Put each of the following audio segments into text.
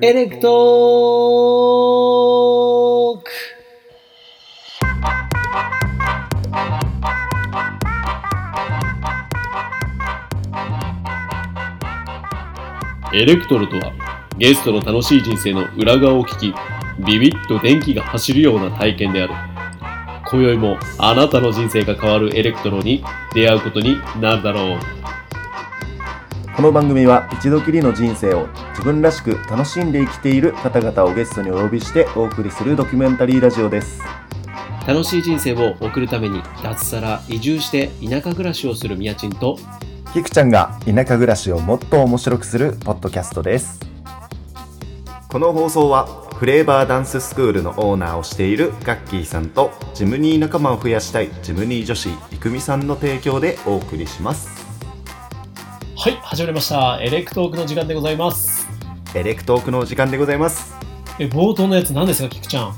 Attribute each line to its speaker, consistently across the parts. Speaker 1: エレクトーク
Speaker 2: エレクトロとはゲストの楽しい人生の裏側を聞きビビッと電気が走るような体験である今宵もあなたの人生が変わるエレクトロに出会うことになるだろう
Speaker 3: この番組は一度きりの人生を自分らしく楽しんで生きている方々をゲストにお呼びしてお送りするドキュメンタリーラジオです。
Speaker 2: 楽しい人生を送るために脱サラ移住して田舎暮らしをするみやちんと
Speaker 3: キクちゃんが田舎暮らしをもっと面白くするポッドキャストです。この放送はフレーバーダンススクールのオーナーをしているガッキーさんとジムニー仲間を増やしたいジムニー女子いくみさんの提供でお送りします。
Speaker 2: はい始まりましたエレクトークの時間でございます
Speaker 3: エレクトークのお時間でございます。
Speaker 2: え冒頭のやつ何ですか菊ちゃん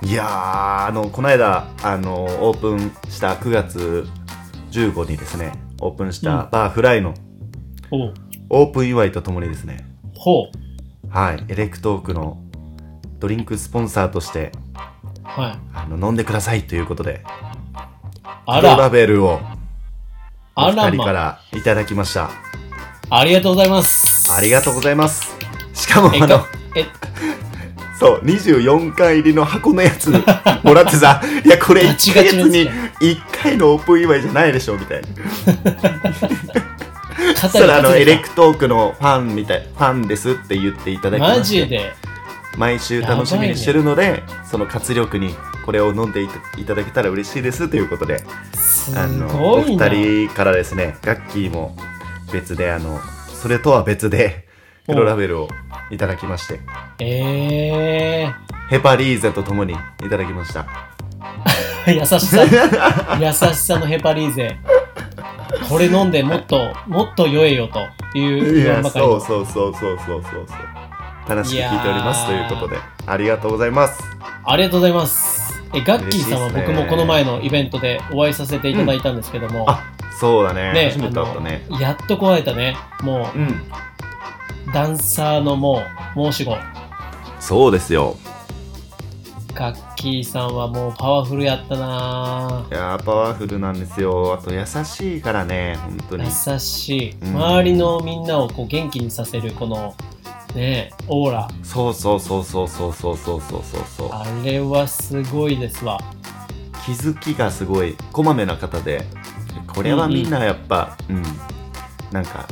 Speaker 3: いやーあのこの間あのオープンした9月15にですねオープンしたバーフライの
Speaker 2: おう
Speaker 3: オープン祝いとともにですね、
Speaker 2: ほう
Speaker 3: はいエレクトークのドリンクスポンサーとして
Speaker 2: はい
Speaker 3: あの飲んでくださいということで
Speaker 2: あ
Speaker 3: 黒ラ
Speaker 2: ら
Speaker 3: ベルをお
Speaker 2: あ
Speaker 3: 二
Speaker 2: ら
Speaker 3: 人か
Speaker 2: ま
Speaker 3: らいただきました
Speaker 2: ありがとうございます
Speaker 3: ありがとうございますしかも
Speaker 2: え
Speaker 3: あの
Speaker 2: かえ
Speaker 3: そう24回入りの箱のや つもらってさいやこれ
Speaker 2: ガチ
Speaker 3: 1
Speaker 2: ガ
Speaker 3: ヶ月
Speaker 2: チのやつね
Speaker 3: に1回のオープン祝いじゃないでしょみたいなそし
Speaker 2: 肩
Speaker 3: た
Speaker 2: に
Speaker 3: らあのエレ
Speaker 2: ト
Speaker 3: クトークのファンみたいファンですって言っていただきまして
Speaker 2: マジで
Speaker 3: 毎週楽しみにしてるので、その活力にこれを飲んでいたいただけたら嬉しいですということですあの
Speaker 2: ご
Speaker 3: お
Speaker 2: いな
Speaker 3: 二人からですねガッキーも別であのそれとは別で
Speaker 2: お
Speaker 3: 黒ラベルをいただきまして
Speaker 2: え
Speaker 3: ヘパリーゼとともにいただきました
Speaker 2: ー、優し さ優しさのヘパリーゼこれ飲んでもっともっと酔えよという
Speaker 3: い
Speaker 2: 言わ
Speaker 3: や
Speaker 2: んばかり
Speaker 3: そう
Speaker 2: の
Speaker 3: そうそうそうそうそうそう楽しく
Speaker 2: いや
Speaker 3: 聞
Speaker 2: ー
Speaker 3: いておりますということでありがとうございます
Speaker 2: ありがとうございますえガッキーさんは
Speaker 3: 嬉しいっす
Speaker 2: 僕
Speaker 3: ね
Speaker 2: もこの前のイベントでお会いさせていただいたんですけども、
Speaker 3: あそうだね
Speaker 2: ね
Speaker 3: 初めて会ったね
Speaker 2: やっとこらえたねも
Speaker 3: うん
Speaker 2: うダンサーのもう申し子
Speaker 3: そうですよ
Speaker 2: ガッキーさんはもうパワフルやったない
Speaker 3: やーパワフルなんですよあと優しいからね本当に
Speaker 2: 優しい、
Speaker 3: うん
Speaker 2: 周りのみんなをこう元気にさせるこのねオーラ
Speaker 3: そうそうそうそうそうそうそうそうそうそう
Speaker 2: あれはすごいですわ
Speaker 3: 気づきがすごいこまめな方でこれはみんなやっぱうん、なんか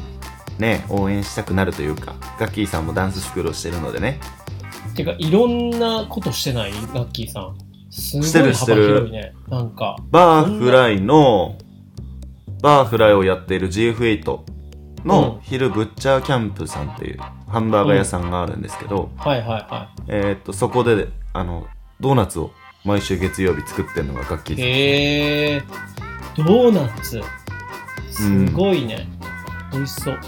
Speaker 3: ね応援したくなるというかガッキーさんもダンススクールをしてるのでね
Speaker 2: てかいろんなことしてないガッキーさんす
Speaker 3: して
Speaker 2: ごい
Speaker 3: るして
Speaker 2: 幅
Speaker 3: る
Speaker 2: 広いねなんか
Speaker 3: バーフライのバーフライをやっている GF8
Speaker 2: う
Speaker 3: の
Speaker 2: ん
Speaker 3: 昼ブッチャーキャンプさんっていうハンバーガー屋さんがあるんですけど、
Speaker 2: はいはいは
Speaker 3: えーっとそこであのドーナツを毎週月曜日作ってるのがガッキー
Speaker 2: い
Speaker 3: さん
Speaker 2: へえー、ドーナツすごいね、美味しそう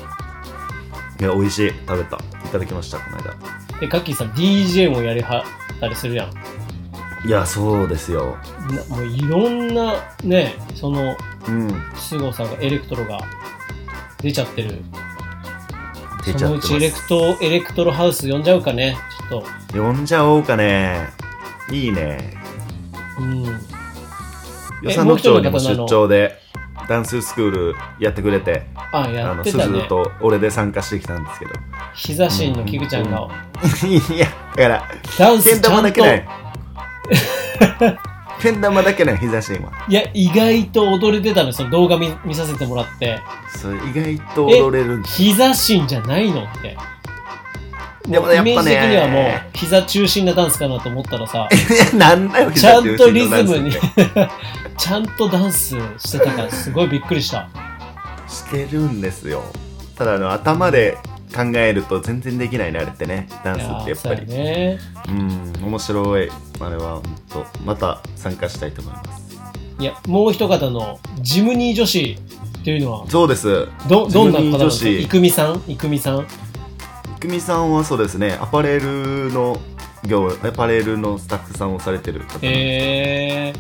Speaker 3: いや美味しい食べたいただきましたこの間
Speaker 2: でガッキーさん DJ もやりはったりするやん
Speaker 3: いやそうですよ
Speaker 2: なもういろんなねその
Speaker 3: うん
Speaker 2: 凄さがエレクトロが出ちゃってる
Speaker 3: 出ち
Speaker 2: そ
Speaker 3: ゃ
Speaker 2: の
Speaker 3: っ
Speaker 2: う
Speaker 3: て
Speaker 2: ちエレクトエレクトロハウス呼んじゃうかねちょっ
Speaker 3: ます呼んじゃおうかねいいね
Speaker 2: とうんえ
Speaker 3: 与謝野町に
Speaker 2: も
Speaker 3: も
Speaker 2: う一人
Speaker 3: 出
Speaker 2: の方なの
Speaker 3: 張でダンススクールやってくれて
Speaker 2: あ
Speaker 3: あ
Speaker 2: やっ
Speaker 3: の
Speaker 2: て
Speaker 3: す
Speaker 2: た
Speaker 3: ず
Speaker 2: ね
Speaker 3: と俺で参加してきたんですけ
Speaker 2: 膝神のキグちゃんが
Speaker 3: ど いやだから
Speaker 2: ダン
Speaker 3: け
Speaker 2: ス
Speaker 3: ん
Speaker 2: ちゃ
Speaker 3: 玉
Speaker 2: ん
Speaker 3: だ
Speaker 2: と
Speaker 3: けねけん玉だけね日差しはい
Speaker 2: や意外と踊れてたのその動画見見させてもらって
Speaker 3: そう意外と踊れるんだ
Speaker 2: 膝神じゃないのって
Speaker 3: でもね
Speaker 2: イメージ的には
Speaker 3: やっ
Speaker 2: もう膝中心なダンスかなと思ったらさ
Speaker 3: いや なんだよ日
Speaker 2: ち
Speaker 3: 差
Speaker 2: ゃ
Speaker 3: し
Speaker 2: んとリズムにちゃんとダンスしてたからすごいびっくりした
Speaker 3: してるんですよただあの頭で考えると全然できないねあれってねダンスってやっぱり
Speaker 2: いやーそうやね
Speaker 3: うん面白いあれは本当また参加したいと思います
Speaker 2: いやもう一方のジムニー女子っていうのは
Speaker 3: そうです
Speaker 2: どどんな方な
Speaker 3: ジムニー
Speaker 2: んですか
Speaker 3: 女子
Speaker 2: いくみさんいくみさん
Speaker 3: 久美さんはそうですねアパレルの業アパレルのスタッフさんをされてる方なんで
Speaker 2: え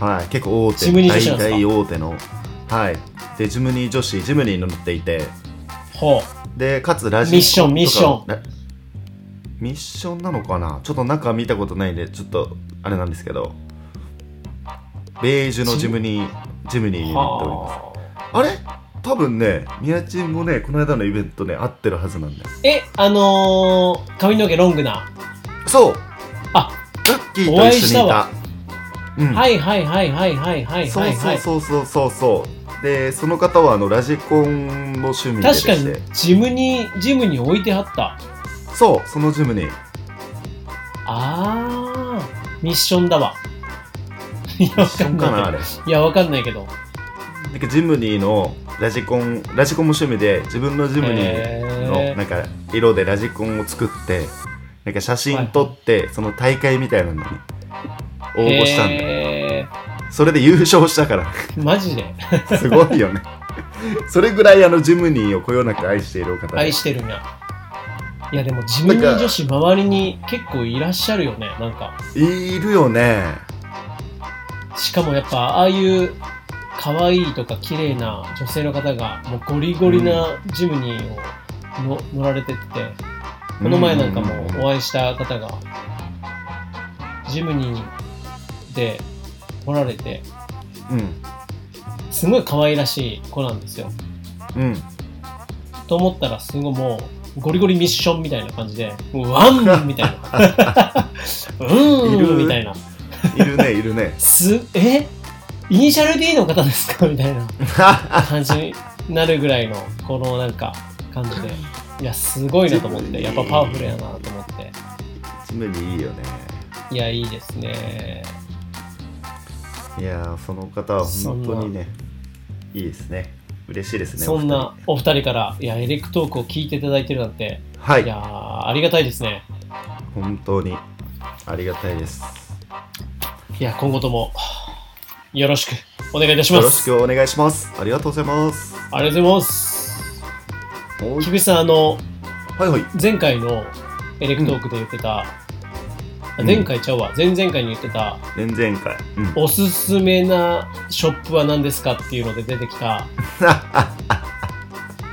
Speaker 3: はい、結構大
Speaker 2: ジム
Speaker 3: 手
Speaker 2: ニー女子な
Speaker 3: 大
Speaker 2: んですか
Speaker 3: 大大手のはいでジムニー女子ジムニーに乗っていて
Speaker 2: ー、ほう
Speaker 3: でかつラジ
Speaker 2: ミッションミッション
Speaker 3: ンミッションなのかなちょっと中見たことないんでちょっとあれなんですけどベージュのジムニージムニーになっております
Speaker 1: はあ
Speaker 3: あれ多分ね宮地もねこの間のイベントね合ってるはずなんだよ
Speaker 1: え、あのー、髪の毛ロングな。
Speaker 3: そう
Speaker 1: あ
Speaker 3: ガッキーと一緒にい
Speaker 1: お会いした
Speaker 3: た
Speaker 1: わ
Speaker 3: うん
Speaker 1: はいはいはいはいはいはい
Speaker 3: そ
Speaker 1: は
Speaker 3: う
Speaker 1: いは
Speaker 3: そう
Speaker 1: い。
Speaker 3: そうそうそうそうでその方はあのラジコンの趣味で
Speaker 1: 確
Speaker 3: し
Speaker 1: か
Speaker 3: て
Speaker 1: にジムにジムに置いてはった。
Speaker 3: そうそのジムに
Speaker 1: あー、ミッションだわ。いや、わ
Speaker 3: 一
Speaker 1: か
Speaker 3: 緒
Speaker 1: ん
Speaker 3: かなあれ
Speaker 1: ないけど。いや、わかんないけど。
Speaker 3: なんかジムニーのラジコンラジコンも趣味で自分のジムニーの
Speaker 1: え
Speaker 3: なんか色でラジコンを作ってなんか写真撮ってその大会みたいなのに応募したんだよ
Speaker 1: え
Speaker 3: それで優勝したから
Speaker 1: ー、マジです
Speaker 3: ごいよねそれぐらいあのジムニーをこよなく愛しているお方で
Speaker 1: 愛してるんや。いや、でもジムニー女子周りに結構いらっしゃるよね、なんか。
Speaker 3: いるよね
Speaker 1: しかもやっぱああいう可愛いとか綺麗な女性の方がもうゴリゴリなジムニーをの、乗られてってこの前なんかもお会いした方がジムニーでおられて
Speaker 3: うん
Speaker 1: すごい可愛らしい子なんですよ
Speaker 3: うん
Speaker 1: と思ったらすごいもうゴリゴリミッションみたいな感じでもうワンみたいな う
Speaker 3: い
Speaker 1: ー
Speaker 3: る
Speaker 1: んみたいない
Speaker 3: る ねいるね
Speaker 1: すえイニシャル D の方ですかみたいな感じになるぐらいのこのなんか感じでいやすごいなと思ってやっぱパワフルやなと思って
Speaker 3: ジムニーいいよね
Speaker 1: いやいいですね
Speaker 3: いやーその方は本当にねいいですね嬉しいですね
Speaker 1: そ
Speaker 3: お
Speaker 1: んなお二人からいやエレクトークを聞いていただいてるなんて
Speaker 3: 二人はいい
Speaker 1: やーありがたいですね
Speaker 3: 本当にありがたいです
Speaker 1: いや今後ともよろしくお願いいたし
Speaker 3: よ
Speaker 1: ま
Speaker 3: ろし
Speaker 1: す
Speaker 3: くお願いしますありがとうございます
Speaker 1: ありがとうございます
Speaker 3: おい
Speaker 1: 菊池さんあの
Speaker 3: はいはい
Speaker 1: 前回のエレクトークで言ってた、
Speaker 3: うん
Speaker 1: 前回ちゃうわ前々回に言ってた
Speaker 3: 前々回うん
Speaker 1: おすすめなショップは何ですかっていうので出てき た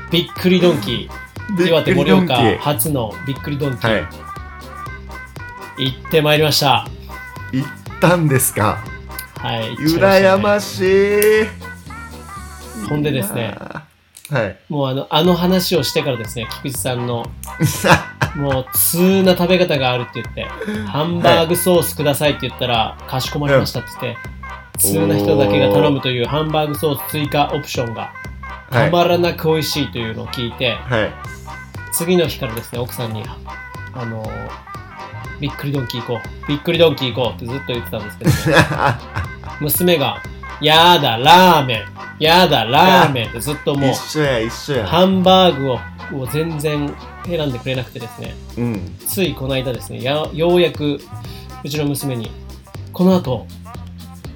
Speaker 1: びっくりドンキー岩手盛岡
Speaker 3: はい
Speaker 1: 初のびっくりドンキー、行ってまいりました
Speaker 3: 行ったんですか
Speaker 1: はい行っちゃい
Speaker 3: 羨
Speaker 1: ま
Speaker 3: ましい
Speaker 1: ほんでですね
Speaker 3: いや ーはい
Speaker 1: すもうあのあの話をしてからですね菊池さんのもう通な食べ方があるって言ってハンバーグソースくださいって言ったらかしこまりましたって言って、通な人だけが頼むというハンバーグソース追加オプションが
Speaker 3: は
Speaker 1: た
Speaker 3: い
Speaker 1: まらなく美味しいというのを聞いて、
Speaker 3: はい
Speaker 1: 次の日からですね奥さんにあのびっくりドンキー行こうびっくりドンキー行こうってずっと言ってたんですけど、娘が「やだラーメンやだラーメン」ってずっとも
Speaker 3: 一
Speaker 1: う
Speaker 3: 緒や一緒や
Speaker 1: ハンバーグをを全然選んでくれなくてですね
Speaker 3: うん
Speaker 1: ついこの間ですねやようやくうちの娘に「この後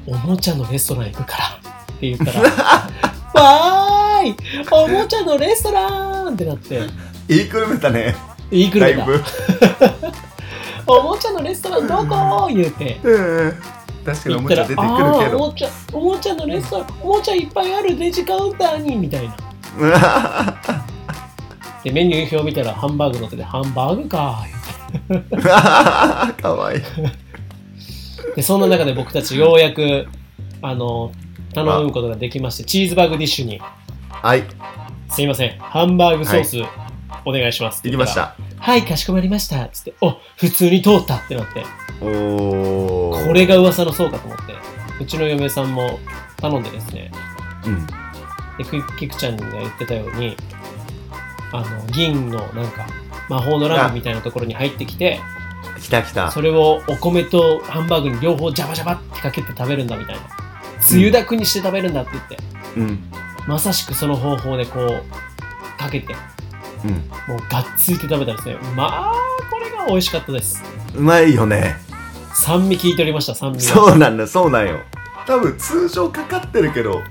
Speaker 1: おもちゃのレストラン行くから」って言った ら「わーいおもちゃのレストラン!」ってなって
Speaker 3: 言いくるめたね
Speaker 1: 言いく
Speaker 3: だ
Speaker 1: る
Speaker 3: い
Speaker 1: めた
Speaker 3: ぶ
Speaker 1: おもちゃのレストランどこ言うて
Speaker 3: うん確かにお
Speaker 1: 行っ
Speaker 3: もち
Speaker 1: た
Speaker 3: ゃ
Speaker 1: ら「あ
Speaker 3: 出てくる
Speaker 1: あ
Speaker 3: け
Speaker 1: ーお
Speaker 3: ど
Speaker 1: もちゃおもちゃのレストランおもちゃいっぱいあるレジカウンターに」みたいなでメニュー表見たらハンバーグの手で「ハンバーグか」言う
Speaker 3: かわいい
Speaker 1: てでそんな中で僕たちようやくあの頼むことができましてチーズバーグディッシュに
Speaker 3: はい
Speaker 1: 「すいませんハンバーグソース、お願いします」
Speaker 3: 行きました
Speaker 1: 「はいかしこまりました」つって「お普通に通った」ってなって
Speaker 3: おお
Speaker 1: これが噂のそうかと思ってうちの嫁さんも頼んでですね
Speaker 3: うん
Speaker 1: でくキクちゃんが言ってたようにあの銀のなんか魔法のラブみたいなところに入ってきて
Speaker 3: 来た来た
Speaker 1: それをお米とハンバーグに両方ジャバジャバってかけて食べるんだみたいなつゆだくにして食べるんだって言って、
Speaker 3: うん
Speaker 1: まさしくその方法でこうかけて
Speaker 3: うん
Speaker 1: もうがっついて食べたんですねまあこれが美味しかったです
Speaker 3: うまいよね
Speaker 1: 酸味効いておりました酸味が
Speaker 3: そうなんだそうなんよ多分通常かかってるけど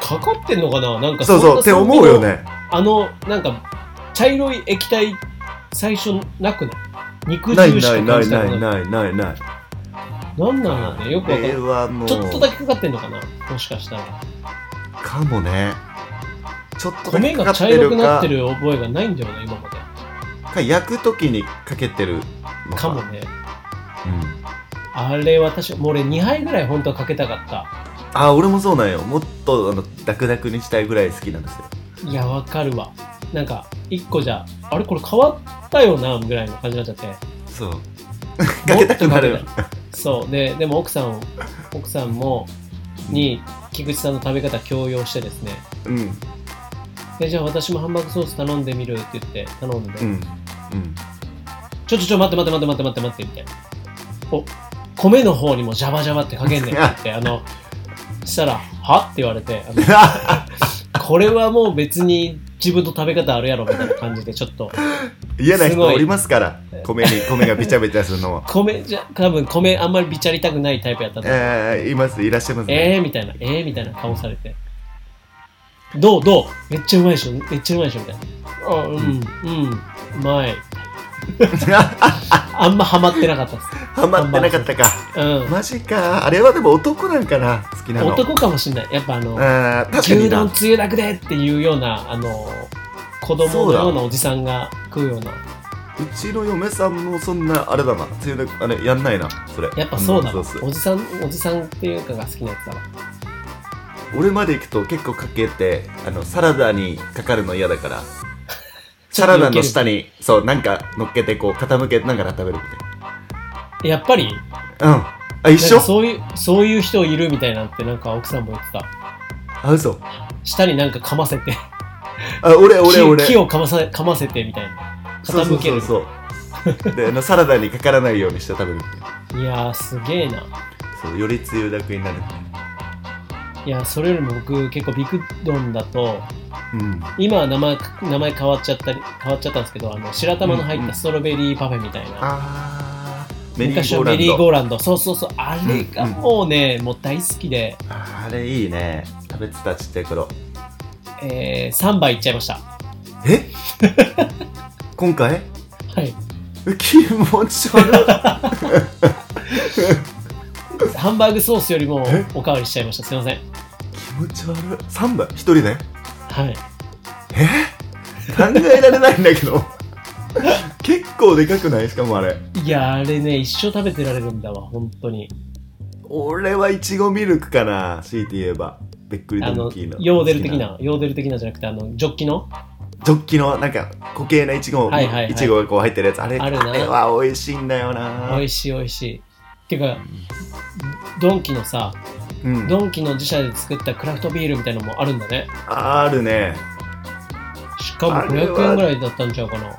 Speaker 1: かかってんのかななんか
Speaker 3: そう
Speaker 1: そん
Speaker 3: そう
Speaker 1: な
Speaker 3: って
Speaker 1: 酸味の
Speaker 3: 思うよね
Speaker 1: あのなんか茶色い液体最初なくない肉
Speaker 3: ない
Speaker 1: 汁し
Speaker 3: な
Speaker 1: か
Speaker 3: いな
Speaker 1: 感
Speaker 3: い
Speaker 1: じた
Speaker 3: な
Speaker 1: ことない
Speaker 3: いないないない
Speaker 1: なんなんだろうね、よ
Speaker 3: こ
Speaker 1: くわかん
Speaker 3: れ
Speaker 1: ない。
Speaker 3: はもう
Speaker 1: ちょっとだけかかってんのかな、もしかしたら。
Speaker 3: かもねちょっとだけ
Speaker 1: 米
Speaker 3: か
Speaker 1: が
Speaker 3: か
Speaker 1: 茶
Speaker 3: って
Speaker 1: 色
Speaker 3: る
Speaker 1: くな
Speaker 3: か
Speaker 1: ってる覚えがないんだよね、今まで。
Speaker 3: か焼く時にかけてるの
Speaker 1: かもね。
Speaker 3: うん、
Speaker 1: あれ私、もう俺2杯ぐらい本当はかけたかった。
Speaker 3: あ俺もそうなんよもっとあのダクダクにしたいぐらい好きなんですよ
Speaker 1: いや、わかるわ。なんか、一個じゃ、あれこれ変わったよな、ぐらいの感じになっちゃって。
Speaker 3: そうかけたくなる
Speaker 1: もっとかけたいそう。で、でも奥さんを、奥さんも、に、菊池さんの食べ方強要してですね。
Speaker 3: うんうん
Speaker 1: で、じゃあ私もハンバーグソース頼んでみるって言って、頼んで、
Speaker 3: うん
Speaker 1: ちょちょちょ、待って待って待って待って待って待って、みたいな。お、米の方にもジャバジャバってかけんねんって言って、あの、したら、はって言われて、あのこれはもう別に自分と食べ方あるやろ、みたいな感じで、ちょっと。
Speaker 3: 嫌な
Speaker 1: す
Speaker 3: 人
Speaker 1: ごい
Speaker 3: おりますから米に米がべちゃべちゃする のは
Speaker 1: 米じゃ多分米あんまりびちゃりたくないタイプやったと思う
Speaker 3: えー、いますいらっしゃいますね、
Speaker 1: えーみたいなえーみたいな顔されてどうどうめっちゃうまいでしょめっちゃうまいでしょみたいなあうんうんうまいあんまハマってなかったです
Speaker 3: ハマってなかったか
Speaker 1: う
Speaker 3: マジかあれはでも男なんかな好きなんの
Speaker 1: 男かもしんないやっぱあの
Speaker 3: あー確か
Speaker 1: 牛
Speaker 3: に
Speaker 1: 丼
Speaker 3: な
Speaker 1: つゆだくでっていうようなあの子供のようなおじさんが食うような
Speaker 3: うちの嫁さんもそんなあれだなつゆだあれやんないなそれ
Speaker 1: やっぱそうだわ
Speaker 3: んそうそう
Speaker 1: おじさんおじさんっていうかが好きなやつだわ
Speaker 3: 俺まで行くと結構かけてあのサラダにかかるの嫌だからサ
Speaker 1: ちょ
Speaker 3: ラ
Speaker 1: っといける
Speaker 3: ダの下にそうなんか乗っけてこう傾けながら食べるみ
Speaker 1: やっぱり
Speaker 3: たいなうんあ一
Speaker 1: な
Speaker 3: 緒
Speaker 1: んかそういうそういう人いるみたいなんてなんか奥さんも言ってた
Speaker 3: あ嘘
Speaker 1: 下になんか噛ませて
Speaker 3: あ俺俺
Speaker 1: 木
Speaker 3: 俺
Speaker 1: 木を噛まさ噛ませてみたいな
Speaker 3: そうそう
Speaker 1: 傾ける
Speaker 3: そうそうであのサラダにかからないようにして食べるみたいない
Speaker 1: やーすげえな
Speaker 3: そうよりつゆだくになる
Speaker 1: いやそれよりも僕結構ビクドンだと
Speaker 3: うん
Speaker 1: 今は名前名前変わっちゃったり変わっちゃったんですけどあの白玉の入ったストロベリーパフェみたいな、
Speaker 3: あーメリ
Speaker 1: 昔
Speaker 3: ーゴー
Speaker 1: は
Speaker 3: ラ
Speaker 1: メリー
Speaker 3: ンド
Speaker 1: ゴーランドそうそうそうあれがもうね、もう大好きで、
Speaker 3: あーあれいいね食べてたちっちゃい頃
Speaker 1: えー、3杯いっちゃいました
Speaker 3: え今回
Speaker 1: はい
Speaker 3: え気持ち悪
Speaker 1: ハンバーグソースよりも
Speaker 3: え
Speaker 1: おかわりしちゃいましたすいません
Speaker 3: い気持ち悪い3杯一人で
Speaker 1: はい
Speaker 3: 考えられないんだけど結構でかくないしかもあれ
Speaker 1: いやあれね一生食べてられるんだわ本当に
Speaker 3: 俺はいちごミルクかな強いて言えばべっくりド
Speaker 1: あの
Speaker 3: ンキーの
Speaker 1: ヨーデル的なヨーデル的なじゃなくてあのジョッキの
Speaker 3: ジョッキのなんか固形ないちご
Speaker 1: はいはいはい
Speaker 3: いちごがこう入ってるやつあれ
Speaker 1: あ
Speaker 3: あ
Speaker 1: る
Speaker 3: れ
Speaker 1: な
Speaker 3: は美味しいんだよな
Speaker 1: 美味しい美味しいっていうかドンキのさ
Speaker 3: うん、
Speaker 1: ドンキの自社で作ったクラフトビールみたいなのもあるんだね
Speaker 3: あるね
Speaker 1: しかも
Speaker 3: あれは
Speaker 1: 500円ぐらいだったんちゃうかな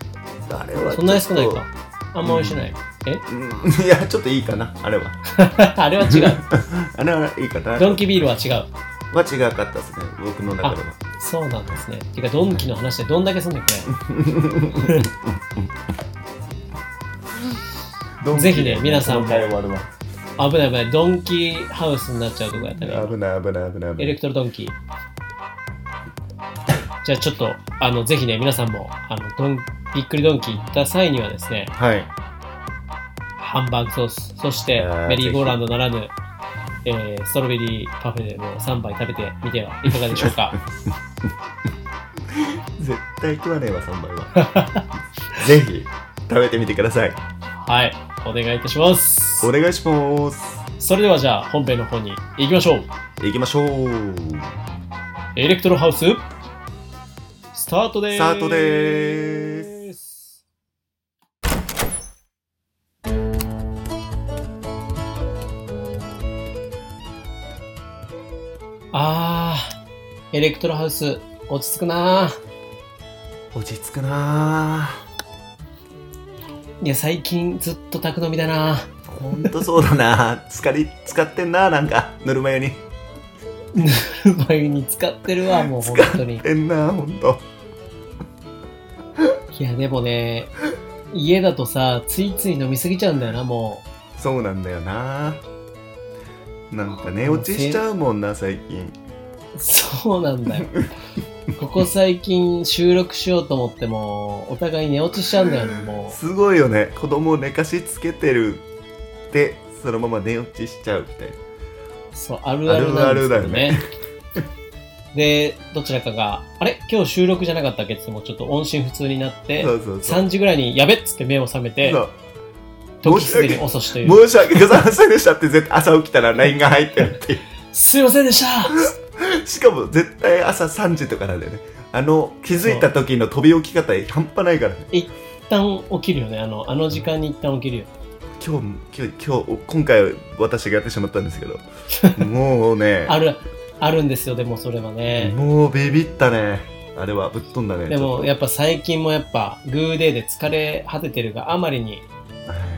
Speaker 3: あれは
Speaker 1: そんな安くない
Speaker 3: ちょ
Speaker 1: かあんま美味しない、 え
Speaker 3: っとうんいやちょっといいかなあれは
Speaker 1: あれは違 う
Speaker 3: あれはいいかな
Speaker 1: ドンキビールは違う
Speaker 3: は違かったですね僕の中では
Speaker 1: そうなんですねていうかドンキの話でどんだけすんだっけ
Speaker 3: ドンキ
Speaker 1: ぜひね皆さんも
Speaker 3: この会話は
Speaker 1: 危ない危ないドンキハウスになっちゃうとこやったね
Speaker 3: 危ない危ない危ない危
Speaker 1: エ
Speaker 3: な
Speaker 1: レク
Speaker 3: い
Speaker 1: トロドンキじゃあちょっとあのぜひね皆さんもあのドンびっくりドンキ行った際にはですね
Speaker 3: はい
Speaker 1: ハンバーグソース、そし
Speaker 3: い
Speaker 1: て
Speaker 3: やー
Speaker 1: メリーゴーランドならぬ、えーストロベリーパフェでも3杯食べてみてはいかがでしょう か。
Speaker 3: 絶対食わねえわ3倍は ぜひ食べてみてください
Speaker 1: はい、お願いいたします
Speaker 3: お。願いします
Speaker 1: それではじゃあ本編の方に行きましょう。
Speaker 3: 行きましょう
Speaker 1: エレクトロハウス、スタートでーす。
Speaker 3: スタートでー
Speaker 1: す。あー、エレクトロハウス、落ち着くなー。
Speaker 3: 落ち着くない
Speaker 1: や、最近ずっと宅飲みだな。
Speaker 3: ぁほんとそうだなぁ 疲れ使ってんなぁなんかぬるま湯に
Speaker 1: 前に使ってるわ、もう
Speaker 3: 使
Speaker 1: 本
Speaker 3: っ
Speaker 1: 当に。
Speaker 3: えんなぁほんと
Speaker 1: いや、でもね、家だとさ、ついつい飲みすぎちゃうんだよな、も
Speaker 3: そうなんだよなぁなんか寝落ちしちゃうもんな最近
Speaker 1: う。そうなんだよ。ここ最近収録しようと思っても、お互い寝落ちしちゃうんだよね、も
Speaker 3: すごいよね子供を寝かしつけてるでそのまま寝落ちしちゃうみたいな
Speaker 1: う。そう、あるあるなんですけどね。で、どちらかが、あれ今日収録じゃなかったっけって言っても、ちょっと音信不通になって、
Speaker 3: そうそうそう。
Speaker 1: 3時ぐらいにやべっつって目を覚めて
Speaker 3: そ、う
Speaker 1: 時すでに遅しという。
Speaker 3: 申し訳ございませんでしたって絶対朝起きたら LINE が入ってるってい
Speaker 1: すいませんでした
Speaker 3: うしかも絶対朝3時とかなんだよねあの気づいた時の飛び起き方半端ないからね
Speaker 1: 一旦起きるよね。あの、あの時間に一旦起きるよ。
Speaker 3: 今日も今日今日今回私がやってしまったんですけどもうね
Speaker 1: ある、あるんですよ、でもそれはね。
Speaker 3: もうビビったねあれはぶっ飛んだね
Speaker 1: で
Speaker 3: ちょっ
Speaker 1: も
Speaker 3: と
Speaker 1: やっぱ最近もやっぱグーデーで疲れ果ててるがあまりに
Speaker 3: はい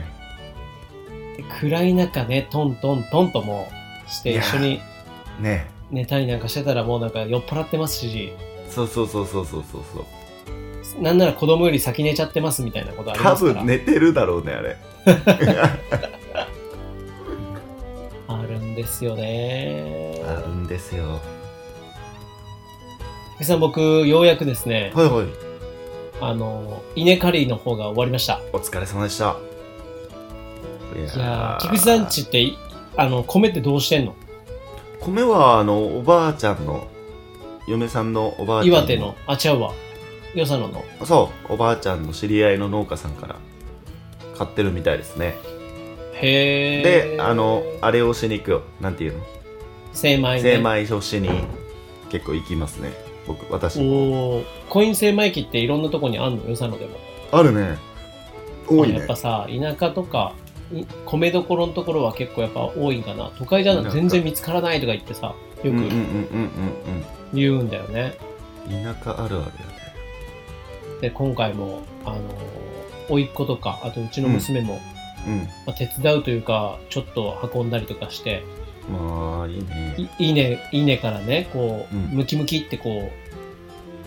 Speaker 1: 暗い中ねトントントンともうして
Speaker 3: いや
Speaker 1: 一緒に
Speaker 3: ね
Speaker 1: 寝たりなんかしてたらもうなんか酔っ払ってますし
Speaker 3: そうそうそうそうそうそうそう
Speaker 1: なんなら子供より先寝ちゃってますみたいなことあり
Speaker 3: 多
Speaker 1: ますから
Speaker 3: 分寝てるだろうねあれ
Speaker 1: あるんですよね
Speaker 3: あるんですよ
Speaker 1: 福井さん僕ようやくですね
Speaker 3: はいはい
Speaker 1: あの稲刈りの方が終わりました
Speaker 3: お疲れ様でしたい
Speaker 1: いやー菊池さんちっていあの米ってどうしてんの
Speaker 3: 米はあのおばあちゃんの嫁さんのおばあちゃん
Speaker 1: 岩手のあ違うわよさのの
Speaker 3: そうおばあちゃんの知り合いの農家さんから買ってるみたいですね
Speaker 1: へえ
Speaker 3: であのあれをしに行くよなんていうの
Speaker 1: 精米ね
Speaker 3: 精米をしに結構行きますね僕私
Speaker 1: おおコイン精米機っていろんなとこにあんのよさのでも
Speaker 3: あるね多い
Speaker 1: やっ
Speaker 3: ね
Speaker 1: ぱさ田舎とかい米どころのところは結構やっぱ多いんかな都会じゃ
Speaker 3: 田
Speaker 1: な
Speaker 3: 舎
Speaker 1: 全然見つからないとか言ってさ
Speaker 3: う
Speaker 1: よ
Speaker 3: んうんうん
Speaker 1: く言うんだよね、
Speaker 3: うんうん田舎あるあるよね
Speaker 1: で今回もあの甥っ子とかあとうちの娘も、まあ、手伝うというかちょっと運んだりとかして
Speaker 3: うんまあいいね
Speaker 1: い稲稲からねこう、
Speaker 3: うん
Speaker 1: ムキムキってこう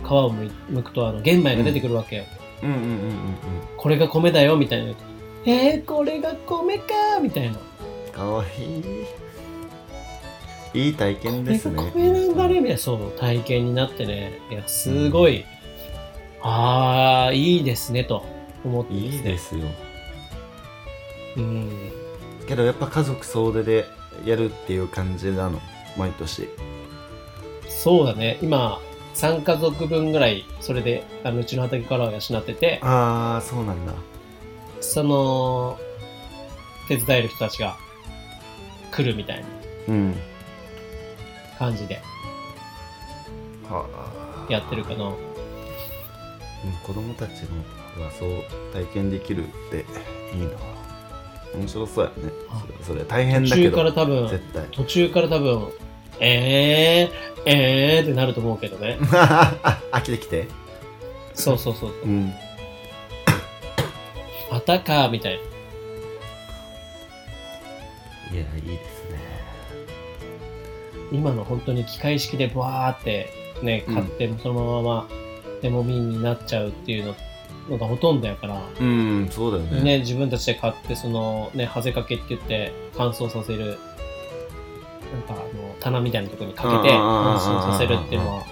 Speaker 1: 皮をむいむくとあの玄米が出てくるわけよ、
Speaker 3: うんうんうんうん
Speaker 1: これが米だよみたいなえー、これが米かみたいな
Speaker 3: うんかわいいいい体験
Speaker 1: これ
Speaker 3: です
Speaker 1: が
Speaker 3: ね
Speaker 1: 米なんだねみたいなそう体験になってねいやすごい、ああいいですねと思って
Speaker 3: いい
Speaker 1: ね
Speaker 3: ですよ
Speaker 1: うん
Speaker 3: けどやっぱ家族総出でやるっていう感じなの毎年
Speaker 1: そうだね今3家族分ぐらいそれであのうちの畑からは養ってて
Speaker 3: ああそうなんだ
Speaker 1: その手伝える人たちが来るみたいな
Speaker 3: うん
Speaker 1: 感じで
Speaker 3: は
Speaker 1: やってるかな
Speaker 3: うん子供たちのがそう体験できるっていいな面白そうやね
Speaker 1: あ
Speaker 3: それそれ大変
Speaker 1: 途
Speaker 3: だけ
Speaker 1: 中か
Speaker 3: ど
Speaker 1: ら多分
Speaker 3: 絶対
Speaker 1: 途中から多分えー、えーってなると思うけどね
Speaker 3: 飽きてきて
Speaker 1: そうそうそう
Speaker 3: うん
Speaker 1: またかみたいない
Speaker 3: やいいですね
Speaker 1: 今の本当に機械式でバーってね
Speaker 3: うん
Speaker 1: 買ってそのまま手もみになっちゃうっていうののがほとんどやから、
Speaker 3: うんそうだよね
Speaker 1: ね、自分たちで買ってそのねはぜかけって言って乾燥させるなんかあの棚みたいなところにかけて
Speaker 3: うんうんうんうんうんうん
Speaker 1: 乾燥させるっていうのは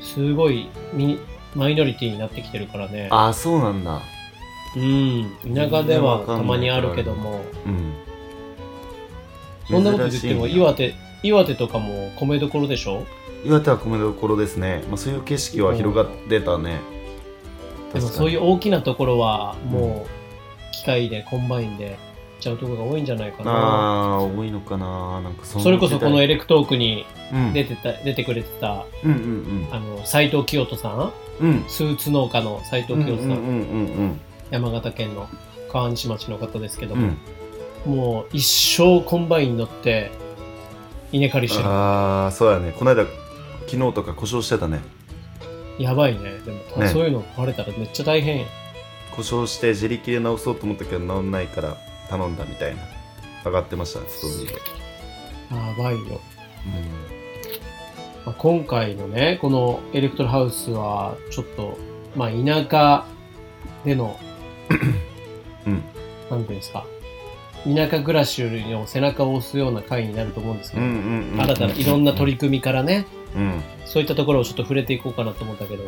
Speaker 1: すごいミマイノリティになってきてるからね
Speaker 3: ああそうなんだ
Speaker 1: うん田舎では
Speaker 3: 全然わかんない
Speaker 1: たまにあるけども
Speaker 3: うん
Speaker 1: そんなこと言っても
Speaker 3: 珍しいな
Speaker 1: 岩手岩手とかも米どころでしょ
Speaker 3: 岩手は米どころですね、まあ、そういう景色は広がってたね
Speaker 1: でもそういうう大きなところはもう機械でコンバインでやっちゃうところが多いんじゃないかな。
Speaker 3: ああー多いのかななんかそ
Speaker 1: それこそこのエレクトークに
Speaker 3: 出
Speaker 1: 出てた、出てくれてた、
Speaker 3: うんうん
Speaker 1: あの、斎藤清人さん
Speaker 3: うんうん
Speaker 1: スーツ農家の斎
Speaker 3: う
Speaker 1: 藤
Speaker 3: んうん
Speaker 1: 清人さん,、
Speaker 3: うんうん
Speaker 1: 山形県の川西町の方ですけど
Speaker 3: うんう
Speaker 1: も、
Speaker 3: ん
Speaker 1: もう一生コンバインに乗って稲刈りしてる。
Speaker 3: ああそうやねこの間昨日とか故障してたね
Speaker 1: やばいね。でも、
Speaker 3: ね
Speaker 1: そういうのバレたらめっちゃ大変や。
Speaker 3: 故障して自力で直そうと思ったけど直んないから頼んだみたいな上がってましたねストーリーで、
Speaker 1: やばいよ。まあ、今回のね、このエレクトロハウスは、ちょっと、まあ、田舎での、
Speaker 3: うんうん
Speaker 1: なんていうんですか、田舎暮らしの背中を押すような回になると思うんですけ
Speaker 3: う
Speaker 1: ど、
Speaker 3: んうんうん
Speaker 1: 新たないろんな取り組みからね、
Speaker 3: うん
Speaker 1: そういったところをちょっと触れていこうかなと思ったけど、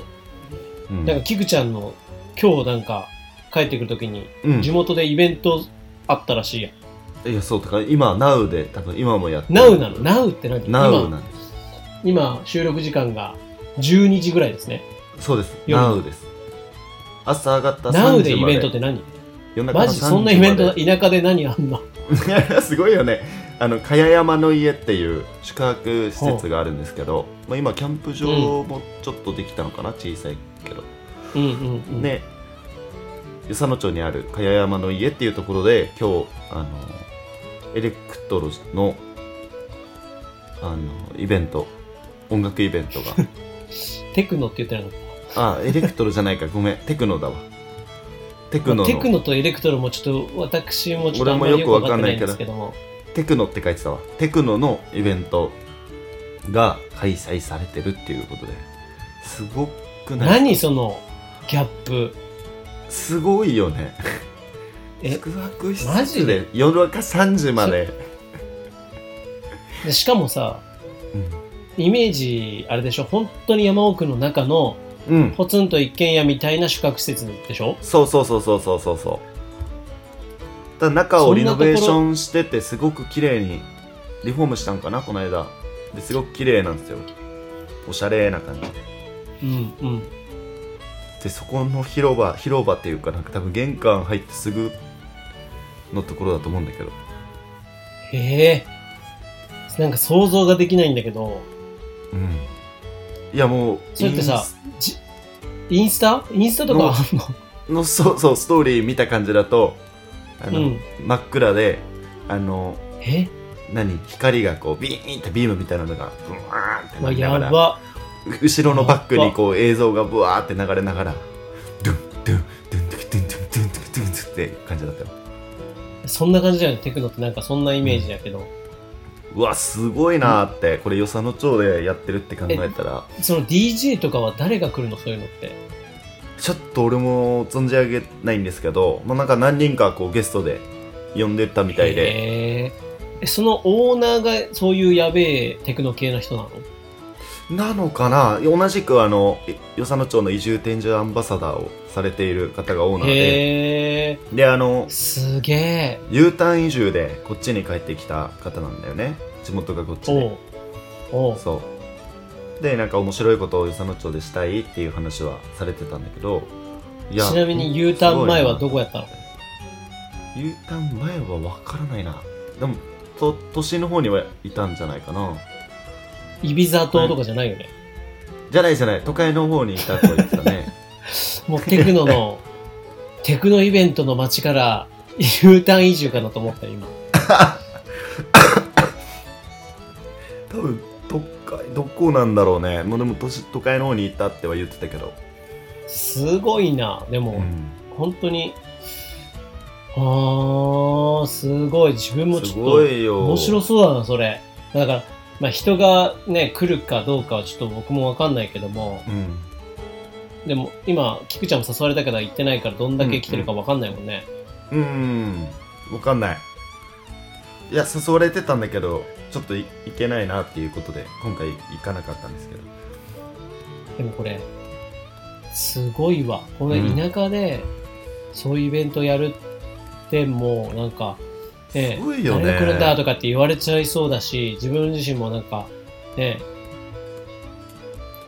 Speaker 3: うん
Speaker 1: なんか、キクちゃんの、今日なんか、帰ってくるときに、
Speaker 3: うん
Speaker 1: 地元でイベントあったらしいやん。
Speaker 3: いやそうだから今 NOW で多分今もやってる
Speaker 1: NOW なの ?NOW って何
Speaker 3: NOW
Speaker 1: 今
Speaker 3: なんで
Speaker 1: 今、収録時間が12時ぐらいですね。
Speaker 3: そうです。
Speaker 1: 夜
Speaker 3: Now です。朝上がった
Speaker 1: ナウ
Speaker 3: 3
Speaker 1: で
Speaker 3: 時
Speaker 1: イ
Speaker 3: ま
Speaker 1: ベント
Speaker 3: で
Speaker 1: っ。て何
Speaker 3: 夜中の
Speaker 1: マジそんなイベント、
Speaker 3: 3時
Speaker 1: 田舎で何あんの
Speaker 3: まで すごいよね。あの、茅山の家っていう宿泊施設があるんですけど、まあ、今、キャンプ場もちょっとできたのかな、小さいけど。
Speaker 1: うんうんうん。
Speaker 3: ね、与謝野町にある茅山の家っていうところで今日あのエレクトロのあのイベント音楽イベント が
Speaker 1: テクノって言ってなかった。
Speaker 3: あエレクトロじゃないかごめんテクノだわテクノの
Speaker 1: テクノとエレクトロもちょっと私もちょっと
Speaker 3: 俺
Speaker 1: あん
Speaker 3: も
Speaker 1: まり
Speaker 3: よ
Speaker 1: よ
Speaker 3: く
Speaker 1: く
Speaker 3: わ
Speaker 1: わ
Speaker 3: か
Speaker 1: か
Speaker 3: ん
Speaker 1: ん
Speaker 3: な
Speaker 1: ないい
Speaker 3: けど
Speaker 1: んですけども。
Speaker 3: テクノって書いてたわテクノのイベントが開催されてるっていうことですごくない
Speaker 1: 何そのギャップ。
Speaker 3: すごいよね
Speaker 1: え
Speaker 3: 宿泊施
Speaker 1: マジ
Speaker 3: 設で夜中3時まで、
Speaker 1: でしかもさ、
Speaker 3: うん
Speaker 1: イメージ、あれでしょ本当に山奥の中の
Speaker 3: うん、
Speaker 1: ポツンと一軒家みたいな宿泊施設でしょ
Speaker 3: そうそうそうそうそうそうそう。だ中をリノベーションしててすごく綺麗にリフォームしたんかなこの間。ですごく綺麗なんですよ。おしゃれな感じ。
Speaker 1: うんうん。
Speaker 3: でそこの広場広場っていうかなんか多分玄関入ってすぐのところだと思うんだけど。
Speaker 1: へえ。なんか想像ができないんだけど、
Speaker 3: うん。いやもう
Speaker 1: それってさ
Speaker 3: インス
Speaker 1: じインスタインスタとかあんの
Speaker 3: のそうそうストーリー見た感じだとあの、
Speaker 1: うん
Speaker 3: 真っ暗であの
Speaker 1: え
Speaker 3: 何光がこうビーンってビームみたいなのがブワーンって
Speaker 1: ま
Speaker 3: な
Speaker 1: あ、
Speaker 3: りな
Speaker 1: や
Speaker 3: がら。
Speaker 1: ば。
Speaker 3: 後ろのバックにこう映像がブワーって流れながらドゥンドゥンドゥンドゥンドゥンドゥンドゥンドゥンドゥンドゥンって感じだったよ
Speaker 1: そんな感じだよね、テクノってなんかそんなイメージだけど。
Speaker 3: うわすごいなーってこれ与謝野町でやってるって考えたら
Speaker 1: その DJ とかは誰が来るのそういうのって。
Speaker 3: ちょっと俺も存じ上げないんですけど、まあ、なんか何人かこうゲストで呼んでたみたいで
Speaker 1: へええそのオーナーがそういうやべえテクノ系な人なの
Speaker 3: なのかな同じくあのい与謝野町の移住展示アンバサダーをされている方がオーナーで
Speaker 1: へえ
Speaker 3: であの
Speaker 1: すげえ
Speaker 3: U ターン移住でこっちに帰ってきた方なんだよね地元がこっちで
Speaker 1: おうおう
Speaker 3: そうでなんか面白いことを与謝野町でしたいっていう話はされてたんだけどい
Speaker 1: ちなみに U ターン前はど
Speaker 3: こ
Speaker 1: こやったの
Speaker 3: U ターン前は分からないなでもと都心の方にはいたんじゃないかな
Speaker 1: イビザ島とかじゃないよね、
Speaker 3: じゃないじゃない都会の方にいたとは言ってたね
Speaker 1: もうテクノのテクノイベントの街から U ターン移住かなと思ったよ今
Speaker 3: 多分都会どこなんだろうねもうでも都市都会の方にいたっては言ってたけど、
Speaker 1: すごいなでも、
Speaker 3: うん
Speaker 1: 本当にあーすごい自分もち
Speaker 3: す
Speaker 1: ょっと
Speaker 3: ごいよ
Speaker 1: 面白そうだな、それ。だから、まあ、人がね、来るかどうかはちょっと僕もわかんないけども、
Speaker 3: うん
Speaker 1: でも今、菊ちゃんも誘われたから行ってないから、どんだけ来てるかわかんないもんね。
Speaker 3: うーん、わかんない。いや、誘われてたんだけど、ちょっとい行けないなっていうことで、今回行かなかったんですけど。
Speaker 1: でもこれ、すごいわ。こ
Speaker 3: う
Speaker 1: の
Speaker 3: ん
Speaker 1: 田舎で、そういうイベントやるって、もうなんか、ね、
Speaker 3: すごいよね
Speaker 1: 誰が来るんだとかって言われちゃいそうだし、自分自身もなんか、ね、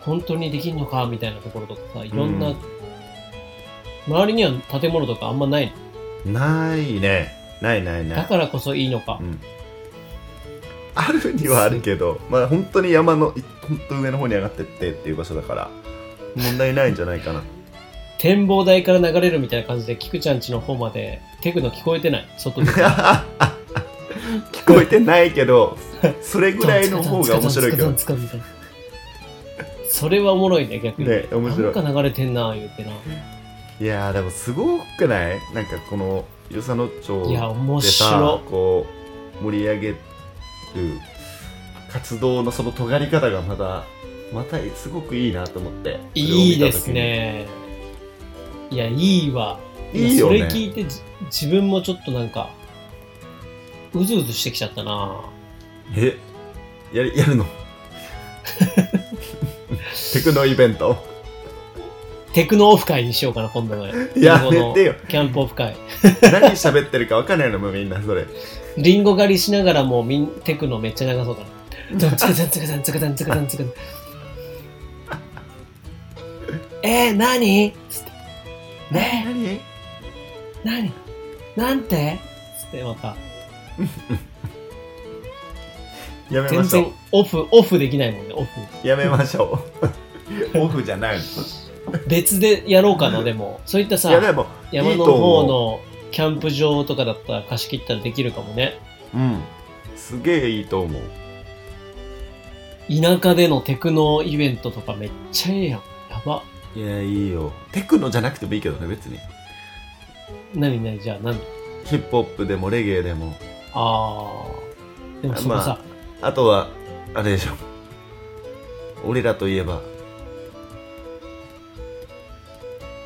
Speaker 1: 本当にできんのかみたいなところとかさ、いろんな、
Speaker 3: うん
Speaker 1: 周りには建物とかあんまない
Speaker 3: ないね。ないないな
Speaker 1: だ
Speaker 3: い。
Speaker 1: からこそいいのか
Speaker 3: う。ん。あるにはあるけど、まあ本当に山の、い本当上の方に上がってってっていう場所だから、問題ないんじゃないかな。
Speaker 1: 展望台から流れるみたいな感じで、菊ちゃん家の方までテクノ聞こえてない。外で。
Speaker 3: 聞こえてないけど、それぐらいの方が面白いけど。
Speaker 1: つかんつかんつかんつかんつかんそれはおもろいね、逆に。
Speaker 3: ね面白い
Speaker 1: なんか流れてんな、言うてな。
Speaker 3: いやーでもすごくないなんかこの与謝野町
Speaker 1: いや、面
Speaker 3: でさ
Speaker 1: 白
Speaker 3: こう盛り上げる活動のその尖り方がまたまたすごくいいなと思って
Speaker 1: い。いいですね。いや、いいわ。
Speaker 3: それを見た時にいいよ
Speaker 1: そ
Speaker 3: ね
Speaker 1: れ聞いて、じ自分もちょっとなんか、うずうずしてきちゃったな。
Speaker 3: えやるや るのテクノイベント
Speaker 1: テクノオフ会にしようかな、今度の。
Speaker 3: やめてよ
Speaker 1: キャンプオフ会。
Speaker 3: 何喋ってるか分かんないのもうみんなそれ
Speaker 1: リンゴ狩りしながらもうみんテクノめっちゃ流そうかな。つくつんつくつんつくつんつくつんつくつえー、何つって。ね
Speaker 3: 何
Speaker 1: え、何なんてつってまた。
Speaker 3: やめ
Speaker 1: 全
Speaker 3: ましょ
Speaker 1: 然オフ、オフできないもんね、オフ。
Speaker 3: う。やめましょ う。オフじゃないの。
Speaker 1: 別でやろうかな、でも。そういったさ
Speaker 3: い、やでも、
Speaker 1: 山
Speaker 3: いい
Speaker 1: の
Speaker 3: と思
Speaker 1: 方
Speaker 3: う
Speaker 1: のキャンプ場とかだったら貸し切ったらできるかもね。
Speaker 3: うん。すげえいいと思う。
Speaker 1: 田舎でのテクノイベントとかめっちゃええやん。やば。
Speaker 3: いや、いいよ。テクノじゃなくてもいいけどね、別に。
Speaker 1: 何何じゃあ何
Speaker 3: ヒップホップでもレゲエでも。
Speaker 1: あー。でもそこさ、
Speaker 3: あとは、あれでしょ。俺らといえば、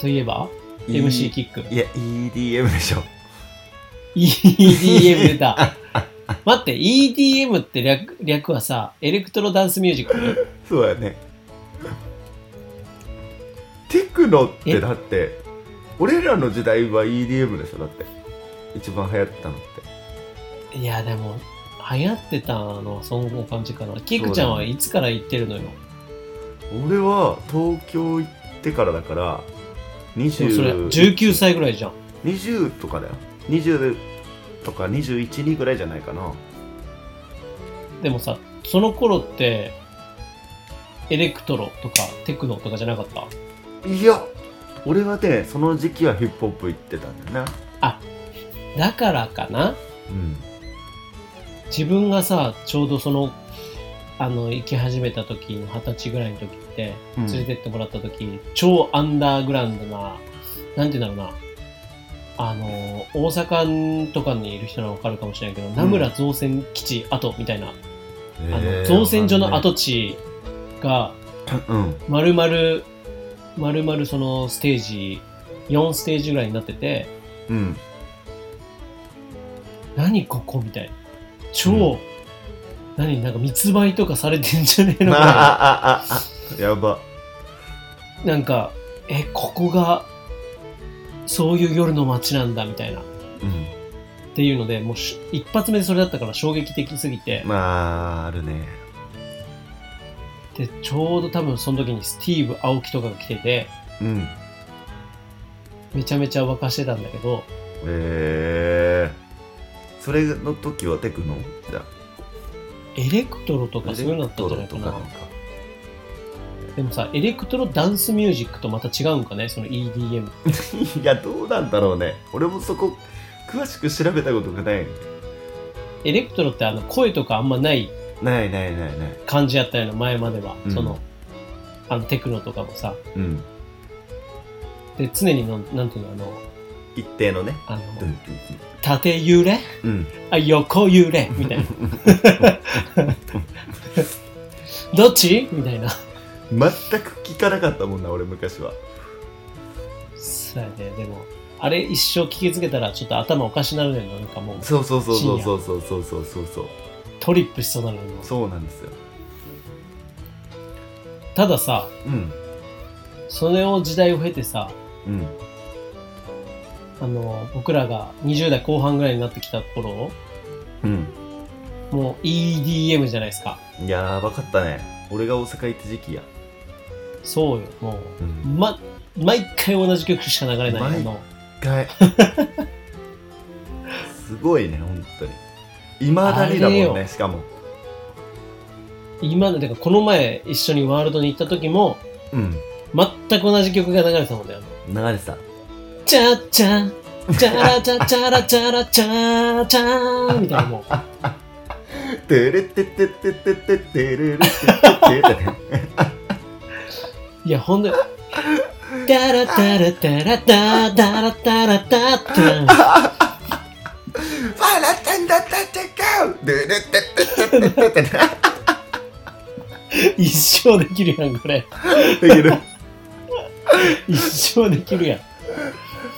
Speaker 1: といえば
Speaker 3: いい
Speaker 1: MC キック。
Speaker 3: いや、EDM でしょ。
Speaker 1: EDM 出た。 待って、EDM って略略はさ、エレクトロダンスミュージ ック
Speaker 3: そうやね。テクノって
Speaker 1: え
Speaker 3: だって、俺らの時代は EDM でしょ、だって。一番流行ってたのって。
Speaker 1: いや、でも、流行ってたのはその感じかな。キックちゃんはいつから言ってるのよ。
Speaker 3: 俺は東京行ってからだから、
Speaker 1: でもそれ、
Speaker 3: 20、
Speaker 1: 19歳ぐらいじゃん。
Speaker 3: 20とかだよ。20とか21、2ぐらいじゃないかな。
Speaker 1: でもさ、その頃って、エレクトロとかテクノとかじゃなかった
Speaker 3: いや、俺はね、その時期はヒップホップ行ってたんだよな。
Speaker 1: だからかな
Speaker 3: うん。
Speaker 1: 自分がさ、ちょうどその、あの、行き始めた時の二十歳ぐらいの時って、
Speaker 3: うん
Speaker 1: 連れてってもらった時、超アンダーグラウンドな、なんて言うんだろうな、あの、大阪とかにいる人ならわかるかもしれないけど、名村造船基地跡みたいな、あの、造船所の跡地が、
Speaker 3: うん。
Speaker 1: まるまる、まるまるそのステージ、4ステージぐらいになってて、
Speaker 3: うん。
Speaker 1: 何ここみたいな。超、何なんか密売とかされてんじゃ ねえの
Speaker 3: あ
Speaker 1: か
Speaker 3: あ
Speaker 1: な
Speaker 3: あああ やば。
Speaker 1: なんか、え、ここが、そういう夜の街なんだ、みたいな。っ
Speaker 3: うん。
Speaker 1: ていうので、もうし、一発目でそれだったから衝撃的すぎて、
Speaker 3: まあ、あるね。
Speaker 1: で、ちょうど多分その時にスティーブ・アオキとかが来てて、
Speaker 3: うん。
Speaker 1: めちゃめちゃ沸かしてたんだけど、
Speaker 3: えー、それの時はテクノじゃ
Speaker 1: エレクトロとかそういうのだったんじゃないかな。でもさ、エレクトロダンスミュージックとまた違うんかね、その EDM。
Speaker 3: いや、どうなんだろうね。俺もそこ、詳しく調べたことがない。
Speaker 1: エレクトロってあの声とかあんまない
Speaker 3: ないないないない。
Speaker 1: 感じやったような、前までは。
Speaker 3: うん
Speaker 1: その、あのテクノとかもさ。
Speaker 3: うん。
Speaker 1: で、常にの、なんていうの、
Speaker 3: 一定のね。
Speaker 1: あの、あ
Speaker 3: う
Speaker 1: の
Speaker 3: ん。
Speaker 1: 縦揺れ
Speaker 3: うん。
Speaker 1: あ、横揺れみた いな。 どっちみたいな。
Speaker 3: 全く聞かなかったもんな、俺昔は。
Speaker 1: そうやね、でも、あれ一生聞きつけたらちょっと頭おかしなるねんな。なんかもう、
Speaker 3: そうそうそうそうそうそうそうそうそうそう。
Speaker 1: トリップしそうなのよ。
Speaker 3: そうなんですよ。
Speaker 1: たださ、
Speaker 3: うん。
Speaker 1: それを時代を経てさ、
Speaker 3: うん。
Speaker 1: あの、僕らが20代後半ぐらいになってきた頃、
Speaker 3: うん。
Speaker 1: もう EDM じゃないですか。
Speaker 3: いやー、わかったね。俺が大阪行った時期や。
Speaker 1: そうよ、も
Speaker 3: う
Speaker 1: う。
Speaker 3: ん。
Speaker 1: ま、毎回同じ曲しか流れない。あ
Speaker 3: 毎
Speaker 1: の、
Speaker 3: 一回。すごいね、本当に。いまだにだ
Speaker 1: あ
Speaker 3: もん
Speaker 1: れ
Speaker 3: ね、
Speaker 1: よ
Speaker 3: しかも。
Speaker 1: 今の、てかこの前一緒にワールドに行った時も、
Speaker 3: うん。
Speaker 1: 全く同じ曲が流れてたもんね、あの。
Speaker 3: 流れてた。
Speaker 1: チャチャチャラチャチャラチャラチャチャーみたいなもう
Speaker 3: てれててててててれれてててて。
Speaker 1: いやほんでダラダラダラダダラダラダダ
Speaker 3: ファラタンダタテカウてれてててててて。
Speaker 1: 一生できるやんこれ
Speaker 3: できる。
Speaker 1: 一生できるやん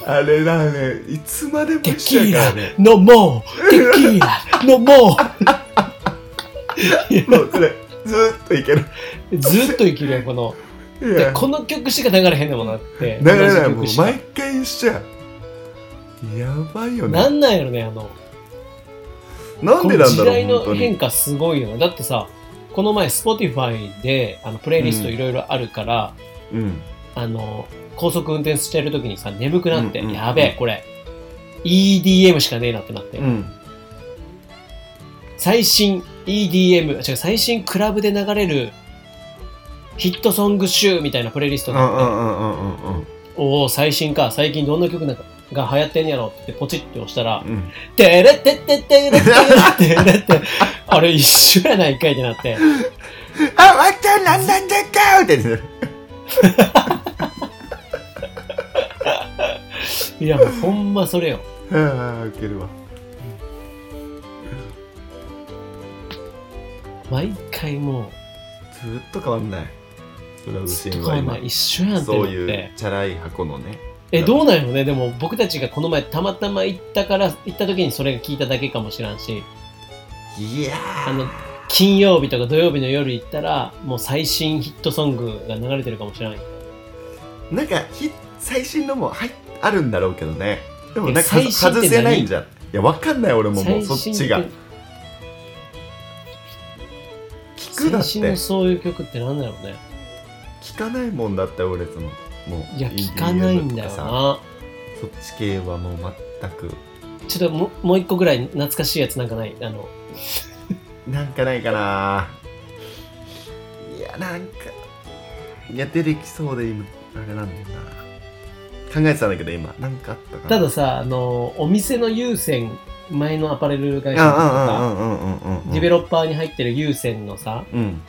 Speaker 3: あれだね、いつまでも
Speaker 1: テ
Speaker 3: 一緒
Speaker 1: キー
Speaker 3: やか
Speaker 1: ラ
Speaker 3: らね。
Speaker 1: 飲もうテキーラ飲も
Speaker 3: もうそれ、ずーっといける。
Speaker 1: うずっと生きるやんこの
Speaker 3: い
Speaker 1: で
Speaker 3: や、
Speaker 1: この曲しか流れへんのもなって
Speaker 3: だからもう
Speaker 1: 同じ曲しか
Speaker 3: 毎回一緒や。やばいよね。
Speaker 1: なんなんやろねあの
Speaker 3: なんでなんだろ
Speaker 1: 時代
Speaker 3: う、本
Speaker 1: の
Speaker 3: 当に。
Speaker 1: 変化すごいよねだってさこの前 Spotify であのプレイリストいろいろあるから、
Speaker 3: うん。
Speaker 1: あの高速運転してる時にさ眠くなって、
Speaker 3: うんうんうん
Speaker 1: やべえこれ EDM しかねえなってなって、
Speaker 3: うん。
Speaker 1: 最新 EDM 違う最新クラブで流れるヒットソング集みたいなプレイリスト
Speaker 3: うんう
Speaker 1: があって、
Speaker 3: んうんうんうんうん。
Speaker 1: おお最新か最近どんな曲なんかが流行ってんやろってポチッて押したら
Speaker 3: うん
Speaker 1: 「テレテテテレテレテレ」ってあれ一緒やないかいってなって
Speaker 3: あ、わっちゃんなんなんだかってね。
Speaker 1: いやもうほんまそれよ
Speaker 3: ああ、ウケるわ。
Speaker 1: 毎回もう
Speaker 3: ずっと変わんない。クラブシ
Speaker 1: ずっ
Speaker 3: ー
Speaker 1: と
Speaker 3: ン
Speaker 1: 変わ
Speaker 3: は
Speaker 1: らな
Speaker 3: 今
Speaker 1: い。一緒やんって
Speaker 3: そう
Speaker 1: なっ
Speaker 3: い
Speaker 1: て
Speaker 3: うチャラい箱のね。
Speaker 1: えどうなんやろねでも僕たちがこの前たまたま行ったから行った時にそれが聞いただけかもしらんし
Speaker 3: いやー。
Speaker 1: あの金曜日とか土曜日の夜行ったらもう最新ヒットソングが流れてるかもしれない
Speaker 3: なんかひ最新のもはいあるんだろうけどねでもなんか
Speaker 1: え最新って
Speaker 3: 外せないんじゃんいやわかんない俺ももうそっ
Speaker 1: 最新
Speaker 3: ちが
Speaker 1: て
Speaker 3: 聞くだっ
Speaker 1: 最新
Speaker 3: て
Speaker 1: のそういう曲ってなんだろうね
Speaker 3: 聞かないもんだって俺そのもう
Speaker 1: い
Speaker 3: い
Speaker 1: や聞かないんだよな
Speaker 3: そっち系はもう全く
Speaker 1: ちょっとももう一個ぐらい懐かしいやつなんかないあの
Speaker 3: なんかないかないやなんかいや出てきそうで今あれなんだよな考えてたんだけど今なんかあったかな
Speaker 1: たださあのお店の有線前のアパレル会社とか
Speaker 3: うんうんうんうんうんうんうん
Speaker 1: ディベロッパーに入ってる有線のさ
Speaker 3: うん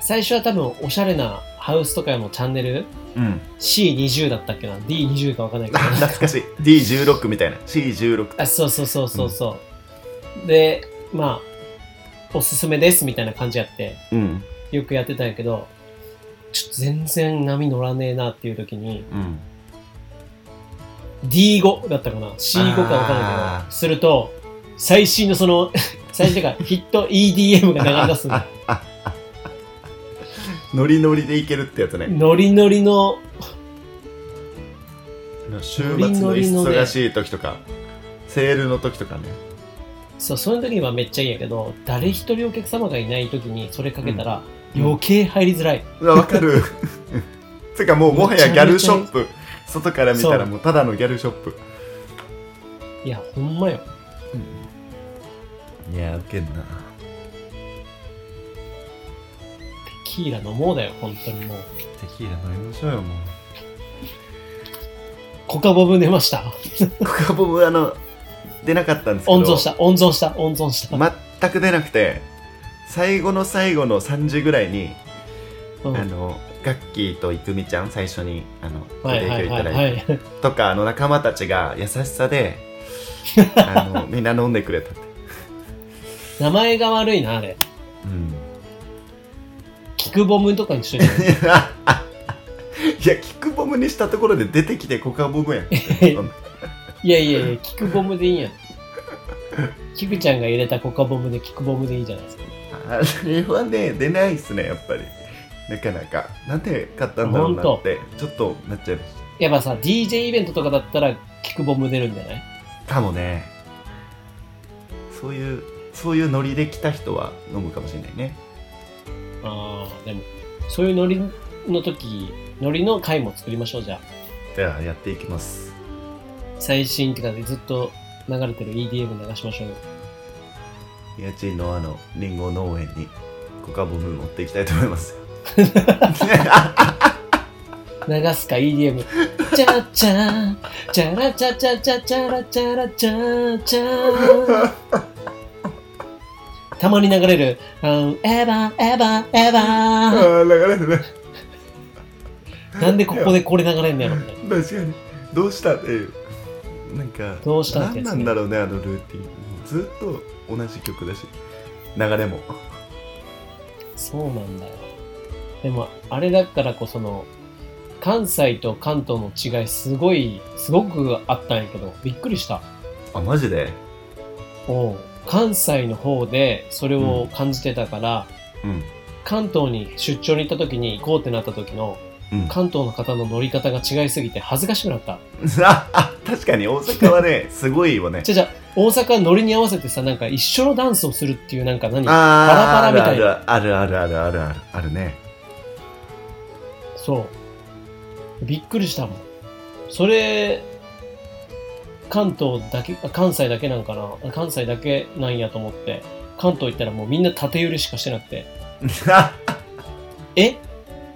Speaker 1: 最初は多分おしゃれなハウスとかのチャンネル
Speaker 3: うん
Speaker 1: C20 だったっけな D20 かわかんないけ ど
Speaker 3: 懐かしい D16 みたいな C16
Speaker 1: あそうそうそうそうそう、でまあおすすめですみたいな感じやって
Speaker 3: うん
Speaker 1: よくやってたんやけどちょっと全然波乗らねえなっていう時に
Speaker 3: うん、
Speaker 1: D5 だったかな C5 かわかんないけ
Speaker 3: あー
Speaker 1: どすると最新のその 最新がヒット EDM が流れ出す んだ
Speaker 3: ノリノリでいけるってやつね
Speaker 1: ノリノリの
Speaker 3: 週末の忙しい時とかセールの時とかね
Speaker 1: そうその時はめっちゃいいんやけど誰一人お客様がいない時にそれかけたら余計入りづらい、
Speaker 3: うわわか るてかもうもはやギャルショップ外から見た
Speaker 1: そ
Speaker 3: ら
Speaker 1: う
Speaker 3: もうただのギャルショップ
Speaker 1: いやほんまよ
Speaker 3: いやウケんな
Speaker 1: テキーラ飲もうだよ本当にもう
Speaker 3: テキーラ飲みましょうよもう
Speaker 1: コカボブ寝ました
Speaker 3: コカボブあの出なかったんですけど
Speaker 1: 温存した温存した温存した、
Speaker 3: 全く出なくて最後の最後の3時ぐらいに
Speaker 1: うん
Speaker 3: あのガッキーとイクミちゃん最初にあのご
Speaker 1: は
Speaker 3: 提
Speaker 1: いは
Speaker 3: 供い
Speaker 1: いは
Speaker 3: た
Speaker 1: い
Speaker 3: だい
Speaker 1: は
Speaker 3: て
Speaker 1: い
Speaker 3: とかあの仲間たちが優しさ であのみんな飲んでくれたって、
Speaker 1: 名前が悪いなあれ
Speaker 3: うん、
Speaker 1: キクボムとかにしといて
Speaker 3: いやキックボムにしたところで出てきてコカボ ムやん
Speaker 1: いやいやいやキクボムでいいやんキクちゃんが入れたコカボムでキクボムでいいじゃないですか
Speaker 3: あれはね出ないっすねやっぱりなかなかなんで買ったんだろうなってちょっとなっちゃいまし
Speaker 1: やっぱさ DJ イベントとかだったらキクボム出るんじゃない
Speaker 3: たかもねそういうそういうノリで来た人は飲むかもしれないね
Speaker 1: ああでもそういうノリの時ノリの回も作りましょうじゃあ
Speaker 3: じゃあやっていきます
Speaker 1: 最新ってかでずっと流れてる EDM 流しましょうよ
Speaker 3: 家賃のあのリンゴ農園にコカボム持っていきたいと思います
Speaker 1: 流すか EDM チャラチャラチャラチャチャチャチャラチャラチャチャたまに流れる「うんエヴァエヴァエ
Speaker 3: あ
Speaker 1: ヴ
Speaker 3: ー
Speaker 1: ァ
Speaker 3: 流れてない」
Speaker 1: なんでここでこれ流れんのやろみたいな
Speaker 3: 確かにどうしたっていうなんか
Speaker 1: どうしたって
Speaker 3: 何
Speaker 1: やつね
Speaker 3: なんだろうねあのルーティンもうずっと同じ曲だし流れも
Speaker 1: そうなんだよでもあれだからこその関西と関東の違いすごいすごくあったんやけどびっくりした
Speaker 3: あマジで
Speaker 1: おう関西の方でそれを感じてたから、
Speaker 3: うん
Speaker 1: 関東に出張に行った時に行こうってなった時の
Speaker 3: うん、
Speaker 1: 関東の方の乗り方が違いすぎて恥ずかしくなった。
Speaker 3: ああ 確かに大阪は ね、すごいよね。
Speaker 1: じゃじゃ大阪乗りに合わせてさ、なんか一緒のダンスをするっていう、なんか何
Speaker 3: あー
Speaker 1: パラパラみたい
Speaker 3: あるあるあるあるあるあるある ね。
Speaker 1: そう。びっくりしたもん。それ、関東だけ、あ関西だけなんかな関西だけなんやと思って、関東行ったらもうみんな縦揺れしかしてなくて、え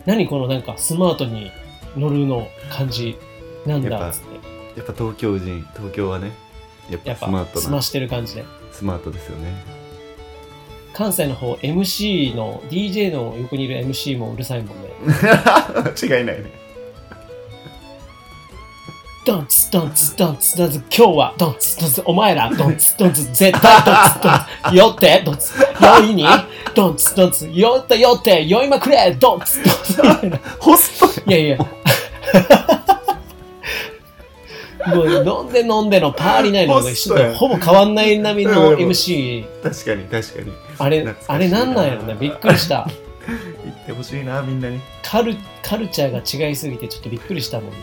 Speaker 1: 何このなんかスマートに乗るの感じなん
Speaker 3: やっ
Speaker 1: だ
Speaker 3: ぱ
Speaker 1: っつって。
Speaker 3: やっぱ東京人、東京はね、やっ
Speaker 1: や
Speaker 3: ぱ
Speaker 1: っ
Speaker 3: スマー
Speaker 1: ぱ、
Speaker 3: ト
Speaker 1: スマ
Speaker 3: な、
Speaker 1: してる感じで。
Speaker 3: スマートですよね。
Speaker 1: 関西の方、MC の、DJ の横にいる MC もうるさいもんね。
Speaker 3: 間違いないね。
Speaker 1: ドンツドンツドンツドンツ今日はドンツドンツお前らドンツドンツ絶対ドンツドンツ酔ってドンツ酔いにドンツドンツ酔った酔って酔いまくれドンツドンツみたいな
Speaker 3: ホスト
Speaker 1: いやいやもう飲んで飲んでのパーリーナイトと一緒でほぼ変わんない並みの MC
Speaker 3: 確かに確かに。
Speaker 1: あれあれなんなんやろねびっくりした
Speaker 3: 行ってほしいな、みんなに。
Speaker 1: カルカルチャーが違いすぎてちょっとびっくりしたもんね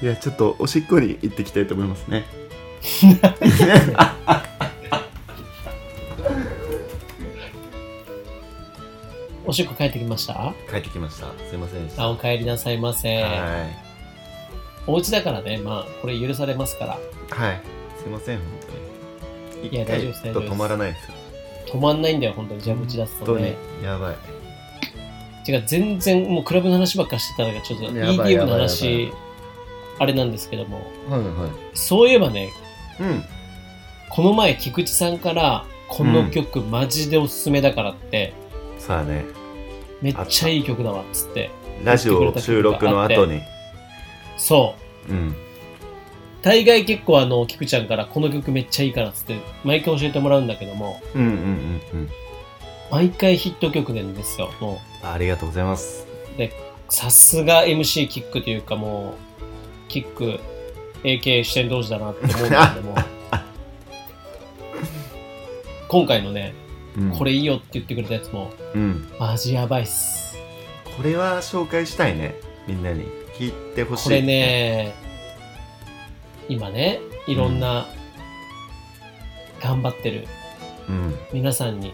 Speaker 3: いや、ちょっとおしっこに行ってきたいと思いますね。
Speaker 1: おしっこ帰ってきました
Speaker 3: 帰ってきました。すいませんでした。
Speaker 1: あお帰りなさいませ
Speaker 3: はい。
Speaker 1: お家だからね、まあ、これ許されますから、
Speaker 3: はい。すいません、本当に。
Speaker 1: いや大丈夫です
Speaker 3: 一回と止まらないですよ。
Speaker 1: 止まんないんだよ、本当に、蛇口出す
Speaker 3: 本
Speaker 1: と
Speaker 3: 当
Speaker 1: ね
Speaker 3: に。。やばい。
Speaker 1: てか、全然、もうクラブの話ばっかしてたら、ちょっと
Speaker 3: やばい
Speaker 1: EDM の
Speaker 3: やばい
Speaker 1: 話、あれなんですけども、
Speaker 3: はいはい。
Speaker 1: そういえばね、
Speaker 3: うん。
Speaker 1: この前、菊池さんから、この曲、マジでおすすめだからって、
Speaker 3: さあね、
Speaker 1: めっちゃいい曲だわ、っつって。
Speaker 3: ラジオ収録の後に。
Speaker 1: そう。
Speaker 3: うん。
Speaker 1: 大概結構、あの、菊ちゃんから、この曲めっちゃいいから、っつって、毎回教えてもらうんだけども、
Speaker 3: うんうんうんうん。
Speaker 1: 毎回ヒット曲なんですよ、もう。
Speaker 3: ありがとうございます。
Speaker 1: さすが MC キックというかもう、キック、AK 視点同士だなって思うんだけど も、今回のね、
Speaker 3: うん
Speaker 1: これいいよって言ってくれたやつも、
Speaker 3: うん。
Speaker 1: マジやばいっす。
Speaker 3: これは紹介したいね。みんなに。聞いてほしい。
Speaker 1: これ。ね、今ね、いろんな、頑張ってる
Speaker 3: うん。本
Speaker 1: 皆さんに、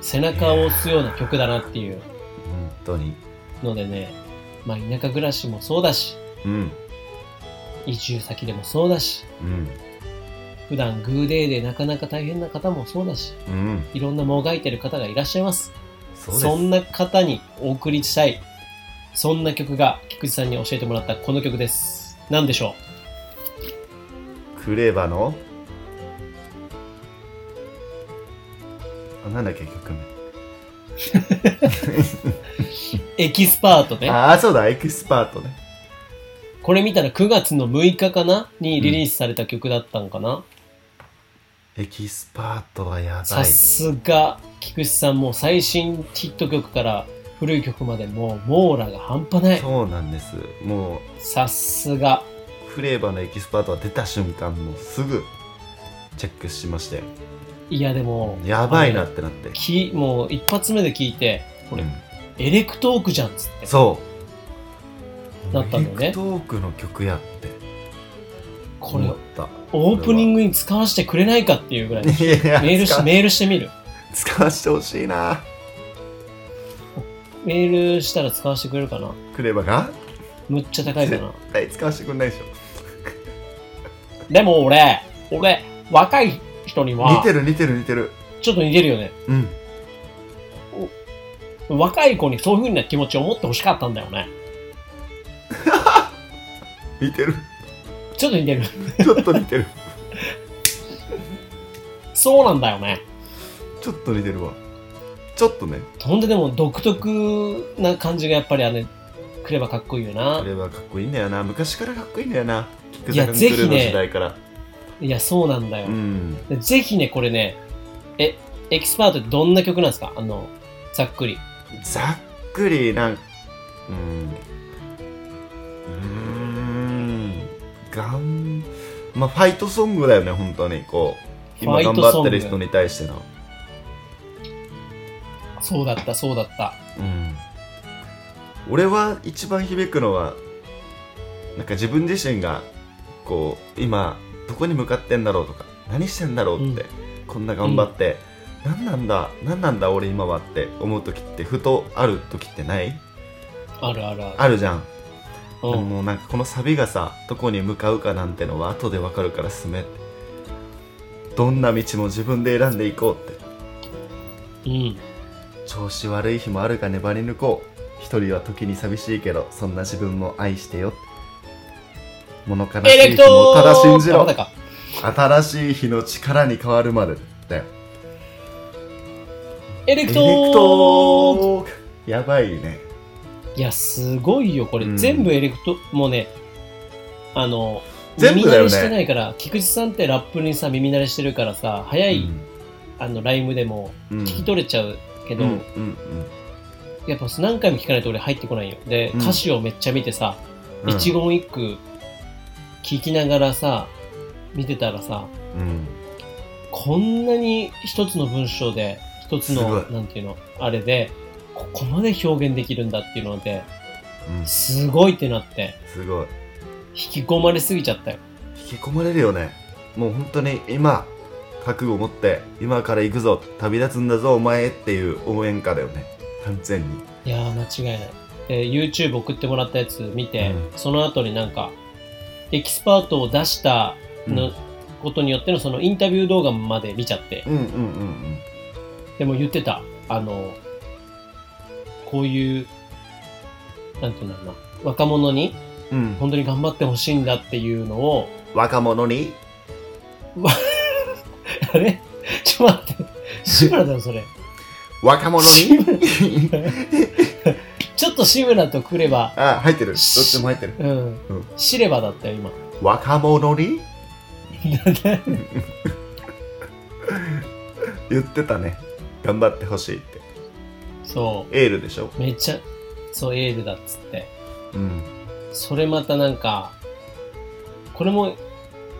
Speaker 1: 背中を押すような曲だなっていう
Speaker 3: 当に。
Speaker 1: のでね、まあ田舎暮らしもそうだし、
Speaker 3: うん。
Speaker 1: 移住先でもそうだし、
Speaker 3: うん。
Speaker 1: 普段グーデーでなかなか大変な方もそうだし、
Speaker 3: うん。
Speaker 1: いろんなもがいてる方がいらっしゃいます。
Speaker 3: そ
Speaker 1: そ
Speaker 3: うん
Speaker 1: な方にお送りしたい、そんな曲が菊池さんに教えてもらったこの曲です。何でしょ
Speaker 3: クレバのあなんだっけ曲名
Speaker 1: うエキスパートね。
Speaker 3: ああそうだエキスパートね
Speaker 1: これ見たら9月の6日かなにリリースされた曲だったんかな、
Speaker 3: エキスパートはやば
Speaker 1: さ
Speaker 3: い
Speaker 1: すが菊池さんもう最新ヒット曲から古い曲までもう網羅が半端ない。
Speaker 3: そうなんですもう
Speaker 1: さすが。
Speaker 3: クレバのエキスパートが出た瞬間もうすぐチェックしましたよ
Speaker 1: いやでも、
Speaker 3: やばいなってなって、
Speaker 1: きもう一発目で聞いて、これ
Speaker 3: うん
Speaker 1: エレクトークじゃんっつって。
Speaker 3: そう
Speaker 1: なったんだよね
Speaker 3: エレクトークの曲やって
Speaker 1: これ
Speaker 3: 思った
Speaker 1: オープニングに使わせてくれないかっていうぐらい。
Speaker 3: いや
Speaker 1: メールし
Speaker 3: 使
Speaker 1: メールしてみる。
Speaker 3: 使わせてほしいな
Speaker 1: メールしたら使わせてくれるかな。
Speaker 3: クレバが
Speaker 1: むっちゃ高いかな。
Speaker 3: 絶対使わせてくれないでしょ
Speaker 1: でも俺、俺、若い人に
Speaker 3: 似
Speaker 1: は
Speaker 3: て、る似てる似てる
Speaker 1: ちょっと似てるよね。
Speaker 3: うん
Speaker 1: 若い子にそういう風な気持ちを持ってほしかったんだよね。
Speaker 3: 似てる
Speaker 1: ちょっと似てる。
Speaker 3: ちょっと似てる
Speaker 1: そうなんだよね。
Speaker 3: ちょっと似てるわちょっとね
Speaker 1: ほんででも独特な感じがやっぱりあれ、くればかっこいいよ
Speaker 3: こ
Speaker 1: な。
Speaker 3: れはかっこいいんだよな昔からかっこいいんだよなキック
Speaker 1: いや
Speaker 3: ザカンクルー
Speaker 1: ぜひ
Speaker 3: の
Speaker 1: ね
Speaker 3: 時代から、
Speaker 1: いや、そうなんだよ
Speaker 3: う。ん
Speaker 1: でぜひね、これね、え、エキスパートってどんな曲なんですかあの、ざっくり。
Speaker 3: ざっくりなんうんうーんがんまあファイトソングだよね本当にこう今
Speaker 1: ファ
Speaker 3: 頑
Speaker 1: イト
Speaker 3: 張
Speaker 1: ソン
Speaker 3: っ
Speaker 1: グ
Speaker 3: てる人に対しての
Speaker 1: そうだった、そうだった。
Speaker 3: うん俺は一番響くのはなんか自分自身がこう今どこに向かってんだろうとか何してんだろうって、こんな頑張って、何なんだ何なんだ俺今はって思う時ってふとある時ってない
Speaker 1: あるあるある。
Speaker 3: あるじゃん、
Speaker 1: う
Speaker 3: で
Speaker 1: ん、
Speaker 3: もなんかこのサビがさどこに向かうかなんてのは後でわかるから進めってどんな道も自分で選んでいこうって
Speaker 1: うん、
Speaker 3: 調子悪い日もあるが粘り抜こう一人は時に寂しいけどそんな自分も愛してよ物悲
Speaker 1: エレ
Speaker 3: しい
Speaker 1: ク
Speaker 3: 日
Speaker 1: ト
Speaker 3: もただ信じ
Speaker 1: あま
Speaker 3: ろ
Speaker 1: だか。
Speaker 3: 新しい日の力に変わるまでだよ
Speaker 1: エレクト
Speaker 3: エレク
Speaker 1: ー
Speaker 3: トークやばいね
Speaker 1: いや、すごいよ、これ。
Speaker 3: うん
Speaker 1: 全部エレクト、もうね、あの、
Speaker 3: 全部だよね
Speaker 1: 耳慣れしてないから、菊池さんってラップにさ、耳慣れしてるからさ、早い、あの、ライムでも
Speaker 3: うん
Speaker 1: 聞き取れちゃうけど、
Speaker 3: うんうん
Speaker 1: やっぱ何回も聞かないと俺入ってこないよ。で、
Speaker 3: うん
Speaker 1: 歌詞をめっちゃ見てさ、
Speaker 3: うん
Speaker 1: 一言一句聞きながらさ、見てたらさ、
Speaker 3: うん
Speaker 1: こんなに一つの文章で、一つの
Speaker 3: す、ご
Speaker 1: なんていうの、あれで、ここまで表現できるんだっていうので、
Speaker 3: うん
Speaker 1: すごいってなって、
Speaker 3: すごい
Speaker 1: 引き込まれすぎちゃったよ。
Speaker 3: 引き込まれるよねもう本当に今覚悟を持って今から行くぞ旅立つんだぞお前っていう応援歌だよね完全に
Speaker 1: いやー、間違いない。で、YouTube 送ってもらったやつ見て、
Speaker 3: う
Speaker 1: その後になんか、エキスパートを出したの、ことによってのそのインタビュー動画まで見ちゃって、
Speaker 3: うんうんうん
Speaker 1: でも言ってた、あの、こういう、なんていうんだろうな、若者に
Speaker 3: うんうん
Speaker 1: 本当に頑張ってほしいんだっていうのを、
Speaker 3: 若者に
Speaker 1: あれ ちょっと待って、志村だよ、それ。
Speaker 3: 若者
Speaker 1: 志村
Speaker 3: に
Speaker 1: ちょっと志村と来れば、
Speaker 3: あ入ってるどっちも入ってる
Speaker 1: うん
Speaker 3: うん、
Speaker 1: 知ればだったよ、今。
Speaker 3: 若者 に言ってたね頑張ってほしいって
Speaker 1: そ
Speaker 3: エールでしょ
Speaker 1: う、めっちゃ、そう、エールだっつって。
Speaker 3: うん
Speaker 1: それまたなんか、これも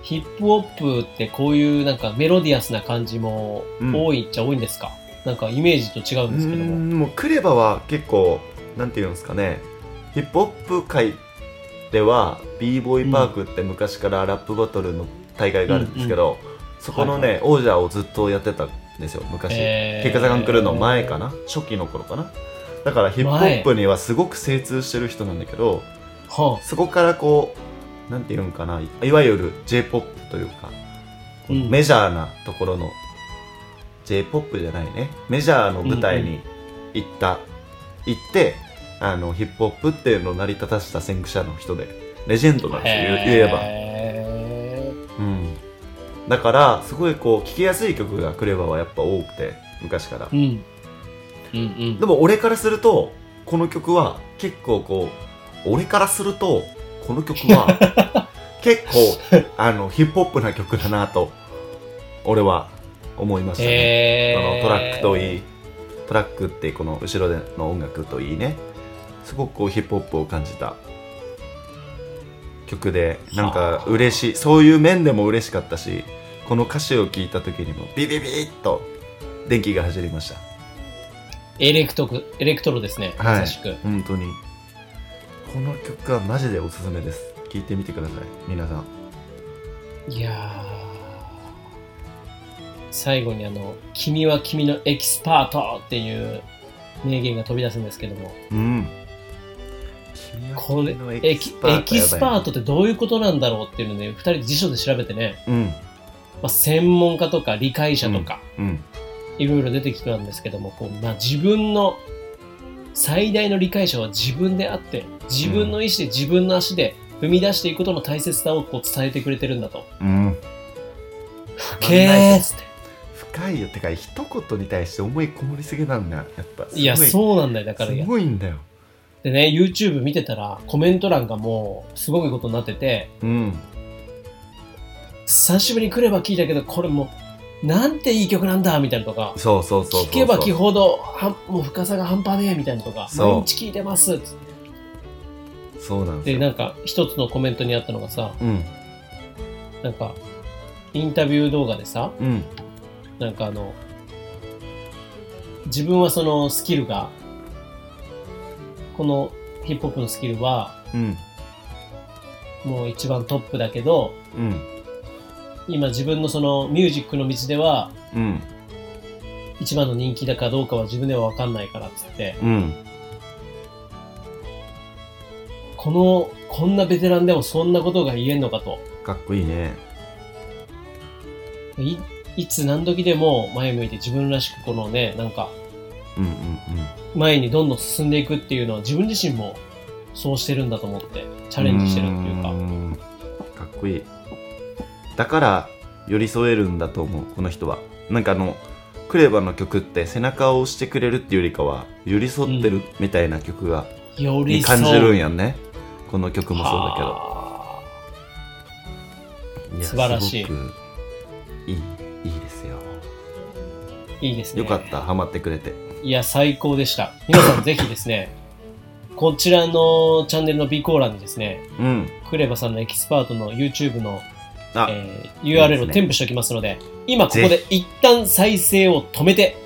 Speaker 1: ヒップホップってこういうなんかメロディアスな感じも
Speaker 3: うん
Speaker 1: 多いっちゃ多いんですか、なんかイメージと違う
Speaker 3: うん
Speaker 1: ですけども。
Speaker 3: んもうクレバは結構なんていうんですかねヒップホップ界では b ボーイパークって昔からラップバトルの大会があるんですけど、そこのね、
Speaker 1: はい
Speaker 3: 王者をずっとやってたんですよ昔、
Speaker 1: え
Speaker 3: 結果が来るの前かな初期の頃かなだからヒップホップにはすごく精通してる人なんだけど
Speaker 1: は
Speaker 3: そこからこうなんていうんかないわゆる j p o p というか
Speaker 1: あ、うん
Speaker 3: メジャーなところの J-POP じゃないねメジャーの舞台
Speaker 1: うん
Speaker 3: に行った、行ってあのヒップホップっていうのを成り立たせた先駆者の人でレジェンドなんですよ言えば、
Speaker 1: へ
Speaker 3: うん、だからすごいこう聴きやすい曲がクレバはやっぱ多くて昔から
Speaker 1: ーうん。うんうん。
Speaker 3: でも俺からするとこの曲は結構こう俺からするとこの曲は結構あのヒップホップな曲だなと俺は思いましたね、
Speaker 1: へ
Speaker 3: あのトラックと
Speaker 1: い。
Speaker 3: いいトラックってこの後ろでの音楽といいねすごくこうヒップホップを感じた曲でなんか嬉しいそういう面でも嬉しかったしこの歌詞を聞いた時にもビビビッと電気が走りました
Speaker 1: エレクトク、エレクトロですね。
Speaker 3: はい
Speaker 1: まさしく。
Speaker 3: 本当にこの曲はマジでおすすめです聴いてみてください皆さん
Speaker 1: いやー最後にあの、君は君のエキスパートっていう名言が飛び出すんですけども。
Speaker 3: うん
Speaker 1: これ
Speaker 3: 君は君の
Speaker 1: エキエキスパー
Speaker 3: ト
Speaker 1: トってどういうことなんだろうっていうので、二人で辞書で調べてね、
Speaker 3: やばいうん
Speaker 1: まあ、専門家とか理解者とか、
Speaker 3: うん
Speaker 1: いろいろ出てきたんですけども、こうまあ、自分の最大の理解者は自分であって、自分の意思で自分の足で踏み出していくことの大切さをこう伝えてくれてるんだと。
Speaker 3: うん
Speaker 1: けーっつっ
Speaker 3: 深いよてか一言に対して思いこもりすぎなんだやっぱす
Speaker 1: て。いや、
Speaker 3: う
Speaker 1: そうなんだよ。だから
Speaker 3: すごいんだよ
Speaker 1: でね、YouTube 見てたら、コメント欄がもう、すごいことになってて、
Speaker 3: うん
Speaker 1: 久しぶりに来れば聞いたけど、これもう、なんていい曲なんだみたいなとか、
Speaker 3: そうそうそうそう
Speaker 1: 聞けば聞くほどはもう深さが半端ねえみたいなとか
Speaker 3: そう
Speaker 1: 毎日聞いてますっつっ
Speaker 3: そうなんです
Speaker 1: て
Speaker 3: よ
Speaker 1: でなんか一つのコメントにあったのがさ
Speaker 3: うん
Speaker 1: なんかインタビュー動画でさ
Speaker 3: うん
Speaker 1: なんかあの自分はそのスキルがこのヒップホップのスキルは
Speaker 3: うん
Speaker 1: もう一番トップだけど
Speaker 3: うん
Speaker 1: 今自分のそのミュージックの道では
Speaker 3: うん
Speaker 1: 一番の人気だかどうかは自分では分かんないからっつって
Speaker 3: うん
Speaker 1: このこんなベテランでもそんなことが言えんのかと
Speaker 3: かっこいいね
Speaker 1: いいつ何時でも前向いて自分らしくこのねなんか
Speaker 3: うんうん
Speaker 1: 前にどんどん進んでいくっていうのは自分自身もそうしてるんだと思ってチャレンジしてるっていうか
Speaker 3: うんかっこいいだから寄り添えるんだと思うこの人はなんかあのクレバの曲って背中を押してくれるっていうよりかは寄り添ってるみたいな曲が、
Speaker 1: より
Speaker 3: に
Speaker 1: そう
Speaker 3: 感じるんやんねこの曲もそうだけど
Speaker 1: はあ
Speaker 3: いや
Speaker 1: 素晴らしい
Speaker 3: すごくいいいいですよ
Speaker 1: いいですね
Speaker 3: よかったハマってくれて
Speaker 1: いや最高でした皆さんぜひですねこちらのチャンネルの備考欄にですね
Speaker 3: うん
Speaker 1: クレバさんのエキスパートの YouTube の、
Speaker 3: あ、
Speaker 1: えー
Speaker 3: いです
Speaker 1: URL
Speaker 3: ね
Speaker 1: を添付しておきますので今ここで一旦再生を止めて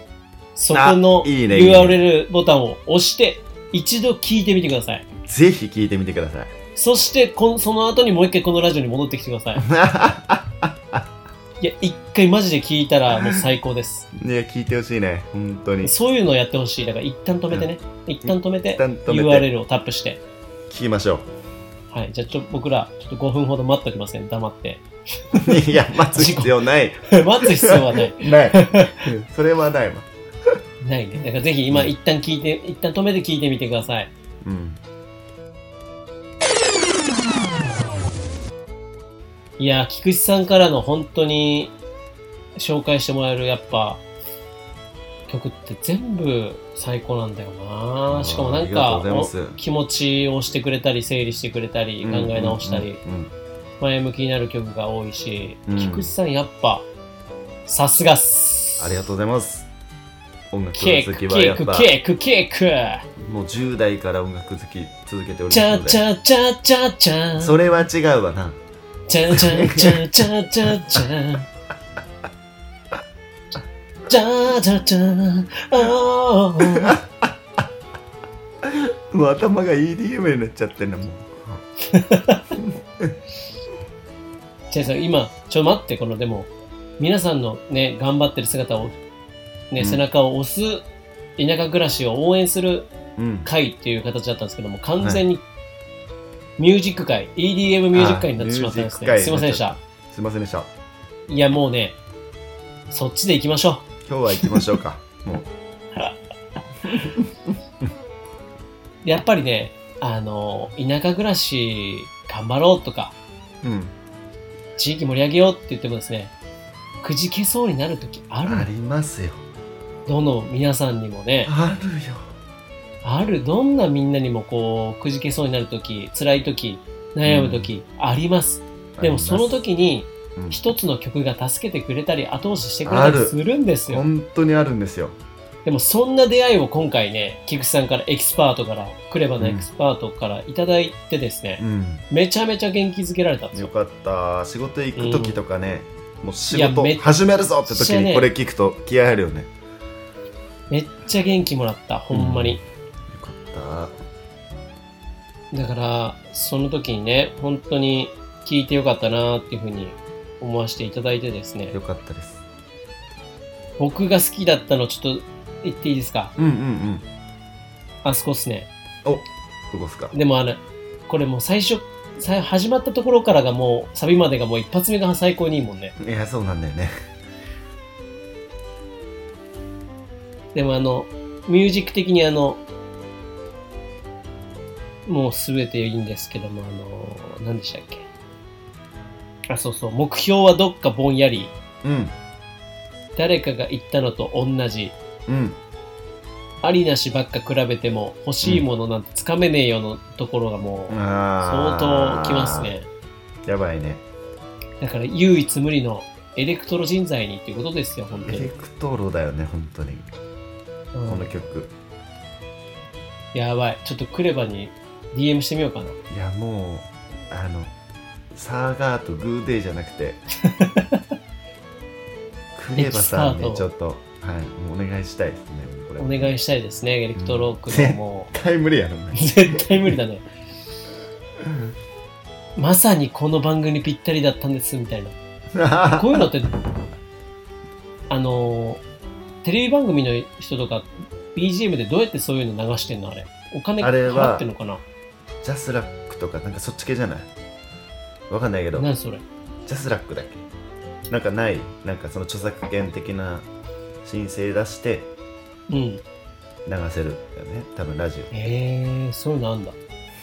Speaker 1: そこの
Speaker 3: あいいねいいね
Speaker 1: URL ボタンを押して一度聞いてみてください
Speaker 3: ぜひ聴いてみてください
Speaker 1: そしてこんその後にもう一回このラジオに戻ってきてくださ いいや一回マジで聞いたらもう最高です
Speaker 3: いや聞いてほしいね本当に一
Speaker 1: そういうのをやってほしいだから一旦止めてね一旦止めて
Speaker 3: 旦止めて
Speaker 1: URL をタップして
Speaker 3: 聞きましょ
Speaker 1: はい、じゃあちょ僕らちょっと5分ほど待っておきますね、黙って。
Speaker 3: う いや待つ必要ない
Speaker 1: 待つ必要はない。
Speaker 3: ないそれはないわ
Speaker 1: ないね。だからぜひ今一旦聞いて、一旦止めて聞いてみてください。
Speaker 3: うん
Speaker 1: いやー、菊池さんからの本当に紹介してもらえるやっぱ曲って全部最高なんだよなしかもな
Speaker 3: あーあ
Speaker 1: んか
Speaker 3: りがとうございます
Speaker 1: お気持ちをしてくれたり、整理してくれたり、考え直したり、
Speaker 3: うんうんうん
Speaker 1: 前向きになる曲が多いし、
Speaker 3: うん
Speaker 1: 菊池さんやっぱさすがっす。
Speaker 3: ありがとうご
Speaker 1: う
Speaker 3: ざいます音楽好
Speaker 1: ケーク、ケ
Speaker 3: きはや
Speaker 1: ー
Speaker 3: っぱ
Speaker 1: ク、ケーク、ケーク
Speaker 3: もう10代から音楽好き続けており
Speaker 1: チ
Speaker 3: ます
Speaker 1: ャ
Speaker 3: の
Speaker 1: チ
Speaker 3: で
Speaker 1: ャチャチャチャ
Speaker 3: それは違うわな
Speaker 1: チャチャチャチャチャチャチャチャチャあー
Speaker 3: もう頭が EDM になっちゃってんのもう
Speaker 1: チェンさん今ちょっと待ってこのでも皆さんのね頑張ってる姿を
Speaker 3: うん
Speaker 1: ね背中を押す田舎暮らしを応援する
Speaker 3: うん
Speaker 1: 会っていう形だったんですけども完全にミュージック会 EDM ミュージック会になってしまったんです
Speaker 3: あ
Speaker 1: ね
Speaker 3: ーミュー
Speaker 1: す
Speaker 3: ジ
Speaker 1: い
Speaker 3: ック会
Speaker 1: ませんで
Speaker 3: になっ
Speaker 1: し
Speaker 3: ちゃ
Speaker 1: た
Speaker 3: すいませんでした
Speaker 1: いやもうねそっちで行きましょう
Speaker 3: 今日は行きましょう かも
Speaker 1: やっぱりね、あの、田舎暮らし頑張ろうとか、
Speaker 3: ううん
Speaker 1: 地域盛り上げようって言ってもですね、くじけそうになる時ある
Speaker 3: ありますよ
Speaker 1: どの皆さんにもね、
Speaker 3: あるよ
Speaker 1: ある、どんなみんなにもこう、くじけそうになる時辛い時悩む時あります。でもその時に、
Speaker 3: うん
Speaker 1: 一つの曲が助けてくれたり、後押ししてくれた
Speaker 3: ある
Speaker 1: りするんですよ。
Speaker 3: 本当にあるんですよ
Speaker 1: でもそんな出会いを今回ね、菊池さんからエキスパートから、クレバのエキスパートからいただいてですね、
Speaker 3: うん
Speaker 1: めちゃめちゃ元気づけられたんですよ
Speaker 3: よかった仕事行く時とかね、もう仕
Speaker 1: いや
Speaker 3: 事
Speaker 1: めっ
Speaker 3: 始めるぞって時
Speaker 1: めっちゃ
Speaker 3: に
Speaker 1: ね
Speaker 3: これ聞くと気合入るよね
Speaker 1: めっちゃ元気もらった、ほんまに。
Speaker 3: よかった
Speaker 1: だから、その時にね、本当に聞いてよかったなーっていうふうに思わせていただいてですね
Speaker 3: よ、かったです
Speaker 1: 僕が好きだったのちょっと言っていいですか
Speaker 3: うんうんうん
Speaker 1: あそこっすね。
Speaker 3: どこっすか
Speaker 1: でもあの、これもう最初、さ始まったところからがもう、サビまでがもう一発目が最高にいいもんね。
Speaker 3: いやそうなんだよね
Speaker 1: でもあの、ミュージック的にあの、もうすべていいんですけども、あの、何でしたっけ。あ、そうそう、目標はどっかぼんやり。
Speaker 3: うん
Speaker 1: 誰かが言ったのと同じ
Speaker 3: うん
Speaker 1: ありなしばっか比べても欲しいものなんてつかめねえよのところがもう相
Speaker 3: あー
Speaker 1: 当きますね
Speaker 3: やばいね
Speaker 1: だから唯一無二のエレクトロ人材にっていうことですよ本当
Speaker 3: エレ
Speaker 1: に、
Speaker 3: クトロだよね本当に
Speaker 1: う
Speaker 3: こ
Speaker 1: ん
Speaker 3: の曲
Speaker 1: やばいちょっとクレバに DM してみようかない
Speaker 3: やもうあのサーガーとグーデーじゃなく てクレバさん
Speaker 1: エキスパー
Speaker 3: ね
Speaker 1: ト
Speaker 3: ちょっとはいもうお願いしたいですねこれれ
Speaker 1: お願いしたいですね、エレクトロックのも
Speaker 3: 絶対無理やろね
Speaker 1: う、絶対無理だね。まさにこの番組にぴったりだったんです、みたい な。こういうのって、あのー、テレビ番組の人とか、BGM でどうやってそういうの流してんのあれ。お金
Speaker 3: あれは
Speaker 1: 払ってんのかな
Speaker 3: ジャスラックとかなんかそっち系じゃないわかんないけど
Speaker 1: 何それ
Speaker 3: ジャスラックだっけなんかないなんかその著作権的な申請出して
Speaker 1: うん。
Speaker 3: 流せるよね多分ラジオ
Speaker 1: えー、そういうのあんだ。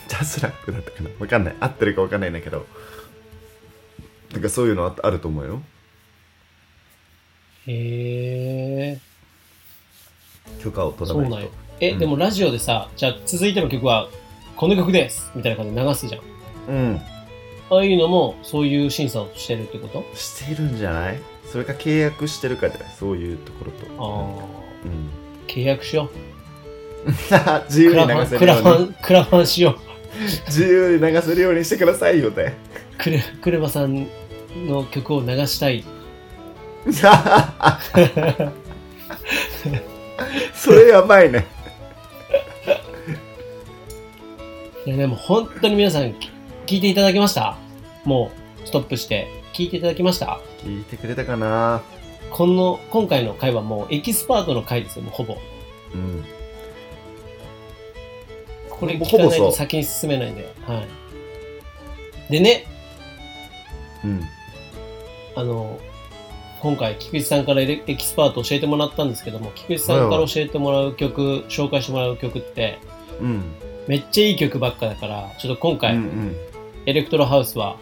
Speaker 3: ジャスラックだったかなわかんない合ってるかわかんないんだけどなんかそういうのああると思うよ
Speaker 1: へえ
Speaker 3: 許可を
Speaker 1: ー、
Speaker 3: 取
Speaker 1: そう
Speaker 3: ら
Speaker 1: な
Speaker 3: なんい
Speaker 1: よ
Speaker 3: と。
Speaker 1: え、
Speaker 3: うん
Speaker 1: でもラジオでさ、じゃあ続いての曲は、この曲ですみたいな感じで流すじゃん。
Speaker 3: うん
Speaker 1: ああいうのも、そういう審査をしてるってこと
Speaker 3: してるんじゃないそれか契約してるかじゃないそういうところと
Speaker 1: あ
Speaker 3: うん
Speaker 1: あ、契約しよ
Speaker 3: 自
Speaker 1: う。
Speaker 3: 由
Speaker 1: クラ
Speaker 3: に
Speaker 1: フ
Speaker 3: 流
Speaker 1: ァン、
Speaker 3: せ
Speaker 1: ク
Speaker 3: る
Speaker 1: ラ
Speaker 3: よ
Speaker 1: フ
Speaker 3: う
Speaker 1: ァ
Speaker 3: に
Speaker 1: ン、クラファンしよう。
Speaker 3: 自由に流せるようにしてくださいよね
Speaker 1: クレクレバさんの曲を流したい。
Speaker 3: それやばいね
Speaker 1: いやでも本当に皆さんき聞いていただけましたもうストップして聞いていただきました
Speaker 3: 聞いてくれたかな
Speaker 1: この今回の回はもうエキスパートの回ですよもうほぼ
Speaker 3: うん
Speaker 1: これ
Speaker 3: ほぼ
Speaker 1: 聞かない
Speaker 3: ほぼそ
Speaker 1: と
Speaker 3: う
Speaker 1: 先に進めないんで、はい、でね
Speaker 3: うん
Speaker 1: あの今回菊池さんからエレエキスパート教えてもらったんですけども菊池さんから教えてもらう曲、紹介してもらう曲って
Speaker 3: うん
Speaker 1: めっちゃいい曲ばっかだからちょっと今回、
Speaker 3: うんうん
Speaker 1: エレクトロハウスは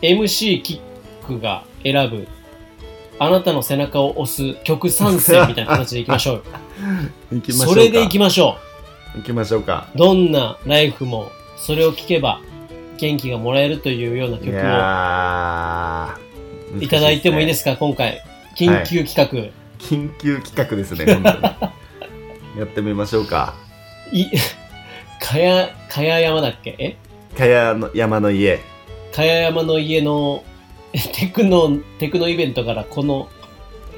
Speaker 1: MC キックが選ぶあなたの背中を押す曲参戦みたいな形でいきまし ょうよ
Speaker 3: 行きましょうか
Speaker 1: それでいきましょ
Speaker 3: 行きましょうか
Speaker 1: うどんなライフもそれを聴けば元気がもらえるというようない曲を
Speaker 3: やー
Speaker 1: いただいてもいいですすか今回緊急企画、
Speaker 3: 難しいですね緊急企画ですね本当に やってみましょうか
Speaker 1: い かやかや山だっけえ
Speaker 3: かやの山の家
Speaker 1: かや山の家のテクノテクノイベントからこの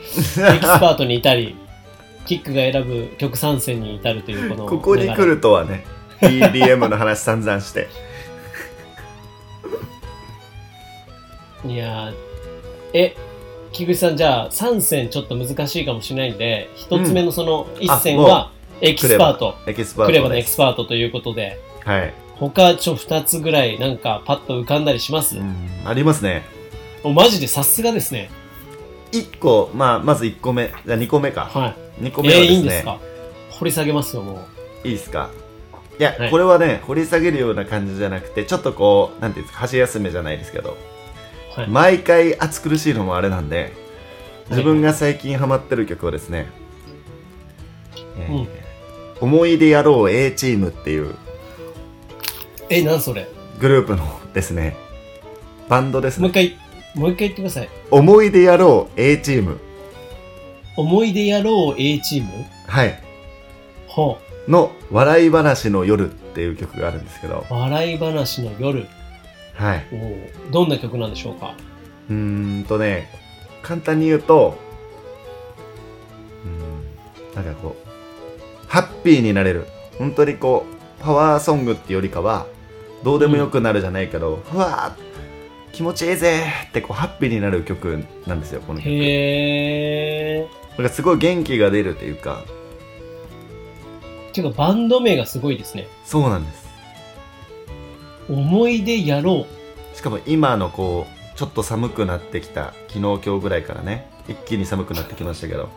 Speaker 1: エキスパートにいたり、キックが選ぶ曲参戦に至るというこの
Speaker 3: ここに来
Speaker 1: 流れ。
Speaker 3: るとはね EDM の話散々して
Speaker 1: いやーえ、菊池さん、じゃあ3戦ちょっと難しいかもしれないんで、1つ目のその1戦はエキスパート、
Speaker 3: エキスパ
Speaker 1: クレ
Speaker 3: ート
Speaker 1: バのエ
Speaker 3: で
Speaker 1: キ
Speaker 3: す
Speaker 1: スパートということで、
Speaker 3: はい、
Speaker 1: 他ちょ2つぐらいなんかパッと浮かんだりします、
Speaker 3: うん、ありますね
Speaker 1: もうマジでさすがですね。
Speaker 3: 1個、まあ、まず1個目じゃあ2個目か
Speaker 1: は
Speaker 3: 2個
Speaker 1: い。
Speaker 3: 目は
Speaker 1: え
Speaker 3: ですね
Speaker 1: ー、いいんですか掘り下げますよ、もう。
Speaker 3: いいですかいや、
Speaker 1: はい
Speaker 3: これはね掘り下げるような感じじゃなくてちょっとこうなんていうんですか箸休めじゃないですけど
Speaker 1: はい。
Speaker 3: 毎回暑苦しいのもあれなんで自分が最近ハマってる曲はですね、えー
Speaker 1: うん
Speaker 3: 思い出やろう A チームっていう
Speaker 1: え、なんそれ
Speaker 3: グループのですねバンドです
Speaker 1: もう一
Speaker 3: ね
Speaker 1: 回、もう一回言ってください。
Speaker 3: 思い出やろう A チーム
Speaker 1: 思い出やろう A チーム
Speaker 3: はい
Speaker 1: ほう。
Speaker 3: の「笑い話の夜」っていう曲があるんですけど
Speaker 1: 笑い話の夜
Speaker 3: はい
Speaker 1: をどんな曲なんでしょうか
Speaker 3: うーんとね簡単に言うとうーんなんかこうハッピーになれる本当にこうパワーソングってよりかはどうでもよくなるじゃないけど、ふわー気持ちいいぜーってこうハッピーになる曲なんですよこの曲
Speaker 1: へえ
Speaker 3: なんかすごい元気が出るというか
Speaker 1: ていうかバンド名がすごいですね
Speaker 3: そうなんです
Speaker 1: 思い出やろう
Speaker 3: しかも今のこうちょっと寒くなってきた昨日今日ぐらいからね一気に寒くなってきましたけど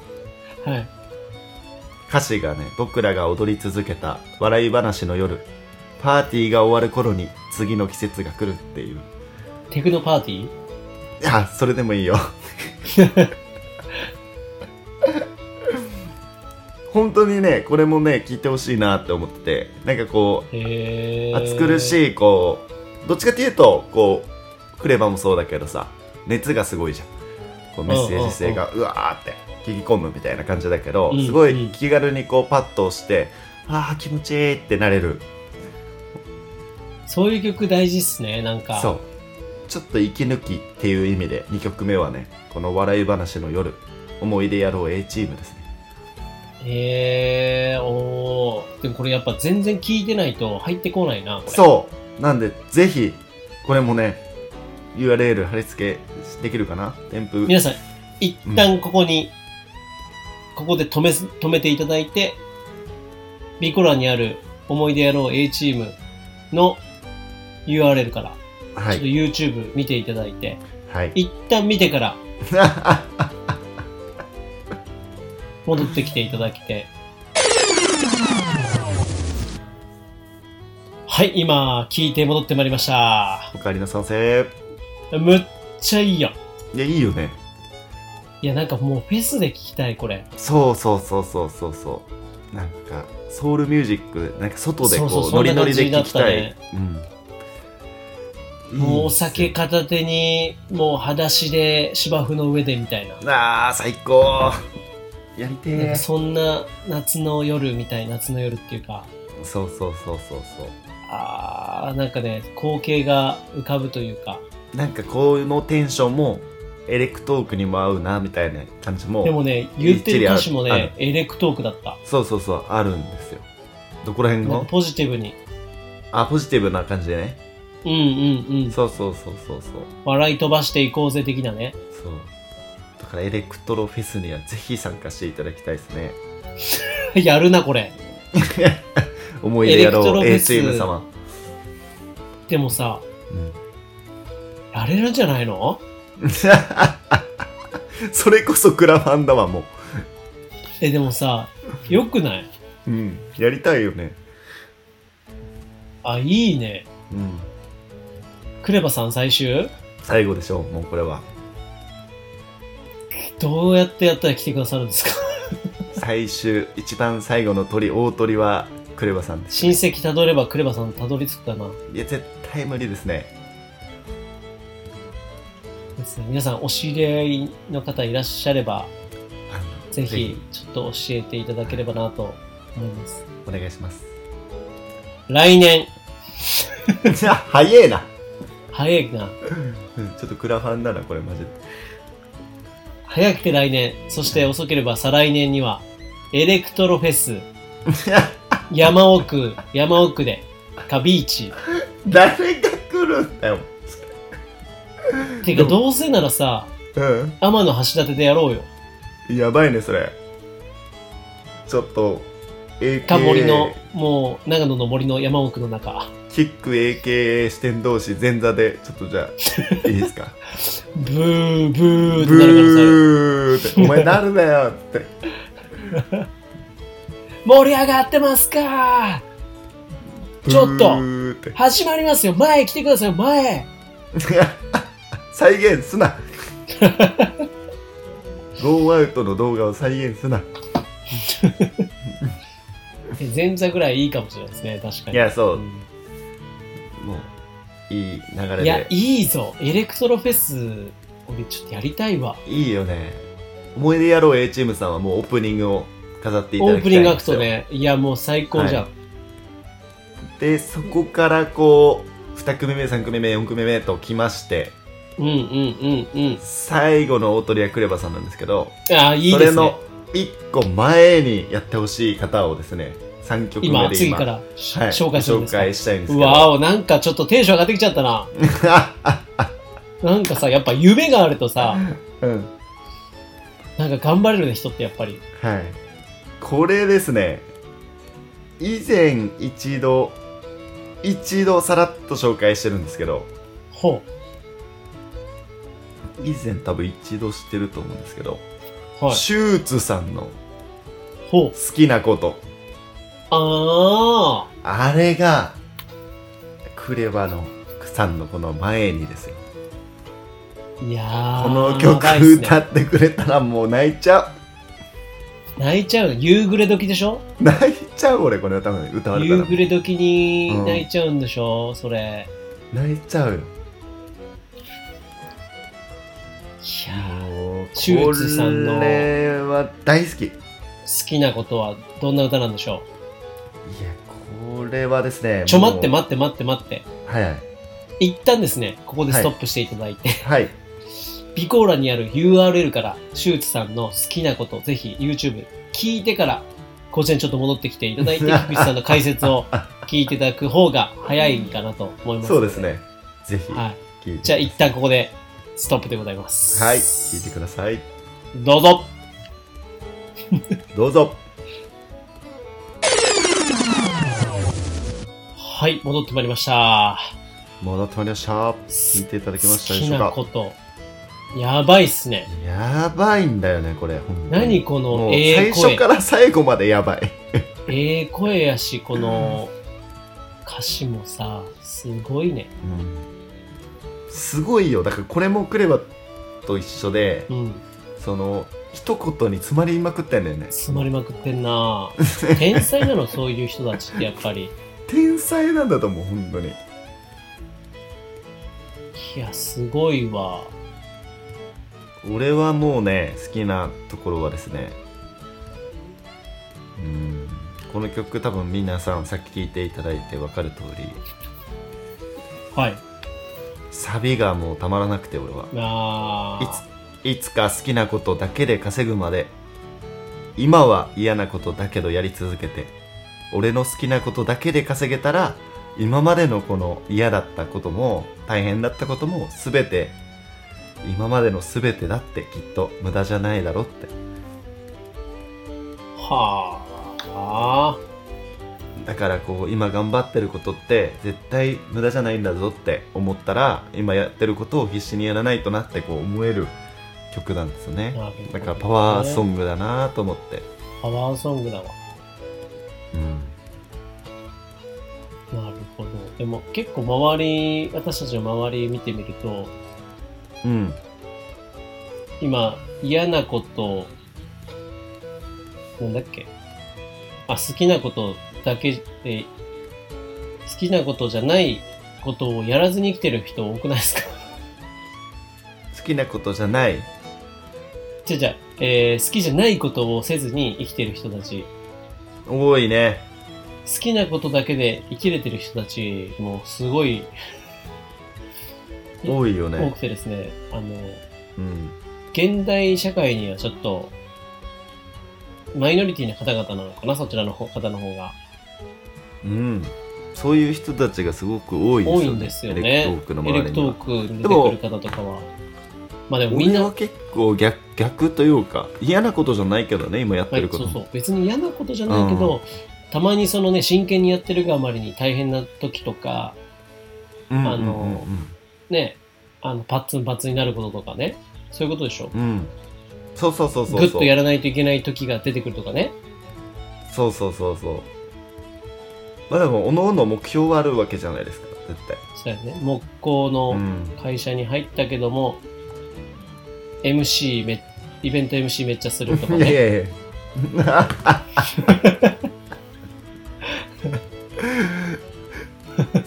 Speaker 1: はい
Speaker 3: 歌詞がね僕らが踊り続けた笑い話の夜パーティーが終わる頃に次の季節が来るっていう
Speaker 1: テクノパーティー
Speaker 3: いやそれでもいいよ本当にねこれもね聞いてほしいなって思っててなんかこ
Speaker 1: へえ
Speaker 3: う暑苦
Speaker 1: い
Speaker 3: しいこうどっちかっていうとこうクレバもそうだけどさ熱がすごいじゃんこうメッセージ性がうわーって聞き込むみたいな感じだけど、
Speaker 1: うん
Speaker 3: すご
Speaker 1: うん
Speaker 3: い気軽にこうパッと押して、ああ気持ちいいってなれる
Speaker 1: そういう曲大事っすねなんか
Speaker 3: そうちょっと息抜きっていう意味で2曲目はねこの「笑い話の夜思い出やろう A チーム」ですね
Speaker 1: へえー、おーでもこれやっぱ全然聞いてないと入ってこないなこれ
Speaker 3: そうなんでぜひこれもね URL 貼り付けできるかな添付
Speaker 1: 皆さん一旦ここに、ここで止めす止めていただいてビコラにある思い出やろう A チームの URL から
Speaker 3: は
Speaker 1: ちょっと
Speaker 3: い
Speaker 1: YouTube 見ていただいて、
Speaker 3: はい
Speaker 1: 一旦見てから 戻ってきていただきて。はい、今、聞いて戻ってまいりました。
Speaker 3: おかえりなさいませ
Speaker 1: むっちゃいいやん。
Speaker 3: いやいいよね
Speaker 1: いや、なんかもうフェスで聞きたい、これ。
Speaker 3: そうそうそうそうそうそうなんかソウルミュージックなんか外でこう
Speaker 1: そうそう
Speaker 3: ノリノリで
Speaker 1: そんな
Speaker 3: 聴き
Speaker 1: 感じだった
Speaker 3: たい
Speaker 1: ね
Speaker 3: うん
Speaker 1: もう
Speaker 3: いい
Speaker 1: お
Speaker 3: んすよ
Speaker 1: 酒片手に、もう裸足で芝生の上でみたいな。
Speaker 3: あー最高やりて
Speaker 1: なん
Speaker 3: え
Speaker 1: か
Speaker 3: そ
Speaker 1: そんな夏の夜みたい、夏の夜っていうか、
Speaker 3: うそうそうそうそ
Speaker 1: あー、なんかね、光景が浮かぶというか。
Speaker 3: うなんかこのテンションもエレクトークにも合うなみたいな感じも
Speaker 1: でもね、言ってる歌詞も
Speaker 3: びっちりある
Speaker 1: ね、エレクトークだった。
Speaker 3: そうそうそうあるんですよどこら辺
Speaker 1: なん
Speaker 3: の
Speaker 1: かポジティブに。
Speaker 3: あポジティブな感じでね
Speaker 1: うんうんうん。
Speaker 3: そうそうそうそうそう
Speaker 1: 笑い飛ばしていこうぜ的なね。
Speaker 3: そうだからエレクトロフェスにはぜひ参加していただきたいですね
Speaker 1: やるな、これ。
Speaker 3: 思い出や
Speaker 1: エレクト
Speaker 3: ろ
Speaker 1: ロ
Speaker 3: う
Speaker 1: フェ
Speaker 3: A
Speaker 1: ス
Speaker 3: チーム様、
Speaker 1: でもさ、
Speaker 3: うん、
Speaker 1: やれるんじゃないの
Speaker 3: それこそクラファンだわも、
Speaker 1: え、でもさ、よくないう
Speaker 3: うん、やりたいよね
Speaker 1: あ、いいね。
Speaker 3: うん
Speaker 1: クレバさん最終
Speaker 3: 最後でしょうもうこれは
Speaker 1: どうやってやったら来てくださるんですか
Speaker 3: 最終一番最後の鳥大鳥はクレバさんです
Speaker 1: 親戚たどればクレバさんたどり着くかない
Speaker 3: や絶対無理ですね
Speaker 1: ですね。皆さん、お知り合いの方いらっしゃれば、
Speaker 3: あの
Speaker 1: ぜ
Speaker 3: ぜ
Speaker 1: ひ
Speaker 3: ひ、
Speaker 1: ちょっと教えていただければなと思います。
Speaker 3: お願いします
Speaker 1: 来年、
Speaker 3: じゃあ早えな、
Speaker 1: 早いな。
Speaker 3: うん、ちょっとクラファンだなこれマジで
Speaker 1: 早くて来年、そして遅ければ再来年には、エレクトロフェス、山奥、山奥で、かビーチ。
Speaker 3: 誰が来るんだよ
Speaker 1: てか、どうせならさ、
Speaker 3: うん
Speaker 1: 天の橋立でやろうよ。
Speaker 3: やばいねそれちょっと AKA
Speaker 1: か森の、もう、長野の森の山奥の中。
Speaker 3: キック AKA 四天同士前座でちょっとじゃ あいいですか
Speaker 1: ブー、ブーっ
Speaker 3: ブーって
Speaker 1: てなるからさ、
Speaker 3: 「お前なるなよ」って
Speaker 1: 盛り上がってますかちょっと
Speaker 3: ブーって
Speaker 1: 始まりますよ前へ来てください前へ
Speaker 3: 再現す なゴーアウトの動画を再現すな
Speaker 1: 前座ぐらいいいかもしれないですね、確か
Speaker 3: い
Speaker 1: に。
Speaker 3: やそう
Speaker 1: うん
Speaker 3: もういい流れ
Speaker 1: いや
Speaker 3: で、
Speaker 1: いいぞ。エレクトロフェス、俺ちょっとやりたいわ。
Speaker 3: いいよね思い出やろう A チームさんはもうオープニングを飾っていた
Speaker 1: オ
Speaker 3: だきたい
Speaker 1: ープニングアクトね。いや、もう最高じゃん。
Speaker 3: でそこからこう2組目3組目4組目と来まして
Speaker 1: うんうんうんうん。
Speaker 3: 最後の大鳥はクレバさんなんですけど
Speaker 1: ああ、いい
Speaker 3: そ
Speaker 1: で
Speaker 3: れ
Speaker 1: すね
Speaker 3: の。1個前にやってほしい方をですね3曲目で
Speaker 1: 今、
Speaker 3: 今
Speaker 1: 次から、
Speaker 3: はい、
Speaker 1: 紹介するんで
Speaker 3: 紹
Speaker 1: すか。
Speaker 3: 介したいんです
Speaker 1: う
Speaker 3: け
Speaker 1: わ
Speaker 3: ど
Speaker 1: お、なんかちょっとテンション上がってきちゃったな。なんかさ、やっぱ夢がある とさ、
Speaker 3: うん
Speaker 1: なんか頑張れるね、人ってやっぱり。
Speaker 3: はいこれですね以前一度一度さらっと紹介してるんですけど
Speaker 1: ほ
Speaker 3: 以前多分一度してると思うんですけど、
Speaker 1: う。はい。
Speaker 3: シューツさんの
Speaker 1: ほう
Speaker 3: 好。きなこと
Speaker 1: あ
Speaker 3: あれが、クレバのさんのこの前にですよ。
Speaker 1: あ。いやー。
Speaker 3: この
Speaker 1: や
Speaker 3: 曲
Speaker 1: ばいっすね
Speaker 3: 歌ってくれたらもう泣いちゃ
Speaker 1: 泣いちゃう。夕暮れ時でしょ
Speaker 3: う。泣いちゃう俺、これ歌うの歌われた
Speaker 1: 夕
Speaker 3: ら。
Speaker 1: 暮れ時に泣いちゃうんでしょ、それ。
Speaker 3: 泣いちゃうよ。
Speaker 1: いやー
Speaker 3: もう
Speaker 1: シューツさんの
Speaker 3: これは大好き。いや、
Speaker 1: 好きなことはどんな歌なんでしょ
Speaker 3: これはですね。
Speaker 1: うちょ待って
Speaker 3: もう
Speaker 1: 待って待って待って。
Speaker 3: はいはい。
Speaker 1: 一旦ですね、ここで
Speaker 3: はい
Speaker 1: ストップしていただいて、
Speaker 3: はい。
Speaker 1: ビコーラにある URL から、シューツさんの好きなこと、ぜひ YouTube 聞いてからこちらにちょっと戻ってきていた だいて、菊池さんの解説を聞いていただく方が早いかなと思います。
Speaker 3: そうです。ね。ぜひ、
Speaker 1: はい。
Speaker 3: 聞いて。
Speaker 1: じゃあ一旦ここでストップでございます。
Speaker 3: はい、聞いてください。
Speaker 1: どうぞ
Speaker 3: どうぞ。
Speaker 1: はい、戻ってまいりました。
Speaker 3: 戻ってまいりました。聞いていただけましたで
Speaker 1: 好
Speaker 3: し
Speaker 1: き
Speaker 3: ょう
Speaker 1: な
Speaker 3: か
Speaker 1: こと。やばいっすね。
Speaker 3: やばいんだよね、これ。ほんとに
Speaker 1: 何この
Speaker 3: もう
Speaker 1: え
Speaker 3: 最
Speaker 1: え声
Speaker 3: 初から最後までやばい。
Speaker 1: ええ声やし、この歌詞もさ、すごいね。
Speaker 3: すごいよ。だからこれも来ればと一緒で、
Speaker 1: うん。
Speaker 3: その、一言に詰まりまくってんだよね。
Speaker 1: 詰まりまくって んな天才なの、そういう人たちってやっぱり。
Speaker 3: 天才なんだと思う、本当に。
Speaker 1: いや、すごいわ。
Speaker 3: 俺はもうね好きなところはですねうんこの曲多分皆さんさっき聴いていただいて分かる通り
Speaker 1: はい。
Speaker 3: サビがもうたまらなくて俺は
Speaker 1: あ
Speaker 3: い
Speaker 1: ー
Speaker 3: ついつか好きなことだけで稼ぐまで今は嫌なことだけどやり続けて俺の好きなことだけで稼げたら今までのこの嫌だったことも大変だったことも全て今までの全てだってきっと無駄じゃないだろって
Speaker 1: はあ。
Speaker 3: だからこう今頑張ってることって絶対無駄じゃないんだぞって思ったら今やってることを必死にやらないとなってこう思える曲なんですよね
Speaker 1: なるほ
Speaker 3: だ
Speaker 1: ど
Speaker 3: からパワーソングだなと思って、
Speaker 1: パワーソングだわ。
Speaker 3: うん、
Speaker 1: なるほど。でも結構周り、私たちの周り見てみると、
Speaker 3: うん
Speaker 1: 今、嫌なこと、なんだっけ。あ、好きなことだけで、好きなことじゃないことをやらずに生きてる人多くないですか
Speaker 3: 好きなことじゃない
Speaker 1: じゃあじゃあえー好きじゃないことをせずに生きてる人たち、
Speaker 3: 多いね
Speaker 1: 好きなことだけで生きれてる人たちもすごい
Speaker 3: 多いよ
Speaker 1: 多
Speaker 3: ね
Speaker 1: くてですね、あの、
Speaker 3: うん
Speaker 1: 現代社会にはちょっと、マイノリティな方々なのかな、そちらの方方の方が。
Speaker 3: うんそういう人たちがすごく多い
Speaker 1: 多いんですよ
Speaker 3: エレ
Speaker 1: ね。
Speaker 3: クトークの
Speaker 1: エ
Speaker 3: 周
Speaker 1: レ
Speaker 3: り
Speaker 1: ク
Speaker 3: に
Speaker 1: ト
Speaker 3: は
Speaker 1: ークに出てくる方とかは。まあでもみん
Speaker 3: 俺
Speaker 1: な、
Speaker 3: は結構逆逆というか嫌なことじゃないけどね今やっ
Speaker 1: は
Speaker 3: て
Speaker 1: い
Speaker 3: る、こ
Speaker 1: そ
Speaker 3: とも、
Speaker 1: うそう。別に嫌なことじゃないけど、たまにそのね、真剣にやってるがあまりに大変な時とか、
Speaker 3: うん
Speaker 1: あのね、あのパッツンパッツンになることとかね、そういうことでしょ。
Speaker 3: うん。そうそうそうそうそう。
Speaker 1: グッとやらないといけない時が出てくるとかね。
Speaker 3: そうそうそうそう。まあでも、おのおの目標はあるわけじゃないですか、絶対。
Speaker 1: そうやね。木工
Speaker 3: う
Speaker 1: の
Speaker 3: ん。
Speaker 1: 会社に入ったけども、MC め、イベント MC めっちゃするとか
Speaker 3: いやい
Speaker 1: ね。
Speaker 3: やいや。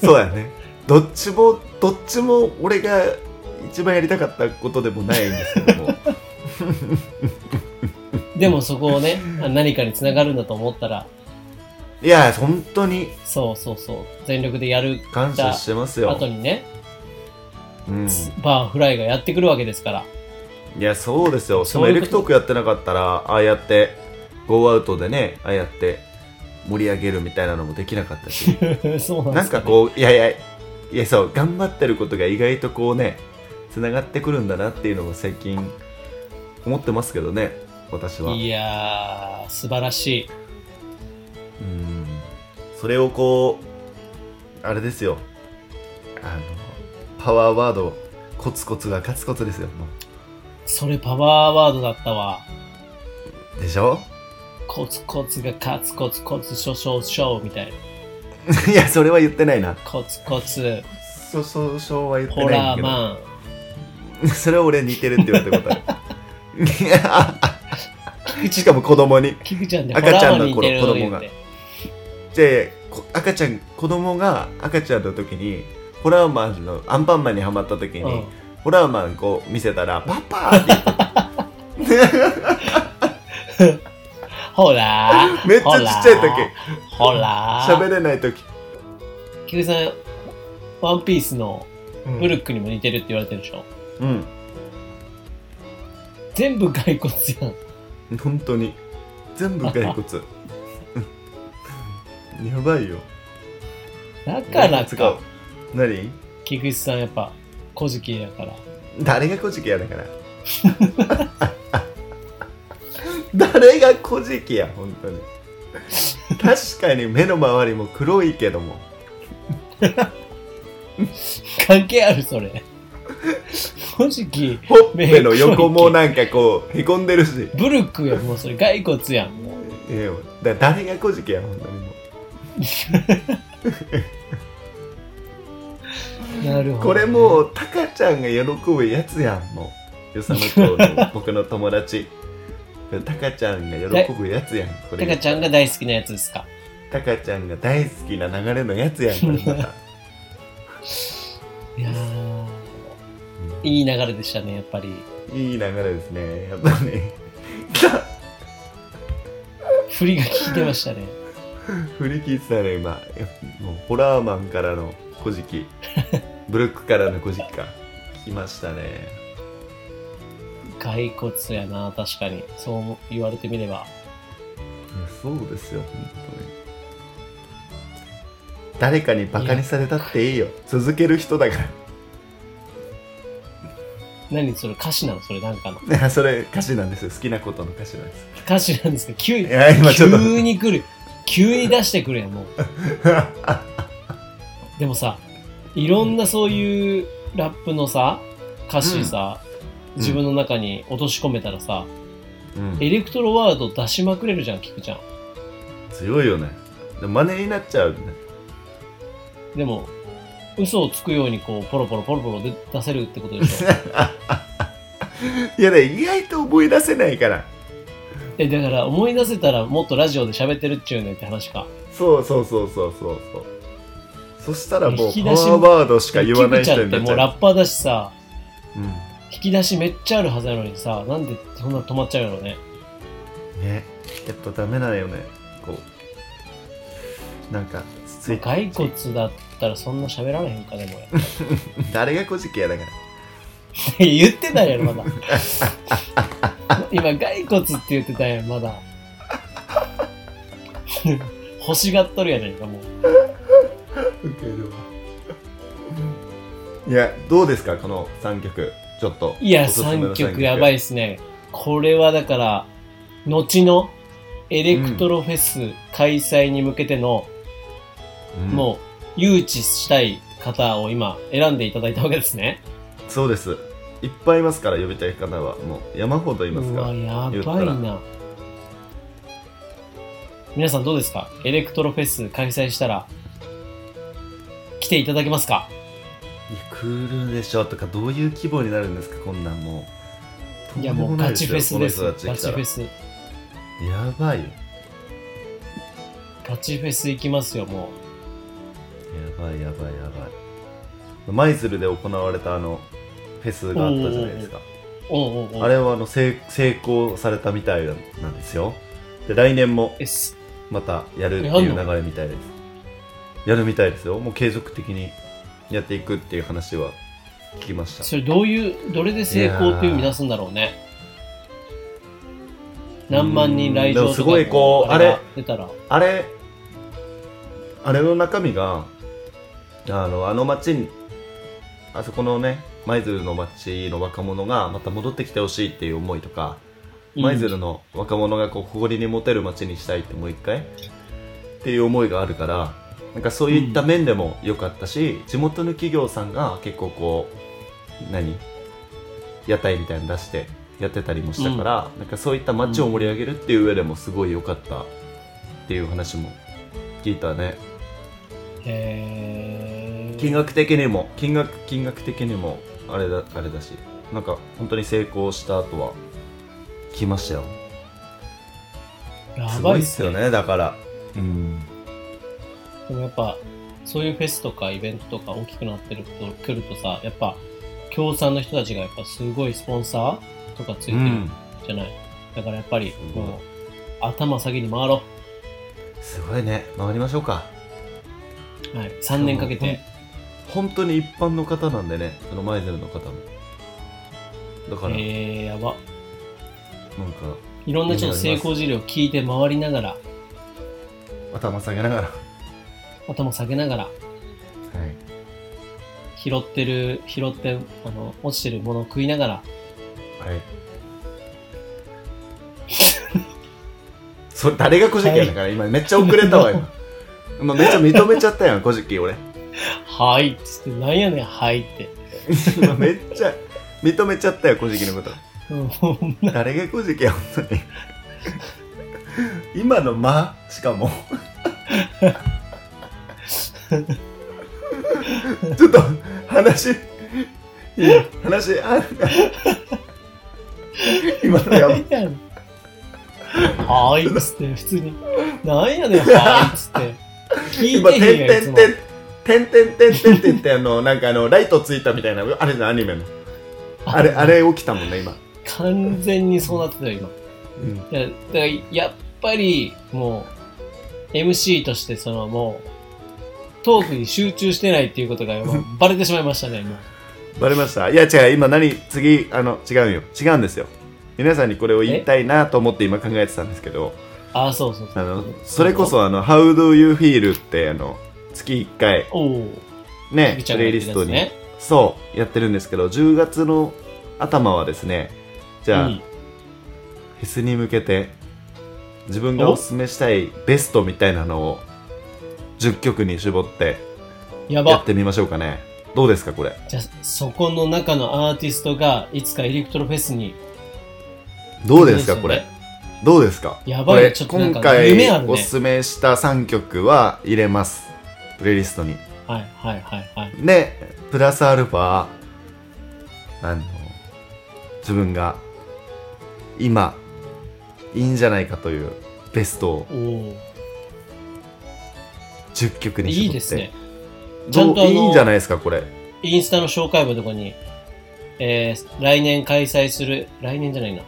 Speaker 3: そうやね。どっちも、どっちも俺が一番やりたかったことでもないんですけども。
Speaker 1: でもそこをね、あ何かにつながるんだと思ったら、
Speaker 3: いや、本当に
Speaker 1: そうそうそう、全力でやる
Speaker 3: 感謝してますよ。
Speaker 1: 後にね、
Speaker 3: うん。
Speaker 1: バーフライがやってくるわけですから。
Speaker 3: いや、そうですよ。その
Speaker 1: そう
Speaker 3: エ
Speaker 1: い
Speaker 3: レ
Speaker 1: うこ
Speaker 3: ク
Speaker 1: と
Speaker 3: トークやってなかったら、ああやって、ゴーアウトでね、ああやって盛り上げるみたいなのもできなかったし、
Speaker 1: そうなんで
Speaker 3: なん
Speaker 1: すか
Speaker 3: かこう、いやいや、いや、そう、頑張ってることが意外とこうね、つながってくるんだなっていうのも最近、思ってますけどね、私は。
Speaker 1: いやー、素晴らしい。
Speaker 3: うん。それをこう、あれですよ、あの、パワーワード、コツコツが勝つコツですよ、も
Speaker 1: それパワーワードだったわ。
Speaker 3: うでしょ
Speaker 1: コツコツがカツコツコツショショショみたいな。
Speaker 3: いや、それは言ってないな。
Speaker 1: コツコツ、
Speaker 3: そうそうそうは言って
Speaker 1: ホ
Speaker 3: ないんだ
Speaker 1: ラ
Speaker 3: けど。
Speaker 1: ーマン。
Speaker 3: それは俺似てるって言われたことある しかも子供に
Speaker 1: キクちゃんでホ
Speaker 3: 赤
Speaker 1: ラ
Speaker 3: ちゃ
Speaker 1: ー
Speaker 3: ん
Speaker 1: マン
Speaker 3: の
Speaker 1: に似
Speaker 3: 頃
Speaker 1: てる
Speaker 3: 子供が
Speaker 1: 言うて
Speaker 3: でこ赤ちゃん子供が赤ちゃんの時にホラーマンのアンパンマンにハマった時に、
Speaker 1: うん
Speaker 3: ホラーマンこう見せたら「パパ!」って言った
Speaker 1: ホラ ー。
Speaker 3: めっちゃちっちゃい時
Speaker 1: ホラー。
Speaker 3: 喋れない時、
Speaker 1: キクさん、ワンピースの
Speaker 3: うん
Speaker 1: ブルックにも似てるって言われてるでしょ。
Speaker 3: うん
Speaker 1: 全部骸骨やん。
Speaker 3: 本当に全部骸骨やばいよ
Speaker 1: だからか、
Speaker 3: 何
Speaker 1: 菊池さんやっぱ、古事記やから。
Speaker 3: 誰が古事記やだから 誰が古事記や本当に確かに目の周りも黒いけども
Speaker 1: 関係あるそれ。古事記、
Speaker 3: ほっぺの横もなんかこうへこんでるし
Speaker 1: ブルックやんもうそれ、骸骨やん。
Speaker 3: いやだ誰が古事記や本当にも
Speaker 1: なるほ
Speaker 3: う
Speaker 1: ど。
Speaker 3: これもうタカちゃんが喜ぶやつやんもうよさのと僕の友達タカちゃんが喜ぶやつやんこ
Speaker 1: タカ
Speaker 3: れ
Speaker 1: ちゃんが大好きなやつですか。
Speaker 3: タカちゃんが大好きな流れのやつやんこれま た
Speaker 1: いやー、いい流れでしたね、やっぱり。
Speaker 3: いい流れですね。やっぱね。
Speaker 1: 振りが効いてましたね。
Speaker 3: 振り切ってたね、今。いやもうホラーマンからの古事 記。ブルックからの古事記か。来ましたね。
Speaker 1: 骸骨やな、確かに。そう言われてみれば。
Speaker 3: いやそうですよ、本当に。誰かにバカにされたっていいよ。続ける人だか
Speaker 1: 何それ、歌詞なのそれ、なんかの。
Speaker 3: ら。 それ歌詞なんですよ。好きなことの歌詞なんです。
Speaker 1: 歌詞なんですけど、急に
Speaker 3: い、や、今ちょっと。
Speaker 1: 急に来る。急に出してくるやん、もう。でもさ、いろんなそういうラップのさ、歌詞さ、
Speaker 3: ん
Speaker 1: 自分の中に落とし込めたらさ、
Speaker 3: うん
Speaker 1: エレクトロワード出しまくれるじゃん、菊ちゃん。
Speaker 3: 強いよね。でも真似になっちゃうね。
Speaker 1: でも、嘘をつくようにこう、ポロポロポロポロで出せるってことで しょ。
Speaker 3: いや、ね、意外と思い出せないから。
Speaker 1: え、だから思い出せたらもっとラジオで喋ってるっちゅうねんって話か。
Speaker 3: そうそうそうそうそうそうそしたらもう
Speaker 1: 引き
Speaker 3: パ
Speaker 1: 出
Speaker 3: ワ
Speaker 1: し
Speaker 3: ーワードしか言わない
Speaker 1: 菊ちゃ
Speaker 3: 人
Speaker 1: んっ
Speaker 3: にな
Speaker 1: て
Speaker 3: っ
Speaker 1: もう
Speaker 3: ちゃ
Speaker 1: ラッパーだしさ、
Speaker 3: う、
Speaker 1: 引き出しめっちゃあるはずなのにさ、なんでそんな止まっちゃうのね。
Speaker 3: うん、ねやっぱダメだよねこうなんかつい
Speaker 1: 骸骨だったらそんな喋られへんかでも
Speaker 3: 誰が古事記やだから
Speaker 1: 言ってたやろまだ今骸骨って言ってたやんまだ 欲しがっとるやないかもう
Speaker 3: いやどうですかこの3曲ちょっと
Speaker 1: いや
Speaker 3: おすすめの
Speaker 1: 3曲やばいっすねこれはだから後のエレクトロフェス開催に向けての、
Speaker 3: うん
Speaker 1: もう誘致したい方を今選んでいただいたわけですね
Speaker 3: そうですいっぱいいますから呼びたい方はもう山ほどいます
Speaker 1: う
Speaker 3: から
Speaker 1: わや
Speaker 3: 言った
Speaker 1: ばい
Speaker 3: ら
Speaker 1: な皆さんどうですかエレクトロフェス開催したら来ていただけますか
Speaker 3: いやクールでしょとかどういう規模になるんですかこんなんもう
Speaker 1: いやもうガチフェスです
Speaker 3: この
Speaker 1: ガ
Speaker 3: 人たち来
Speaker 1: チ
Speaker 3: たら
Speaker 1: フェス
Speaker 3: やばいよ
Speaker 1: ガチフェス行きますよも
Speaker 3: やばいやばいやばい舞鶴で行われたあのフェスがあったじゃないですか
Speaker 1: うおうおうおう
Speaker 3: あれはあの成成功されたみたいなんですよで来年も
Speaker 1: えす
Speaker 3: またやるって
Speaker 1: えや
Speaker 3: い
Speaker 1: ん
Speaker 3: う
Speaker 1: の
Speaker 3: 流れみたいですやるみたいですよもう継続的にやっていくっていう話は聞きました
Speaker 1: それどういうどれで成功という意味出すんだろうね何万人来場とか
Speaker 3: うんでもすごいこう
Speaker 1: が
Speaker 3: あれ
Speaker 1: 出たら
Speaker 3: あれあれの中身があのあの町にあそこのね舞鶴の町の若者がまた戻ってきてほしいっていう思いとか舞
Speaker 1: うん
Speaker 3: 鶴の若者がこう誇りに持てる街にしたいってもう一回っていう思いがあるからなんかそういった面でも良かったし、地元の企業さんが結構こう何屋台みたいに出してやってたりもしたから、なんかそういった街を盛り上げるっていう上でもすごい良かったっていう話も聞いたね
Speaker 1: へー
Speaker 3: 金額的にも金額金額的にもあれだあれだしなんか本当に成功した後は来ましたよ
Speaker 1: や
Speaker 3: す
Speaker 1: ば
Speaker 3: ご
Speaker 1: い
Speaker 3: い
Speaker 1: っ
Speaker 3: っ
Speaker 1: す
Speaker 3: す
Speaker 1: よ
Speaker 3: よ
Speaker 1: ね
Speaker 3: ねだからうん
Speaker 1: でもやっぱそういうフェスとかイベントとか大きくなってると来るとさやっぱ協賛の人たちがやっぱすごいスポンサーとかついてるじゃない、だからやっぱり
Speaker 3: すごい
Speaker 1: もう頭下げに回ろ
Speaker 3: すごいね回りましょうか
Speaker 1: う、はい、3年かけて
Speaker 3: 本当に一般の方なんでねその舞鶴の方もだから、
Speaker 1: えー、やば
Speaker 3: なんか
Speaker 1: いろんなちょっと成功事例を聞いて回りながら
Speaker 3: 頭下げながら
Speaker 1: 頭下げながら
Speaker 3: はい。
Speaker 1: 拾ってる、拾って、あの、落ちてるものを食いながら、
Speaker 3: はい。それ誰が小じきやだから、今めっちゃ遅れたわ、 今。今めっちゃ認めちゃったやん、小じき俺。
Speaker 1: はいっつって、なんやねん、はいって。
Speaker 3: 今めっちゃ認めちゃったよ、小じきのこと。
Speaker 1: うんほんま
Speaker 3: 誰が小じきや、本当に。今の間、しかも。ちょっと話、いや話、あ今のやば
Speaker 1: なんやねんはいっつって、普通に、なんやねん、はいっつって。聞い
Speaker 3: 今、
Speaker 1: てへ
Speaker 3: て
Speaker 1: ん
Speaker 3: ん
Speaker 1: やん、
Speaker 3: て
Speaker 1: いつ
Speaker 3: ん
Speaker 1: も
Speaker 3: てん。てんてんてんてんてんってあの、なんかあの、ライトついたみたいな、あれのアニメの。あれ、あれ起きたもんね、今。
Speaker 1: 完全にそうなってたよ、今。
Speaker 3: うん。
Speaker 1: いやだからやっぱりもう MC としてそのもうトークに集中してないっていうことがもう バレてしまいましたねも
Speaker 3: バレましたいや違う、今何、次、あの、違うよ。違うんですよ。皆さんにこれを言いたいなと思って今考えてたんですけど、
Speaker 1: うああそうそうそ
Speaker 3: あ
Speaker 1: う
Speaker 3: の、それこそあの、How do you feel って、あの、月1回、
Speaker 1: おお
Speaker 3: ね
Speaker 1: み、ちゃ
Speaker 3: プ
Speaker 1: んが
Speaker 3: レイリ
Speaker 1: 言って
Speaker 3: ス
Speaker 1: た
Speaker 3: ト
Speaker 1: やつ
Speaker 3: に、
Speaker 1: ね
Speaker 3: そう、やってるんですけど、10月の頭はですね、じゃあ、
Speaker 1: うん
Speaker 3: フェスに向けて自分がおすすめしたいベストみたいなのを10曲に絞って
Speaker 1: や
Speaker 3: やっ
Speaker 1: ば
Speaker 3: てみましょうかねどうですかこれ
Speaker 1: じゃあそこの中のアーティストがいつかエレクトロフェスに
Speaker 3: どうですか
Speaker 1: 来
Speaker 3: こ
Speaker 1: るん
Speaker 3: れ
Speaker 1: よね
Speaker 3: どうですか
Speaker 1: や
Speaker 3: こ
Speaker 1: ばいね
Speaker 3: れ
Speaker 1: ちょっとなん
Speaker 3: 今
Speaker 1: か夢あ
Speaker 3: 回
Speaker 1: る
Speaker 3: お
Speaker 1: ね
Speaker 3: すすめした3曲は入れますプレイリストに
Speaker 1: はいはいはいはい
Speaker 3: でプラスアルファあの自分が今いいんじゃないかというベストを
Speaker 1: おお
Speaker 3: 10曲に絞って
Speaker 1: いいですねちゃ
Speaker 3: ど
Speaker 1: ん
Speaker 3: う
Speaker 1: とあの
Speaker 3: いいんじゃないですかこれ
Speaker 1: インスタの紹介文のとこに、えー来年開催する、来年じゃないな。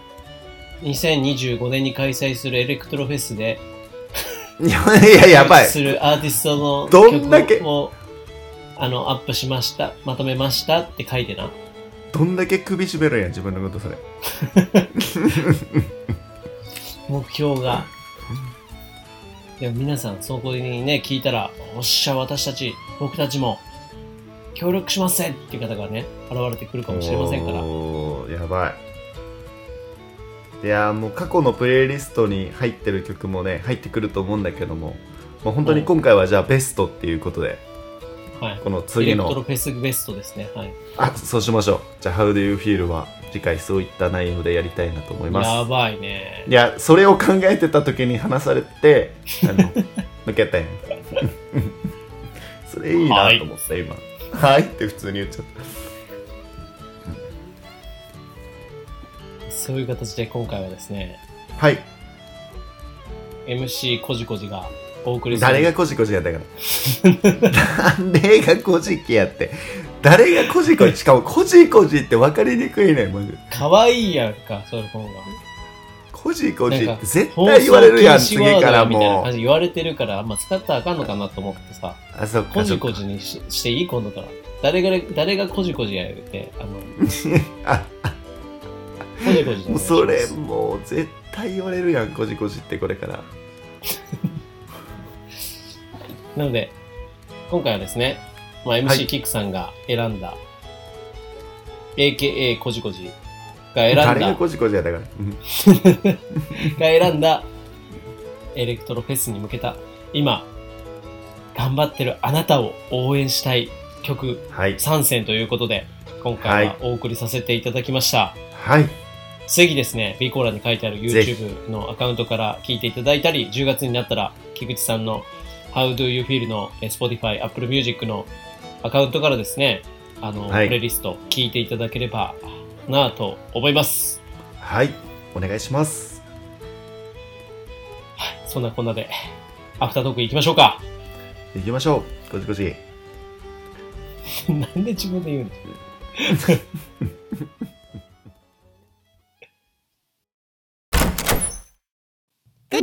Speaker 1: 2025年に開催するエレクトロフェスで、
Speaker 3: いやいや、やばい。
Speaker 1: するアーティストの
Speaker 3: どんだけ
Speaker 1: 曲をあのアップしました、まとめましたって書いてな。
Speaker 3: どんだけ首絞めるんやん、自分のことそれ。
Speaker 1: 目標が。でも皆さん、そこにね、聞いたら、おっしゃ、私たち、僕たちも、協力しますっていう方がね、現れてくるかもしれませんから。
Speaker 3: おーやばい。いやーもう過去のプレイリストに入ってる曲もね、入ってくると思うんだけども、まあ、本当に今回はじゃあベストっていうことで、
Speaker 1: はい。
Speaker 3: この
Speaker 1: エ
Speaker 3: 次
Speaker 1: レクトロ
Speaker 3: の、
Speaker 1: フェスベストですね。はい。
Speaker 3: あ、そうしましょう。じゃあ、How do you feel は次回そういった内容でやりたいなと思います。
Speaker 1: やばいね
Speaker 3: い。や、それを考えてた時に話されて、 あの、抜けたやん。それいいなと思った、今。はいって普通に言っちゃった。
Speaker 1: そういう形で今回はですね、
Speaker 3: はい。
Speaker 1: MC こじこじがお送りする。
Speaker 3: 誰がこじこじやったから誰がこじきやって。誰がこじこじ、しかもこじこじって分かりにくいねん、マジで。
Speaker 1: かわいいやんか、それ今が。
Speaker 3: こじこじ
Speaker 1: な
Speaker 3: っ
Speaker 1: ん
Speaker 3: て
Speaker 1: か
Speaker 3: 絶対 言われるやん、
Speaker 1: 放送
Speaker 3: 次
Speaker 1: 禁止ワード
Speaker 3: から
Speaker 1: みたいな
Speaker 3: も
Speaker 1: 感
Speaker 3: う。
Speaker 1: じで言われてるから、あんま使ったらあかんのかなと思ってさ、
Speaker 3: あ、そっ
Speaker 1: こ
Speaker 3: か、そ
Speaker 1: じ
Speaker 3: っか
Speaker 1: こ。じにししていい今度から。誰が、誰がこじこじやるって、あの、
Speaker 3: あ、
Speaker 1: こじこじでお願いし
Speaker 3: もう
Speaker 1: ます
Speaker 3: それ、もう絶対言われるやん、こじこじってこれから。
Speaker 1: なので、今回はですね、まあ、
Speaker 3: は
Speaker 1: MC
Speaker 3: い
Speaker 1: キックさんが選んだ、AKA こじこじが選んだ、
Speaker 3: 誰がこじこじやったから。うん
Speaker 1: が選んだエレクトロフェスに向けた今頑張ってるあなたを応援したい曲
Speaker 3: はい。
Speaker 1: 参戦ということで今回ははいお送りさせていただきました、
Speaker 3: はい。
Speaker 1: ぜひですね B コーラに書いてある
Speaker 3: ぜひ
Speaker 1: YouTube のアカウントから聞いていただいたり10月になったら菊池さんの How Do You Feel のえ Spotify、Apple Music のアカウントからですねあの、
Speaker 3: はい
Speaker 1: プレイリスト聞いていただければなぁと思います
Speaker 3: はい。お願いします。
Speaker 1: そんなこんなで、アフタートーク行きましょうか。
Speaker 3: 行きましょう。こじこじ。
Speaker 1: なんで自分で言うんです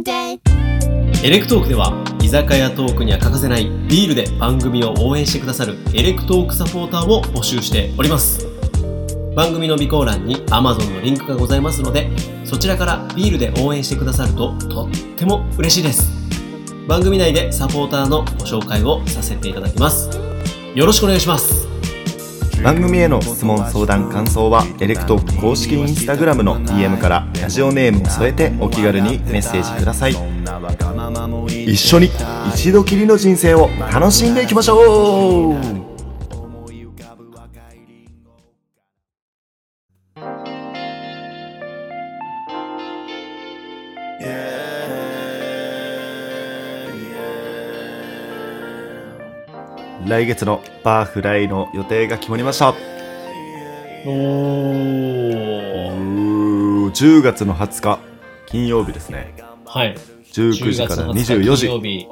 Speaker 1: エレクトークでは居酒屋トークには欠かせないビールで番組を応援してくださるエレクトークサポーターを募集しております番組の備考欄に Amazon のリンクがございますのでそちらからビールで応援してくださるととっても嬉しいです番組内でサポーターのご紹介をさせていただきますよろしくお願いします
Speaker 3: 番組への質問相談感想はエレクトーク公式インスタグラムの DM からラジオネームを添えてお気軽にメッセージください一緒に一度きりの人生を楽しんでいきましょう来月のバーフライの予定が決まりました
Speaker 1: お
Speaker 3: う
Speaker 1: ー
Speaker 3: ー10月の20日金曜日ですね
Speaker 1: はい
Speaker 3: 19時から24時
Speaker 1: 時金曜日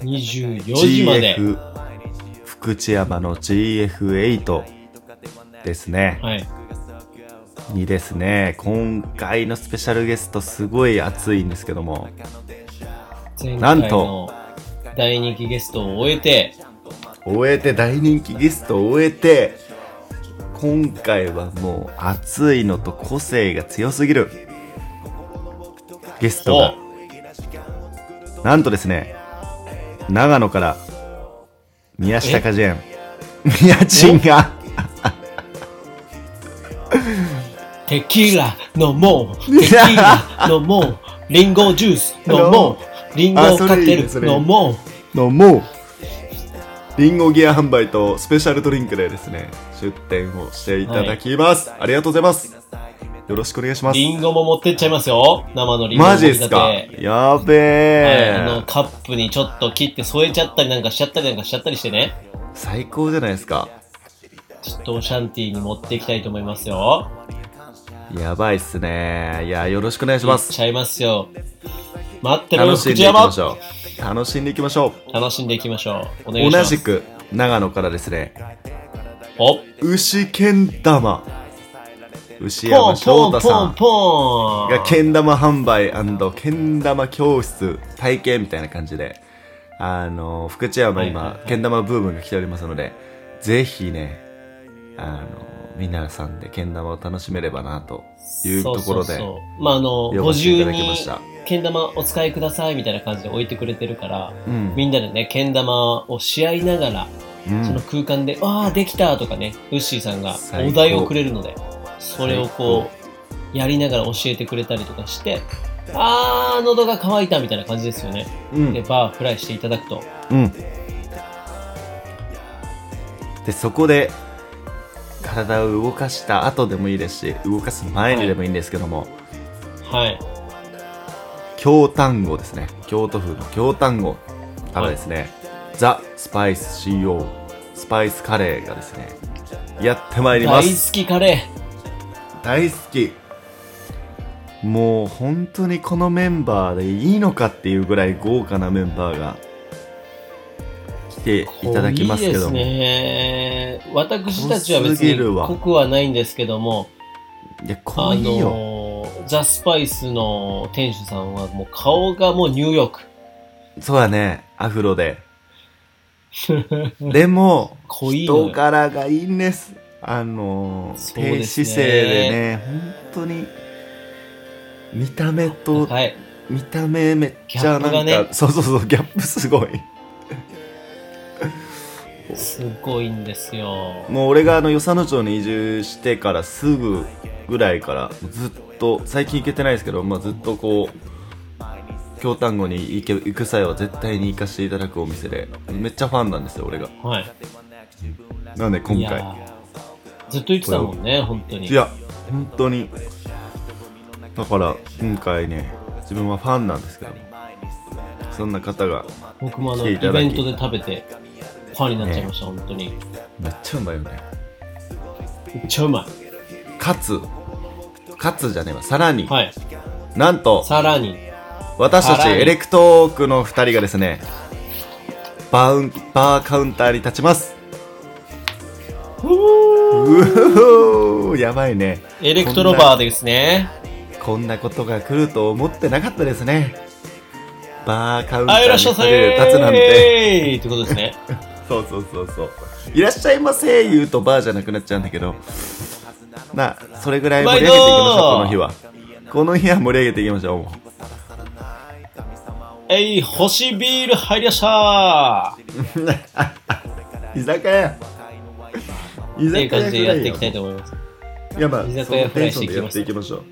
Speaker 1: 24時まで、
Speaker 3: GF 福知山の GF8 ですね、
Speaker 1: はい
Speaker 3: にですね今回のスペシャルゲストすごい熱いんですけども
Speaker 1: 前
Speaker 3: な
Speaker 1: 回
Speaker 3: ん
Speaker 1: の
Speaker 3: と
Speaker 1: 大人気ゲストを終えて
Speaker 3: 終えて大人気ゲストを終えて今回はもう熱いのと個性が強すぎるゲストがなんとですね長野から宮下果樹園宮賃が
Speaker 1: テキーラ飲もうテキーラ飲もうリンゴジュース飲もうリンゴ
Speaker 3: あそ
Speaker 1: カ
Speaker 3: れい
Speaker 1: ク
Speaker 3: い
Speaker 1: テル
Speaker 3: それいい
Speaker 1: 飲もう
Speaker 3: のもうリンゴギア販売とスペシャルドリンクでですね出店をしていただきます、ありがとうございますよろしくお願いします
Speaker 1: リンゴも持ってっちゃいますよ生のリンゴ
Speaker 3: マジですか
Speaker 1: 持ってきたて
Speaker 3: やべ
Speaker 1: はい
Speaker 3: え、
Speaker 1: あのカップにちょっと切って添えちゃったりなんかしちゃったりなんかしちゃったりしてね
Speaker 3: 最高じゃないですか
Speaker 1: ちょっとオシャンティーに持っていきたいと思いますよ
Speaker 3: やばいっすねいやよろしくお願いします
Speaker 1: しちゃいますよ待ってろよ
Speaker 3: 楽しんで
Speaker 1: 福
Speaker 3: い
Speaker 1: 知
Speaker 3: き
Speaker 1: 山
Speaker 3: ましょう楽しんでいきましょ
Speaker 1: 楽しんでいきましょうお願
Speaker 3: う
Speaker 1: いし
Speaker 3: 同
Speaker 1: ます
Speaker 3: じく長野からですね
Speaker 1: お
Speaker 3: 牛けん玉牛
Speaker 1: ポ
Speaker 3: 山
Speaker 1: ン
Speaker 3: 翔
Speaker 1: ポン
Speaker 3: 太
Speaker 1: ポ
Speaker 3: さん
Speaker 1: ンポン
Speaker 3: がけん玉販売けん玉教室体験みたいな感じであの福知山
Speaker 1: はいはい
Speaker 3: 今
Speaker 1: はい
Speaker 3: けん玉ブームが来ておりますのでぜひねあの皆さんでけん玉を楽しめればなというところ
Speaker 1: そ
Speaker 3: で
Speaker 1: うそうそうまああの
Speaker 3: 呼
Speaker 1: ご
Speaker 3: ばせてい
Speaker 1: 自
Speaker 3: ただ
Speaker 1: 由
Speaker 3: きま
Speaker 1: に
Speaker 3: した
Speaker 1: けん玉お使いくださいみたいな感じで置いてくれてるから
Speaker 3: うん
Speaker 1: みんなでねけん玉をし合いながら
Speaker 3: うん
Speaker 1: その空間で「わあできた!」とかねウッシーさんが
Speaker 3: 最高
Speaker 1: お題をくれるのでそれをこ
Speaker 3: 最
Speaker 1: うやりながら教えてくれたりとかして「あー喉が渇いた」みたいな感じですよね
Speaker 3: うん
Speaker 1: でバーフライしていただくと
Speaker 3: うんでそこで体を動かした後でもいいですし動かす前にでもいいんですけども、
Speaker 1: はい
Speaker 3: 京丹後ですね京都風の京丹後からですね、ザ・スパイス CO スパイスカレーがですねやってまいりま
Speaker 1: 大
Speaker 3: す
Speaker 1: 好きカレ
Speaker 3: 大好きもう本当にこのメンバーでいいのかっていうぐらい豪華なメンバーが来てい
Speaker 1: ー
Speaker 3: ただきますけども
Speaker 1: 濃いですね私たちは別
Speaker 3: 濃すぎ
Speaker 1: に
Speaker 3: るわ
Speaker 1: 濃くはないんですけども
Speaker 3: いや濃
Speaker 1: あ
Speaker 3: いよ、
Speaker 1: のーザ・スパイスの店主さんはもう顔がもうニューヨーク
Speaker 3: そうだねアフロ ででも
Speaker 1: 濃いの
Speaker 3: 人
Speaker 1: よ
Speaker 3: 柄がいいんですあの
Speaker 1: そう
Speaker 3: 低
Speaker 1: ですね
Speaker 3: 姿勢でね本当に見た目と
Speaker 1: はい
Speaker 3: 見た目めっちゃなん
Speaker 1: ギ
Speaker 3: か、
Speaker 1: ャップがね
Speaker 3: そうそうそうギャップすごい
Speaker 1: すごいんですよ
Speaker 3: もう俺があの与謝野町に移住してからすぐぐらいからずっと最近行けてないですけど、まあ、ずっとこう京丹後に行け行く際は絶対に行かせていただくお店でめっちゃファンなんですよ俺が
Speaker 1: はい
Speaker 3: なんで今
Speaker 1: い
Speaker 3: 回
Speaker 1: やーずっと言ってたもんね本当に
Speaker 3: いや、本当に。だから、今回ね、自分はファンなんですけども、そんな方が、
Speaker 1: 僕もあの
Speaker 3: 来て
Speaker 1: イ
Speaker 3: いただき
Speaker 1: ベントで食べてファンになっちゃいました、本当に
Speaker 3: めっちゃうまいよね。
Speaker 1: めっちゃうま
Speaker 3: かつ、かつじゃねえわ、さらに、
Speaker 1: いはい
Speaker 3: なんと、
Speaker 1: さらに
Speaker 3: 私た
Speaker 1: さ
Speaker 3: ち
Speaker 1: らに
Speaker 3: エレクトークの2人がですね、バウンバーカウンターに立ちます。うおーやばいね。
Speaker 1: エレクトロバーですね
Speaker 3: こんなことが来ると思ってなかったですね。バーカウンター
Speaker 1: あ
Speaker 3: に
Speaker 1: いらっしゃい
Speaker 3: 立
Speaker 1: ませ
Speaker 3: てる立つなんて。
Speaker 1: ーってことです ね
Speaker 3: そうそうそうそう。いらっしゃいませ言うとバーじゃなくなっちゃうんだけど。まあ、それぐらい盛り上げ ていきましょう、この日は。この日は盛り上げていきましょう。もう
Speaker 1: えい、欲しいビール入りました
Speaker 3: 居酒屋居
Speaker 1: ってい
Speaker 3: 酒
Speaker 1: う感
Speaker 3: 屋ぐ
Speaker 1: じで
Speaker 3: ら
Speaker 1: やっ
Speaker 3: い
Speaker 1: てい
Speaker 3: よ
Speaker 1: きたいと思います。
Speaker 3: やまあそ
Speaker 1: 居
Speaker 3: の
Speaker 1: 酒屋フラ
Speaker 3: テン
Speaker 1: イ
Speaker 3: シ
Speaker 1: し
Speaker 3: ョ
Speaker 1: て
Speaker 3: ンでやっ
Speaker 1: いきま
Speaker 3: て
Speaker 1: す
Speaker 3: いきましょ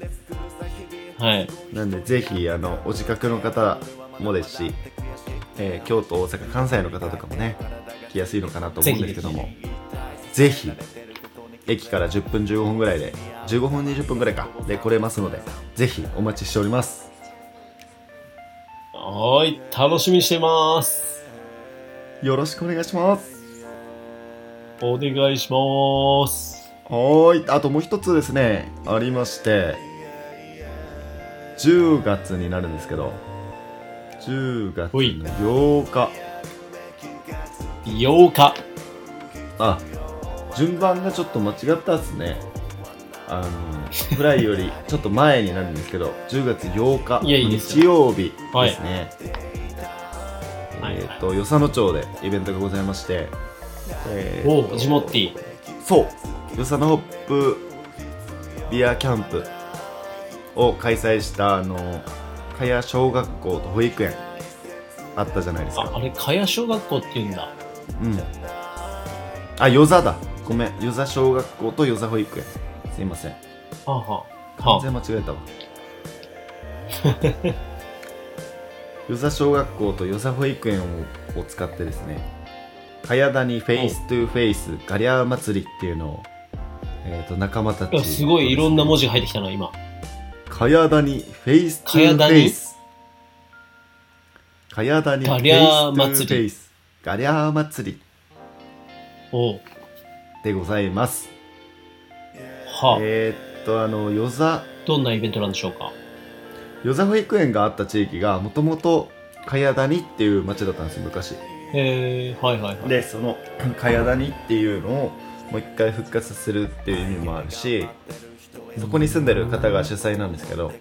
Speaker 1: はい。
Speaker 3: うなんでぜひあのお近くの方もですし、えー京都大阪関西の方とかもね来やすいのかなと思うんですけどもぜひ駅から10分15分ぐらいで15分20分ぐらいかで来れますのでぜひお待ちしております
Speaker 1: はーい、楽しみにしてます。
Speaker 3: よろしくお願いします
Speaker 1: お願いします。
Speaker 3: はーい。あともう一つですね、ありまして、10月になるんですけど、10月の
Speaker 1: ほい
Speaker 3: 8日、
Speaker 1: 8日。
Speaker 3: あ、順番がちょっと間違ったっすね。あの、フライよ りちょっと前になるんですけど、10月8日、
Speaker 1: いやいいです
Speaker 3: 日曜日ですね。
Speaker 1: はい
Speaker 3: えっ、と、与謝野町でイベントがございまして、えー
Speaker 1: おう、ジモッティ。
Speaker 3: そう、よさのホップビアキャンプを開催したあの茅屋小学校と保育園あったじゃないです
Speaker 1: あ、
Speaker 3: か。
Speaker 1: あれ、茅小学校って言うんだ。
Speaker 3: うん。あ、よざだ。ごめん、よざ小学校とよざ保育園。すいません。
Speaker 1: はあ、はあ。
Speaker 3: 完
Speaker 1: はあ
Speaker 3: 全間違えたわ。 よざ小学校とよざ保育園をを使ってですね、茅谷にフェイストゥフェイスガリャー祭りっていうのを、えー、と仲間た
Speaker 1: い
Speaker 3: ち
Speaker 1: や、すごいいろんな文字が入ってきたな、今。
Speaker 3: かやだにフェイストゥフェイス。かやだにフェイストゥフェイス。ガリャー祭り
Speaker 1: おう、
Speaker 3: でございます。
Speaker 1: はあ。
Speaker 3: えーっと、あの、よざ、
Speaker 1: どんなイベントなんでしょうか。
Speaker 3: よざ保育園があった地域が、もともと、かやだにっていう町だったんですよ、昔。
Speaker 1: えー、はいはいはい。
Speaker 3: で、その、かやだにっていうのを、もう一回復活させるっていう意味もあるし、そこに住んでる方が主催なんですけど、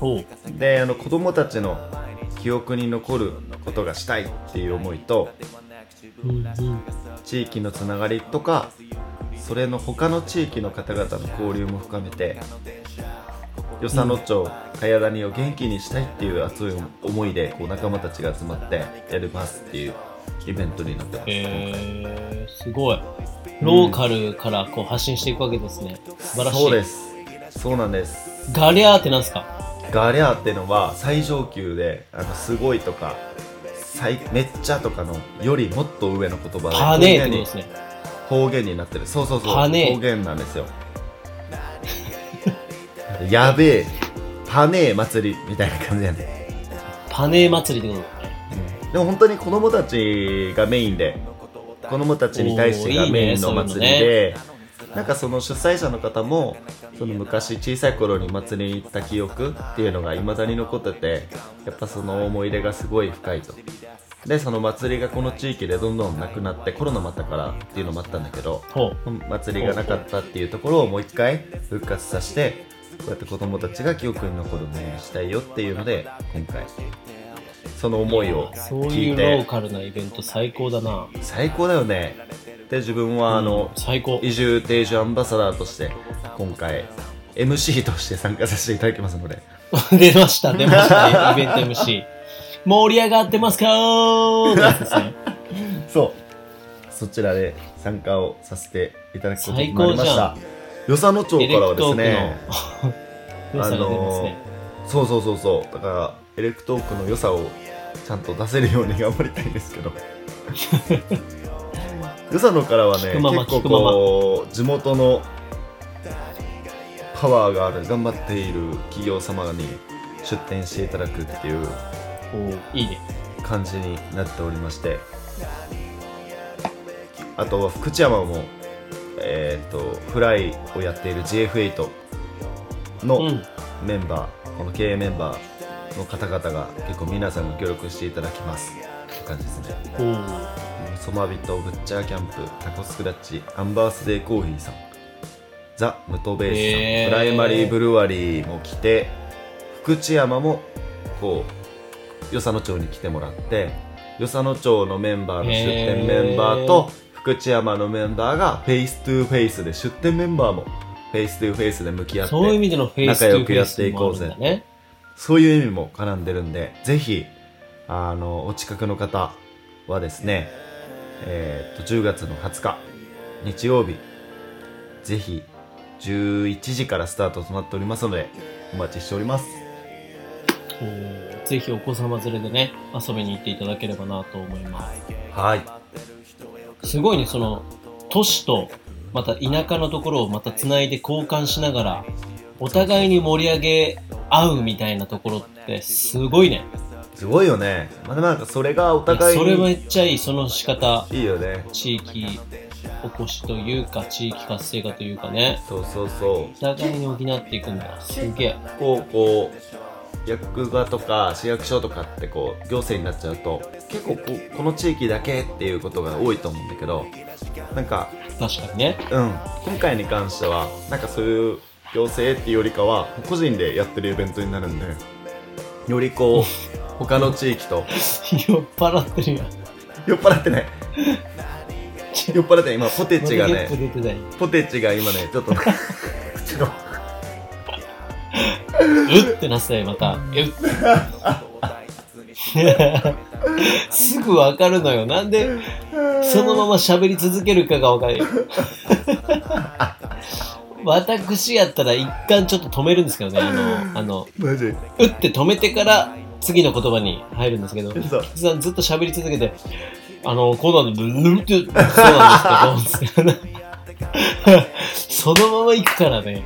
Speaker 1: おう、
Speaker 3: であの子供たちの記憶に残ることがしたいっていう思いと
Speaker 1: うんうん、
Speaker 3: 地域のつながりとかそれの他の地域の方々の交流も深めて与謝野町茅谷を元気にしたいっていう熱い思いでこう仲間たちが集まってやりますっていうイベントになってます、
Speaker 1: えー、すごい。ローカルからこう発信していくわけですね。素晴らしい。
Speaker 3: そうですそうなんです
Speaker 1: ガリャーってなんすか
Speaker 3: ガリャーってのは最上級であのすごいとか最めっちゃとかのよりもっと上の言葉で
Speaker 1: パネーって
Speaker 3: みんなに
Speaker 1: ことですね。
Speaker 3: 方言になってるそうそうそう
Speaker 1: パネー
Speaker 3: 方言なんですよやべえパネー祭りみたいな感じやね
Speaker 1: パネー祭りってことですね。
Speaker 3: でも本当に子供たちがメインで子供たちに対して
Speaker 1: おー
Speaker 3: が
Speaker 1: いいね
Speaker 3: メインの祭り
Speaker 1: そう
Speaker 3: でなんかその主催者の方もその昔小さい頃に祭りに行った記憶っていうのが未だに残っててやっぱその思い出がすごい深いとでその祭りがこの地域でどんどんなくなってコロナもあったからっていうのもあったんだけど
Speaker 1: ほう。
Speaker 3: 祭りがなかったっていうところをもう一回復活させてこうやって子供たちが記憶に残るものにしたいよっていうので今回その思いを
Speaker 1: そう
Speaker 3: 聞
Speaker 1: い
Speaker 3: いう
Speaker 1: ロ
Speaker 3: て
Speaker 1: ーカルなイベント最高だな。
Speaker 3: 最高だよねで自分はあの
Speaker 1: 最高。
Speaker 3: 移住定住アンバサダーとして今回 MC として参加させていただきますので
Speaker 1: 出ました、出ました、イベント MC。盛り上がってますかーってやつですね
Speaker 3: そうそちらで参加をさせていただくことに
Speaker 1: 最
Speaker 3: なり
Speaker 1: 高
Speaker 3: ま
Speaker 1: じ
Speaker 3: し
Speaker 1: ゃ
Speaker 3: た与謝野町
Speaker 1: エ
Speaker 3: か
Speaker 1: レ
Speaker 3: らは
Speaker 1: ク
Speaker 3: で
Speaker 1: ト
Speaker 3: す
Speaker 1: ー
Speaker 3: ね
Speaker 1: クの良さが出ますね。
Speaker 3: そうそうそうそうだからエレクトークの良さをちゃんと出せるように頑張りたいんです けど良さのからはね
Speaker 1: 聞くまま
Speaker 3: 結構
Speaker 1: 聞くまま
Speaker 3: こう地元のパワーがある頑張っている企業様に出店していただくっていう
Speaker 1: おいいね。
Speaker 3: 感じになっておりましてあとは福知山もえっ、とフライをやっている GF8 の、
Speaker 1: うん。
Speaker 3: メンバーこの経営メンバーの方々が結構皆さんが協力していただきますって感じですね
Speaker 1: おー
Speaker 3: ソマビトブッチャーキャンプタコスクラッチアンバースデーコーヒーさんザ・ムトベースさん、
Speaker 1: へー
Speaker 3: プライマリーブルワリーも来て福知山もこう与謝野町に来てもらって与謝野町のメンバーの出店メンバーと福知山のメンバーがフェイストゥーフェイスで出店メンバーもフェイストゥーフェイスで向き合って
Speaker 1: そういう意味でのフェイス
Speaker 3: 仲良
Speaker 1: トゥ
Speaker 3: く
Speaker 1: フ
Speaker 3: やっ
Speaker 1: ェイ
Speaker 3: て
Speaker 1: ス
Speaker 3: い
Speaker 1: も
Speaker 3: こ
Speaker 1: あ
Speaker 3: う
Speaker 1: るん
Speaker 3: ぜ
Speaker 1: だね。
Speaker 3: そういう意味も絡んでるんで、ぜひ、あの、お近くの方はですね、えーっと、10月の20日、日曜日、ぜひ、11時からスタートとなっておりますので、お待ちしております。
Speaker 1: うんぜひお子様連れでね、遊びに行っていただければなと思いま
Speaker 3: はい。
Speaker 1: す。すごいね、その、都市と、また田舎のところをまた繋いで交換しながら、お互いに盛り上げ合うみたいなところって、すごいね。
Speaker 3: すごいよね。まあ、でもなんかそれがお
Speaker 1: いや
Speaker 3: 互い
Speaker 1: それめ
Speaker 3: に
Speaker 1: っちゃいい、その仕方。
Speaker 3: いいよね。
Speaker 1: 地域おこしというか、地域活性化というかね。
Speaker 3: そうそうそう。
Speaker 1: お互いに補っていくんだ。すげえ。
Speaker 3: こうこう役場とか市役所とかってこう行政になっちゃうと結構こうこの地域だけっていうことが多いと思うんだけどなんか
Speaker 1: 確かにね。
Speaker 3: うん今回に関してはなんかそういう行政っていうよりかは個人でやってるイベントになるんでよりこ う他の地域と
Speaker 1: 酔っ払ってるやん。
Speaker 3: 酔っ払ってない酔っ払ってない今ポテチが
Speaker 1: まだ
Speaker 3: ね
Speaker 1: ゲップ出てない。
Speaker 3: ポテチが今ねちょっ と口の
Speaker 1: うってなってたよ、また。えうすぐわかるのよ。なんで、そのまま喋り続けるかがわかるよ。私やったら一旦ちょっと止めるんですけどね、あの、あの、
Speaker 3: マジ
Speaker 1: うって止めてから次の言葉に入るんですけど、菊
Speaker 3: そう
Speaker 1: 池さんずっと喋り続けて、あの、こうなんで、ブルって、そうなんですけど、そのまま行くからね。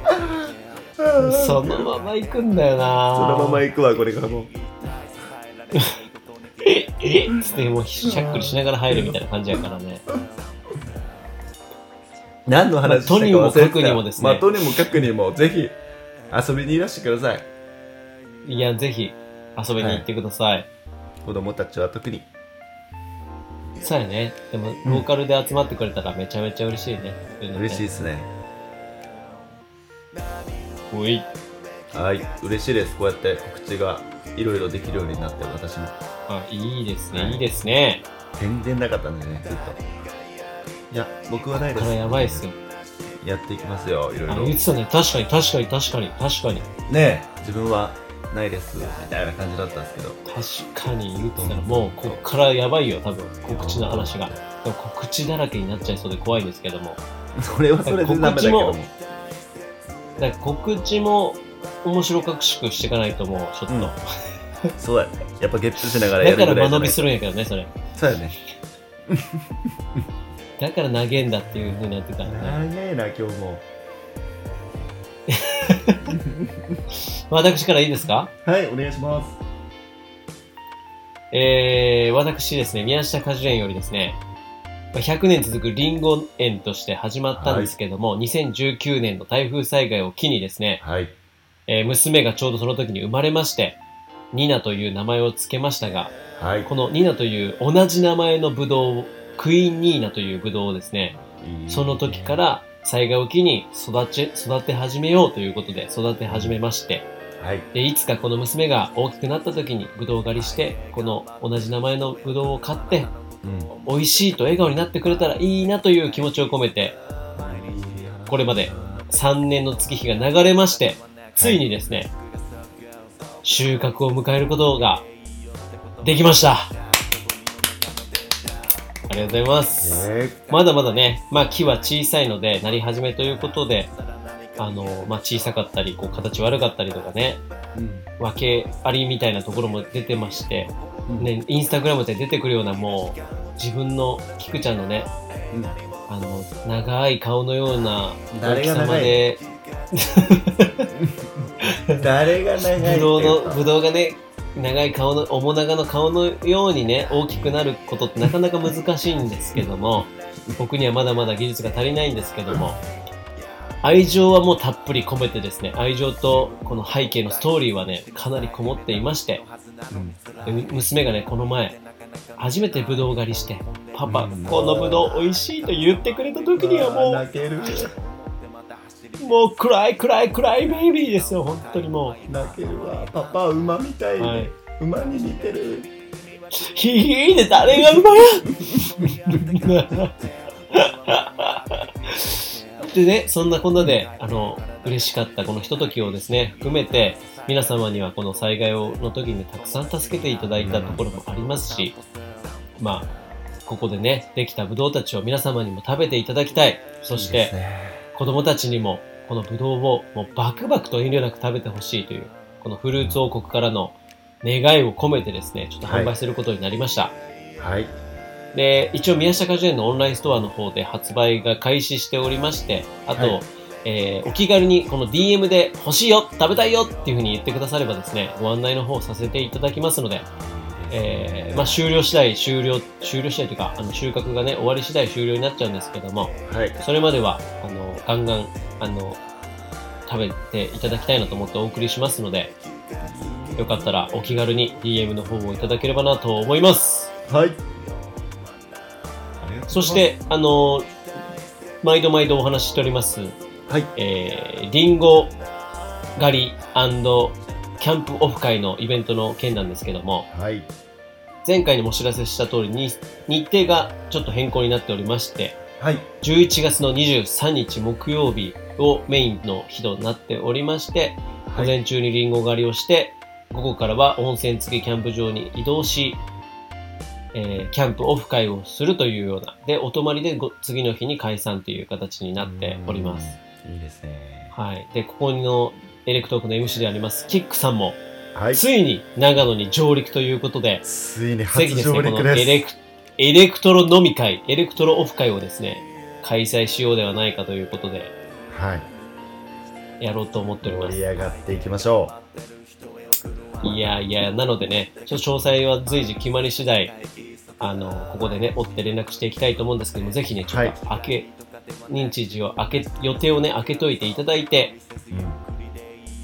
Speaker 1: そのまま行くんだよな
Speaker 3: そのまま行くわこれからもう
Speaker 1: ええっつってもうしゃっくりしながら入るみたいな感じやからね
Speaker 3: 何の話したか忘れてた、
Speaker 1: まあとにもかくにもですね
Speaker 3: まあ、とにもかくにも、ぜひ、遊びにいらしてください。
Speaker 1: いやぜひ遊びに行ってください、
Speaker 3: 子供たちは特に。
Speaker 1: そうやねでもローカルで集まってくれたらめちゃめちゃ嬉しいね
Speaker 3: 嬉しい
Speaker 1: い
Speaker 3: ですね。
Speaker 1: ほい
Speaker 3: はい、嬉しいです。こうやって告知がいろいろできるようになって、私も。
Speaker 1: あいいですね、
Speaker 3: はい
Speaker 1: い、いですね
Speaker 3: 全然なかったんでね、ずっと。いや、僕はないで
Speaker 1: これや
Speaker 3: す。
Speaker 1: ばいっすよ
Speaker 3: やっていきますよ、いろい
Speaker 1: あ
Speaker 3: ろ
Speaker 1: 言っ。てたね確かに確かに確かに確かに
Speaker 3: ねえ、自分はないです、みたいな感じだったんですけど。
Speaker 1: 確かに言ってたらもうこっからやばいよ多分告知の話がでも告知だらけになっちゃいそうで怖いですけども
Speaker 3: それはそれでダメだけども
Speaker 1: 告知。だから告知も面白隠しくしていかないともうちょっと、
Speaker 3: うんそうだね。やっぱゲップしながらや
Speaker 1: だ
Speaker 3: る
Speaker 1: か
Speaker 3: ぐらいじゃ
Speaker 1: ら間延
Speaker 3: ない
Speaker 1: びするんやけどねそれ
Speaker 3: そうだね。
Speaker 1: だから投げんだっていうふうになってたんで、
Speaker 3: 長いな、今日も。
Speaker 1: 私からいいですか
Speaker 3: はい、お願いします。
Speaker 1: えー、私ですね、宮下果樹園よりですね、まあ100年続くリンゴ園として始まったんですけども、2019年の台風災害を機にですね、
Speaker 3: はい。
Speaker 1: えー娘がちょうどその時に生まれまして、ニナという名前を付けましたが、
Speaker 3: はい。、
Speaker 1: このニナという同じ名前のブドウを、クイーンニーナというブドウをですね、その時からら災害を機に育ち、育て始めようということで育て始めまして、
Speaker 3: はい。
Speaker 1: で、いつかこの娘が大きくなった時にブドウ狩りして、この同じ名前のブドウを買って、
Speaker 3: うん。
Speaker 1: 美味しいと笑顔になってくれたらいいなという気持ちを込めて、これまで3年の月日が流れまして、ついにですね、収穫を迎えることができました。ありがとうございます。
Speaker 3: え
Speaker 1: まだまだね、まあ木は小さいので、なり始めということで、あの、まあ小さかったり、こう形悪かったりとかね、
Speaker 3: ー、
Speaker 1: 訳ありみたいなところも出てまして、ね、インスタグラムで出てくるようなもう、自分の菊ちゃんのね、
Speaker 3: うん
Speaker 1: あの、長い顔のような大
Speaker 3: 誰
Speaker 1: き
Speaker 3: が
Speaker 1: さま
Speaker 3: 長い
Speaker 1: で、
Speaker 3: 誰が長いって
Speaker 1: ぶ
Speaker 3: 言
Speaker 1: ど
Speaker 3: う
Speaker 1: う
Speaker 3: か
Speaker 1: の、ぶどうがね、長い顔の、面長の顔のようにね、大きくなることってなかなか難しいんですけども、僕にはまだまだ技術が足りないんですけども、愛情はもうたっぷり込めてですね、愛情とこの背景のストーリーはね、かなりこもっていまして、
Speaker 3: うん
Speaker 1: でむ娘がね、この前、初めてぶどう狩りして、パパ、
Speaker 3: うん
Speaker 1: このぶどう美味しいと言ってくれた時にはもう、
Speaker 3: 泣ける
Speaker 1: もう暗い暗い暗いベイビーですよ、本当にも
Speaker 3: 泣けるわパパ馬みたい、
Speaker 1: う。はい。
Speaker 3: 馬に似てる
Speaker 1: ひひいで誰が馬やでね、そんなこんなで、あの、嬉しかったこのひとときをですね含めて皆様にはこの災害をの時にたくさん助けていただいたところもありますしまあここでねできたブドウたちを皆様にも食べていただきたいそ
Speaker 3: い
Speaker 1: し
Speaker 3: いで
Speaker 1: て
Speaker 3: すね
Speaker 1: 子供たちにもこのブドウをもうバクバクと遠慮なく食べてほしいというこのフルーツ王国からの願いを込めてですねちょっと販売することになりました、
Speaker 3: はい。
Speaker 1: で一応宮下果樹園のオンラインストアの方で発売が開始しておりましてあと、
Speaker 3: はい
Speaker 1: えーお気軽にこの DM で欲しいよ食べたいよっていうふうに言ってくださればですねご案内の方をさせていただきますので、えーまあ、終了次第終了終了次第というかあの収穫がね終わり次第終了になっちゃうんですけども
Speaker 3: はい。
Speaker 1: それまではあのガンガンあの食べていただきたいなと思ってお送りしますのでよかったらお気軽に DM の方をいただければなと思います
Speaker 3: はい。
Speaker 1: そし、て、あのー毎度毎度お話ししております、
Speaker 3: はい。
Speaker 1: えー、リンゴ狩りキャンプオフ会のイベントの件なんですけども、
Speaker 3: はい。
Speaker 1: 前回にもお知らせした通りに、日程がちょっと変更になっておりまして、
Speaker 3: はい。
Speaker 1: 11月の23日木曜日をメインの日となっておりまして、午前中にリンゴ狩りをして、午後からは温泉付きキャンプ場に移動し、えーキャンプオフ会をするというような、で、お泊まりでご次の日に解散という形になっております。
Speaker 3: うん。いいですね。
Speaker 1: はい。で、ここのエレクトークの MC であります、キックさんも、
Speaker 3: はい。
Speaker 1: ついに長野に上陸ということで、
Speaker 3: ついに
Speaker 1: ぜ
Speaker 3: 初
Speaker 1: ひです
Speaker 3: 上
Speaker 1: ね、こ
Speaker 3: 陸
Speaker 1: のエレ
Speaker 3: で
Speaker 1: クエレクトロ飲み会、エレクトロオフ会をですね、開催しようではないかということで、
Speaker 3: す。はい。
Speaker 1: やろうと思っておりま
Speaker 3: 盛
Speaker 1: す
Speaker 3: り。上がっていきましょ
Speaker 1: いやいや、なのでね、ちょっと詳細は随時決まり次第、あの、ここでね、追って連絡していきたいと思うんですけども、ぜひね、ちょっと開け、認知時を開け、予定をね、開けといていただいて、
Speaker 3: う。うん。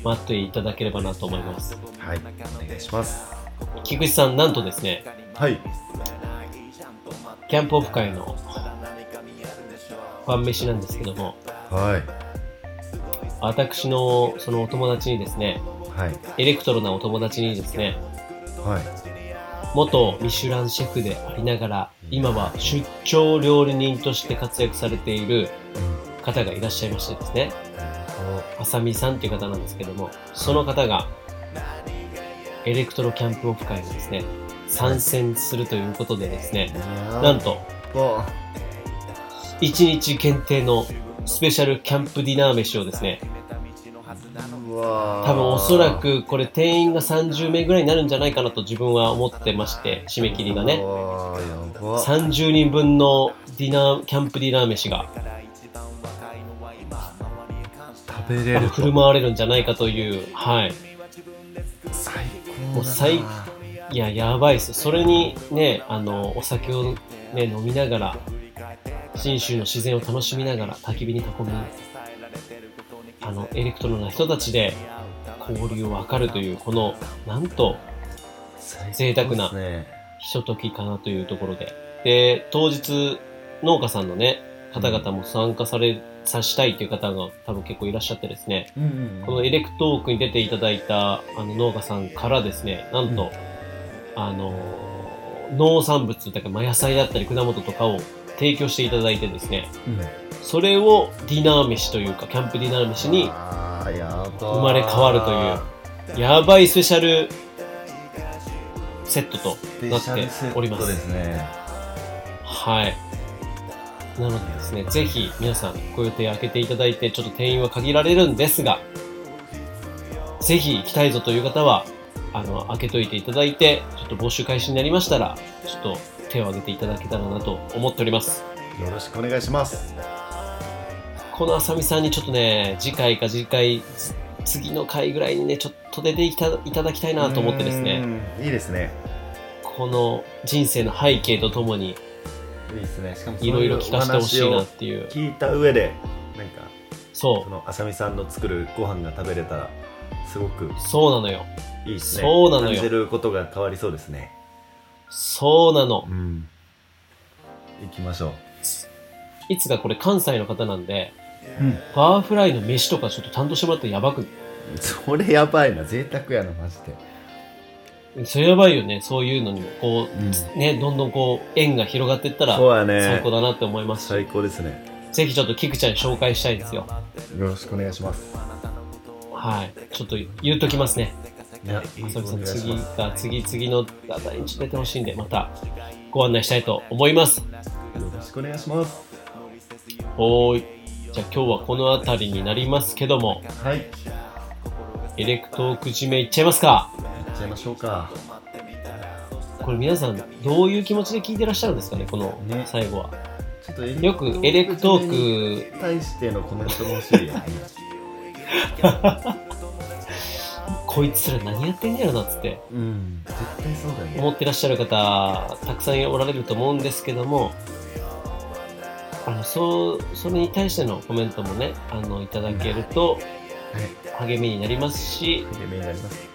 Speaker 1: 待っていただければなと思います。
Speaker 3: はい。お願いします。
Speaker 1: 菊池さん、なんとですね、
Speaker 3: はい。
Speaker 1: キャンプオフ会の晩飯なんですけども、
Speaker 3: は
Speaker 1: 私のそのお友達にですね、
Speaker 3: い。はい。
Speaker 1: エレクトロなお友達にですね、
Speaker 3: は
Speaker 1: 元ミシュランシェフでありながら、今は出張料理人として活躍されている
Speaker 3: い。うん。
Speaker 1: 方がいらっしゃいましてですね、
Speaker 3: お
Speaker 1: あさみさんという方なんですけども、その方が、エレクトロキャンプオフ会にですね、参戦するということでですね、なんと、
Speaker 3: と。
Speaker 1: 1日限定のスペシャルキャンプディナー飯をですね、
Speaker 3: うわー
Speaker 1: 多分おそら。くこれ定員が30名ぐらいになるんじゃないかなと自分は思ってまして、締め切りがね
Speaker 3: う。わーやば。
Speaker 1: 30人分のディナー、キャンプディナー飯が
Speaker 3: 食べれると。
Speaker 1: 振る舞われるんじゃないかという、はい。
Speaker 3: 最高だな。
Speaker 1: もう最いや、やばいっす。それにね、あの、お酒をね、飲みながら、信州の自然を楽しみながら、焚き火に囲み、あの、エレクトロな人たちで交流を図るという、この、なんと、贅沢
Speaker 3: 最高
Speaker 1: な
Speaker 3: ですね
Speaker 1: ひとときかなというところで。で、当日、農家さんのね、方々も参加され、さしたいという方が多分結構いらっしゃってですね、
Speaker 3: うんうんうん。
Speaker 1: このエレクトークに出ていただいたあの農家さんからですね、なんと、あのー、農産物だから、まあ、野菜だったり果物とかを提供していただいてですね、
Speaker 3: うん
Speaker 1: それをディナー飯というか、キャンプディナー飯に、
Speaker 3: あーやばー
Speaker 1: 生まれ変わるというやばいスペシャルセットとなっておりま。
Speaker 3: そうですすね。
Speaker 1: はい。なのでですね、ぜひ皆さんご予定開けていただいて、ちょっと定員は限られるんですが、ぜひ行きたいぞという方は、あの、開けといていただいて、ちょっと募集開始になりましたら、ちょっと手を挙げていただけたらなと思っております。
Speaker 3: よろしくお願いします。
Speaker 1: このあさみさんにちょっとね、次回か次回、つ次の回ぐらいにね、ちょっと出ていたいただきたいなと思ってですね、
Speaker 3: うん。いいですね。
Speaker 1: この人生の背景とともに、
Speaker 3: いいですね。しかも
Speaker 1: いろいろ聞かせてほしいなっていう。
Speaker 3: 聞いた上で、なんか、
Speaker 1: そ
Speaker 3: そのあさみさんの作るご飯が食べれたら、すごく
Speaker 1: う、そうなのよ。
Speaker 3: いいですね。
Speaker 1: そうなのよ
Speaker 3: 感じることが変わりそうですね。
Speaker 1: そうなの
Speaker 3: う。ん。行きましょ
Speaker 1: いつかこれ関西の方なんで、
Speaker 3: う。うん。
Speaker 1: パワーフライの飯とかちょっと担当してもらったらやばく
Speaker 3: それやばいな。贅沢やな、マジで。
Speaker 1: それやばいよね、そういうのにも。こう、
Speaker 3: うん
Speaker 1: ね、どんどんこう、縁が広がっていったら、
Speaker 3: そうや
Speaker 1: 最高
Speaker 3: ね。
Speaker 1: だなって思いますし、
Speaker 3: 最高ですね。
Speaker 1: ぜひちょっと菊ちゃんに紹介したいですよ。
Speaker 3: よろしくお願いします。
Speaker 1: はい。ちょっと言っときますね。
Speaker 3: いや、いい
Speaker 1: 浅見
Speaker 3: お
Speaker 1: さん、
Speaker 3: 願いし
Speaker 1: 次
Speaker 3: ます。
Speaker 1: が、次、次のあたりに出てほしいんで、またご案内したいと思います。
Speaker 3: よろしくお願いします。
Speaker 1: おーい。じゃあ今日はこのあたりになりますけども、
Speaker 3: はい、行
Speaker 1: エレクトーク締めいっちゃいますか
Speaker 3: っちゃいましょうか。
Speaker 1: これ皆さん、どういう気持ちで聞いてらっしゃるんですかね、この
Speaker 3: ね
Speaker 1: 最後は。
Speaker 3: ちょっとエレ
Speaker 1: よくエレクトーク、
Speaker 3: に対してのコメントも欲しいよね。
Speaker 1: こいつら何やってんねやろなっつって
Speaker 3: うん、絶対そうだね。
Speaker 1: 思ってらっしゃる方、たくさんおられると思うんですけども、あの、そう、それに対してのコメントもね、あの、いただけると励みになりますし、
Speaker 3: 有名になります。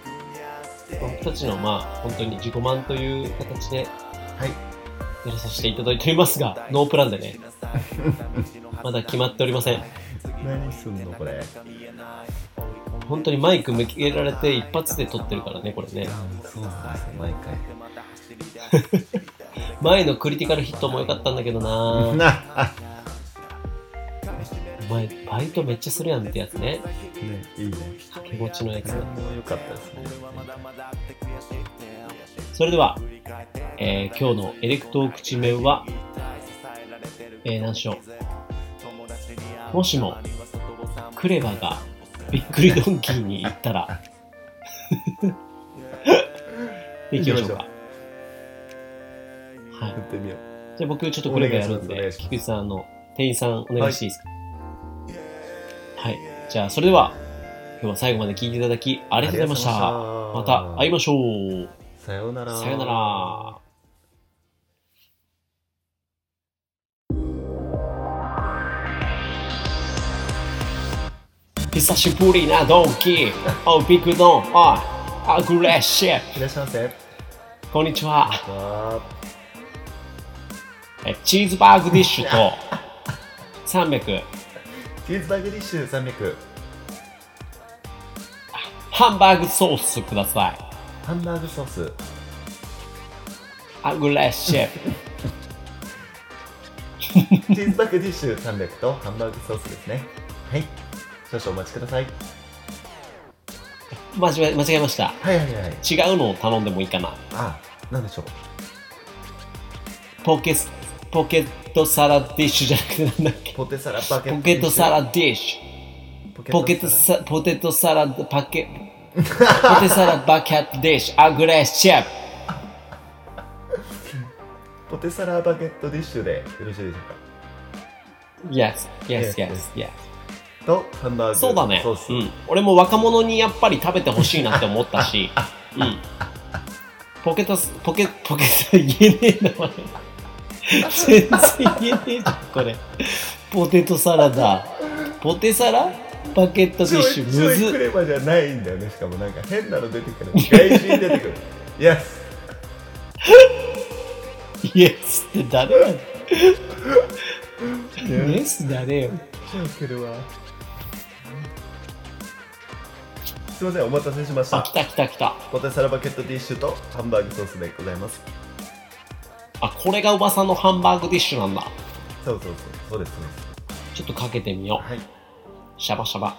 Speaker 1: 僕たちのまあ本当に自己満という形で
Speaker 3: はい、
Speaker 1: やらさせていただいておりますがノープラン でねまだ決まっておりません
Speaker 3: 何すんのこれ。
Speaker 1: 本当にマイク向けられて一発で撮ってるからねこれね
Speaker 3: あそうなんですよ、毎
Speaker 1: 前のクリティカルヒットも良かったんだけど
Speaker 3: 回。
Speaker 1: な
Speaker 3: な、あ、
Speaker 1: お前バイトめっちゃするやんってやつね
Speaker 3: ね、いいね。
Speaker 1: 掛け持ちのやつ
Speaker 3: も良かったですね。
Speaker 1: それでは、えー今日のエレクトークチメは、えー、何でしょうもしもクレバがびっくりドンキーに行ったら行きましょうかはい
Speaker 3: やってみよう。
Speaker 1: じゃあ僕ちょっとこれがやるん
Speaker 3: お願
Speaker 1: で
Speaker 3: いします
Speaker 1: 菊池さんあの店員さんお願いしていいですかはい、じゃあそれでは今日は最後まで聞いていただきあ
Speaker 3: あ
Speaker 1: りがとうございましたまた会いましょう
Speaker 3: さようなら。
Speaker 1: さよなら久しぶりなドンキーおビッグドンおいアグレッシブ
Speaker 3: いらっしゃいませ。
Speaker 1: こんにちは
Speaker 3: わ
Speaker 1: えチーズバーグディッシュ と300
Speaker 3: ーチーズバーグディッシュ300。
Speaker 1: ハンバーグソースください
Speaker 3: ハンバーグソース。
Speaker 1: アグレッシブ
Speaker 3: チーズバーグディッシュ300とハンバーグソースですね。はい。少々お待ちください。
Speaker 1: 間違え間違えました
Speaker 3: はいはいはい。
Speaker 1: 違うのを頼んでもいいかな
Speaker 3: あ、なんでしょう。
Speaker 1: ポケスポケットサラディッシュじゃなくてなんだっけ
Speaker 3: ポテサラバケット。
Speaker 1: ポケットサラディッシ
Speaker 3: ポ
Speaker 1: ュ。ポケットサポテトサラパケ。ポテサラバケットディッシュ。アグレッシブ。
Speaker 3: ポテサラバケットディッシュでよろしいでしょうか。
Speaker 1: Yes, yes,
Speaker 3: Yes,
Speaker 1: yes, yes.
Speaker 3: とハンバーグ
Speaker 1: そうだね。
Speaker 3: ソース、
Speaker 1: うん。俺も若者にやっぱり食べてほしいなって思ったし。 うん。ポケットス、ポケ、ポケット、言えねえな、俺。全然言えねえじゃん、これ。ポテトサラダ。ポテサラバケットディッシュ。
Speaker 3: ちょ
Speaker 1: む
Speaker 3: いちょいク
Speaker 1: ず。
Speaker 3: レバじゃないんだよねしかもなんか変なの出てくる外人出て くる Yes
Speaker 1: イエスって誰やねん。イエス誰よ。
Speaker 3: クレバすいませんお待たせしまし
Speaker 1: あ、
Speaker 3: た
Speaker 1: 来た来た来た。
Speaker 3: ポテサラバケットディッシュとハンバーグソースでございます
Speaker 1: あ、これがおばさんのハンバーグディッシュなんだ。
Speaker 3: そうそうそうそうですね
Speaker 1: ちょっとかけてみよ。
Speaker 3: はいう
Speaker 1: シャバシャバ。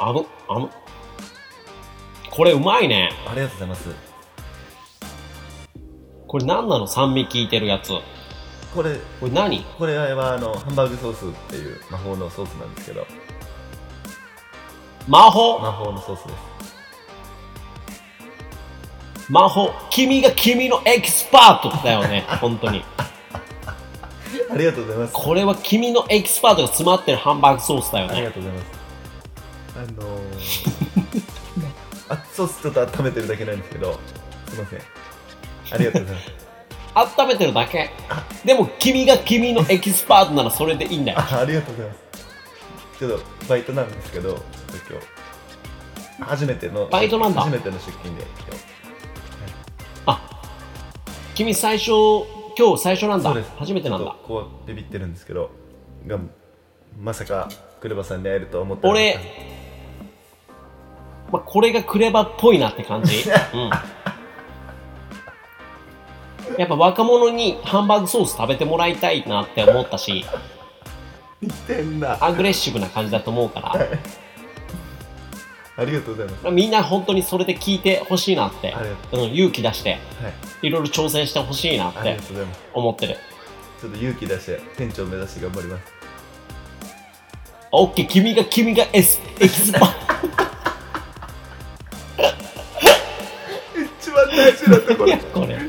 Speaker 1: あぶ、あぶ。これうまいね。
Speaker 3: ありがとうございます
Speaker 1: これなんなの酸味効いてるやつ。こ
Speaker 3: これ
Speaker 1: れ何
Speaker 3: これはあのハンバーグソースっていう魔法のソースなんですけど
Speaker 1: 魔法
Speaker 3: 魔法のソースです
Speaker 1: 魔法君が君のエキスパートだよね。本当に。
Speaker 3: ありがとうございます
Speaker 1: これは君のエキスパートが詰まってるハンバーグソースだよ
Speaker 3: あり
Speaker 1: ね。
Speaker 3: がとうございます。あのー、 あソースちょっと温めてるだけなんですけど、すいません。ありがとうございます。
Speaker 1: 温めてるだけ。でも君が君のエキスパートならそれでいいんだよ。
Speaker 3: あありがとうございます。ちょっとバイトなんですけど、ちょっと今日、初めての、
Speaker 1: バイトなんだ
Speaker 3: 初めての出勤で、今日。
Speaker 1: 君最初、今日最初なんだ。初めてなん
Speaker 3: ちょ
Speaker 1: だ
Speaker 3: っ。とこう、ビビってるんですけど、がまさか、クレバさんに会えるとは思ってなかっ
Speaker 1: 俺、まあ、これがクレバっぽいなって感じ、うん、やっぱ若者にハンバーグソース食べてもらいたいなって思ったし、
Speaker 3: 似てんな。
Speaker 1: アグレッシブな感じだと思うか
Speaker 3: ありがとうございます。
Speaker 1: ら、みんな本当にそれで聞いてほしいなって
Speaker 3: あ、りがと
Speaker 1: うん、勇気出して、
Speaker 3: う。はい。
Speaker 1: いろいろ挑戦してほしいなっ
Speaker 3: ありが
Speaker 1: て
Speaker 3: とうございます。
Speaker 1: 思ってる。
Speaker 3: ちょっと勇気出して、店長目指して頑張ります。
Speaker 1: オッケー、君が、君がエスエキスパー。
Speaker 3: 一番大事なとこ
Speaker 1: い
Speaker 3: ろ
Speaker 1: や。これ。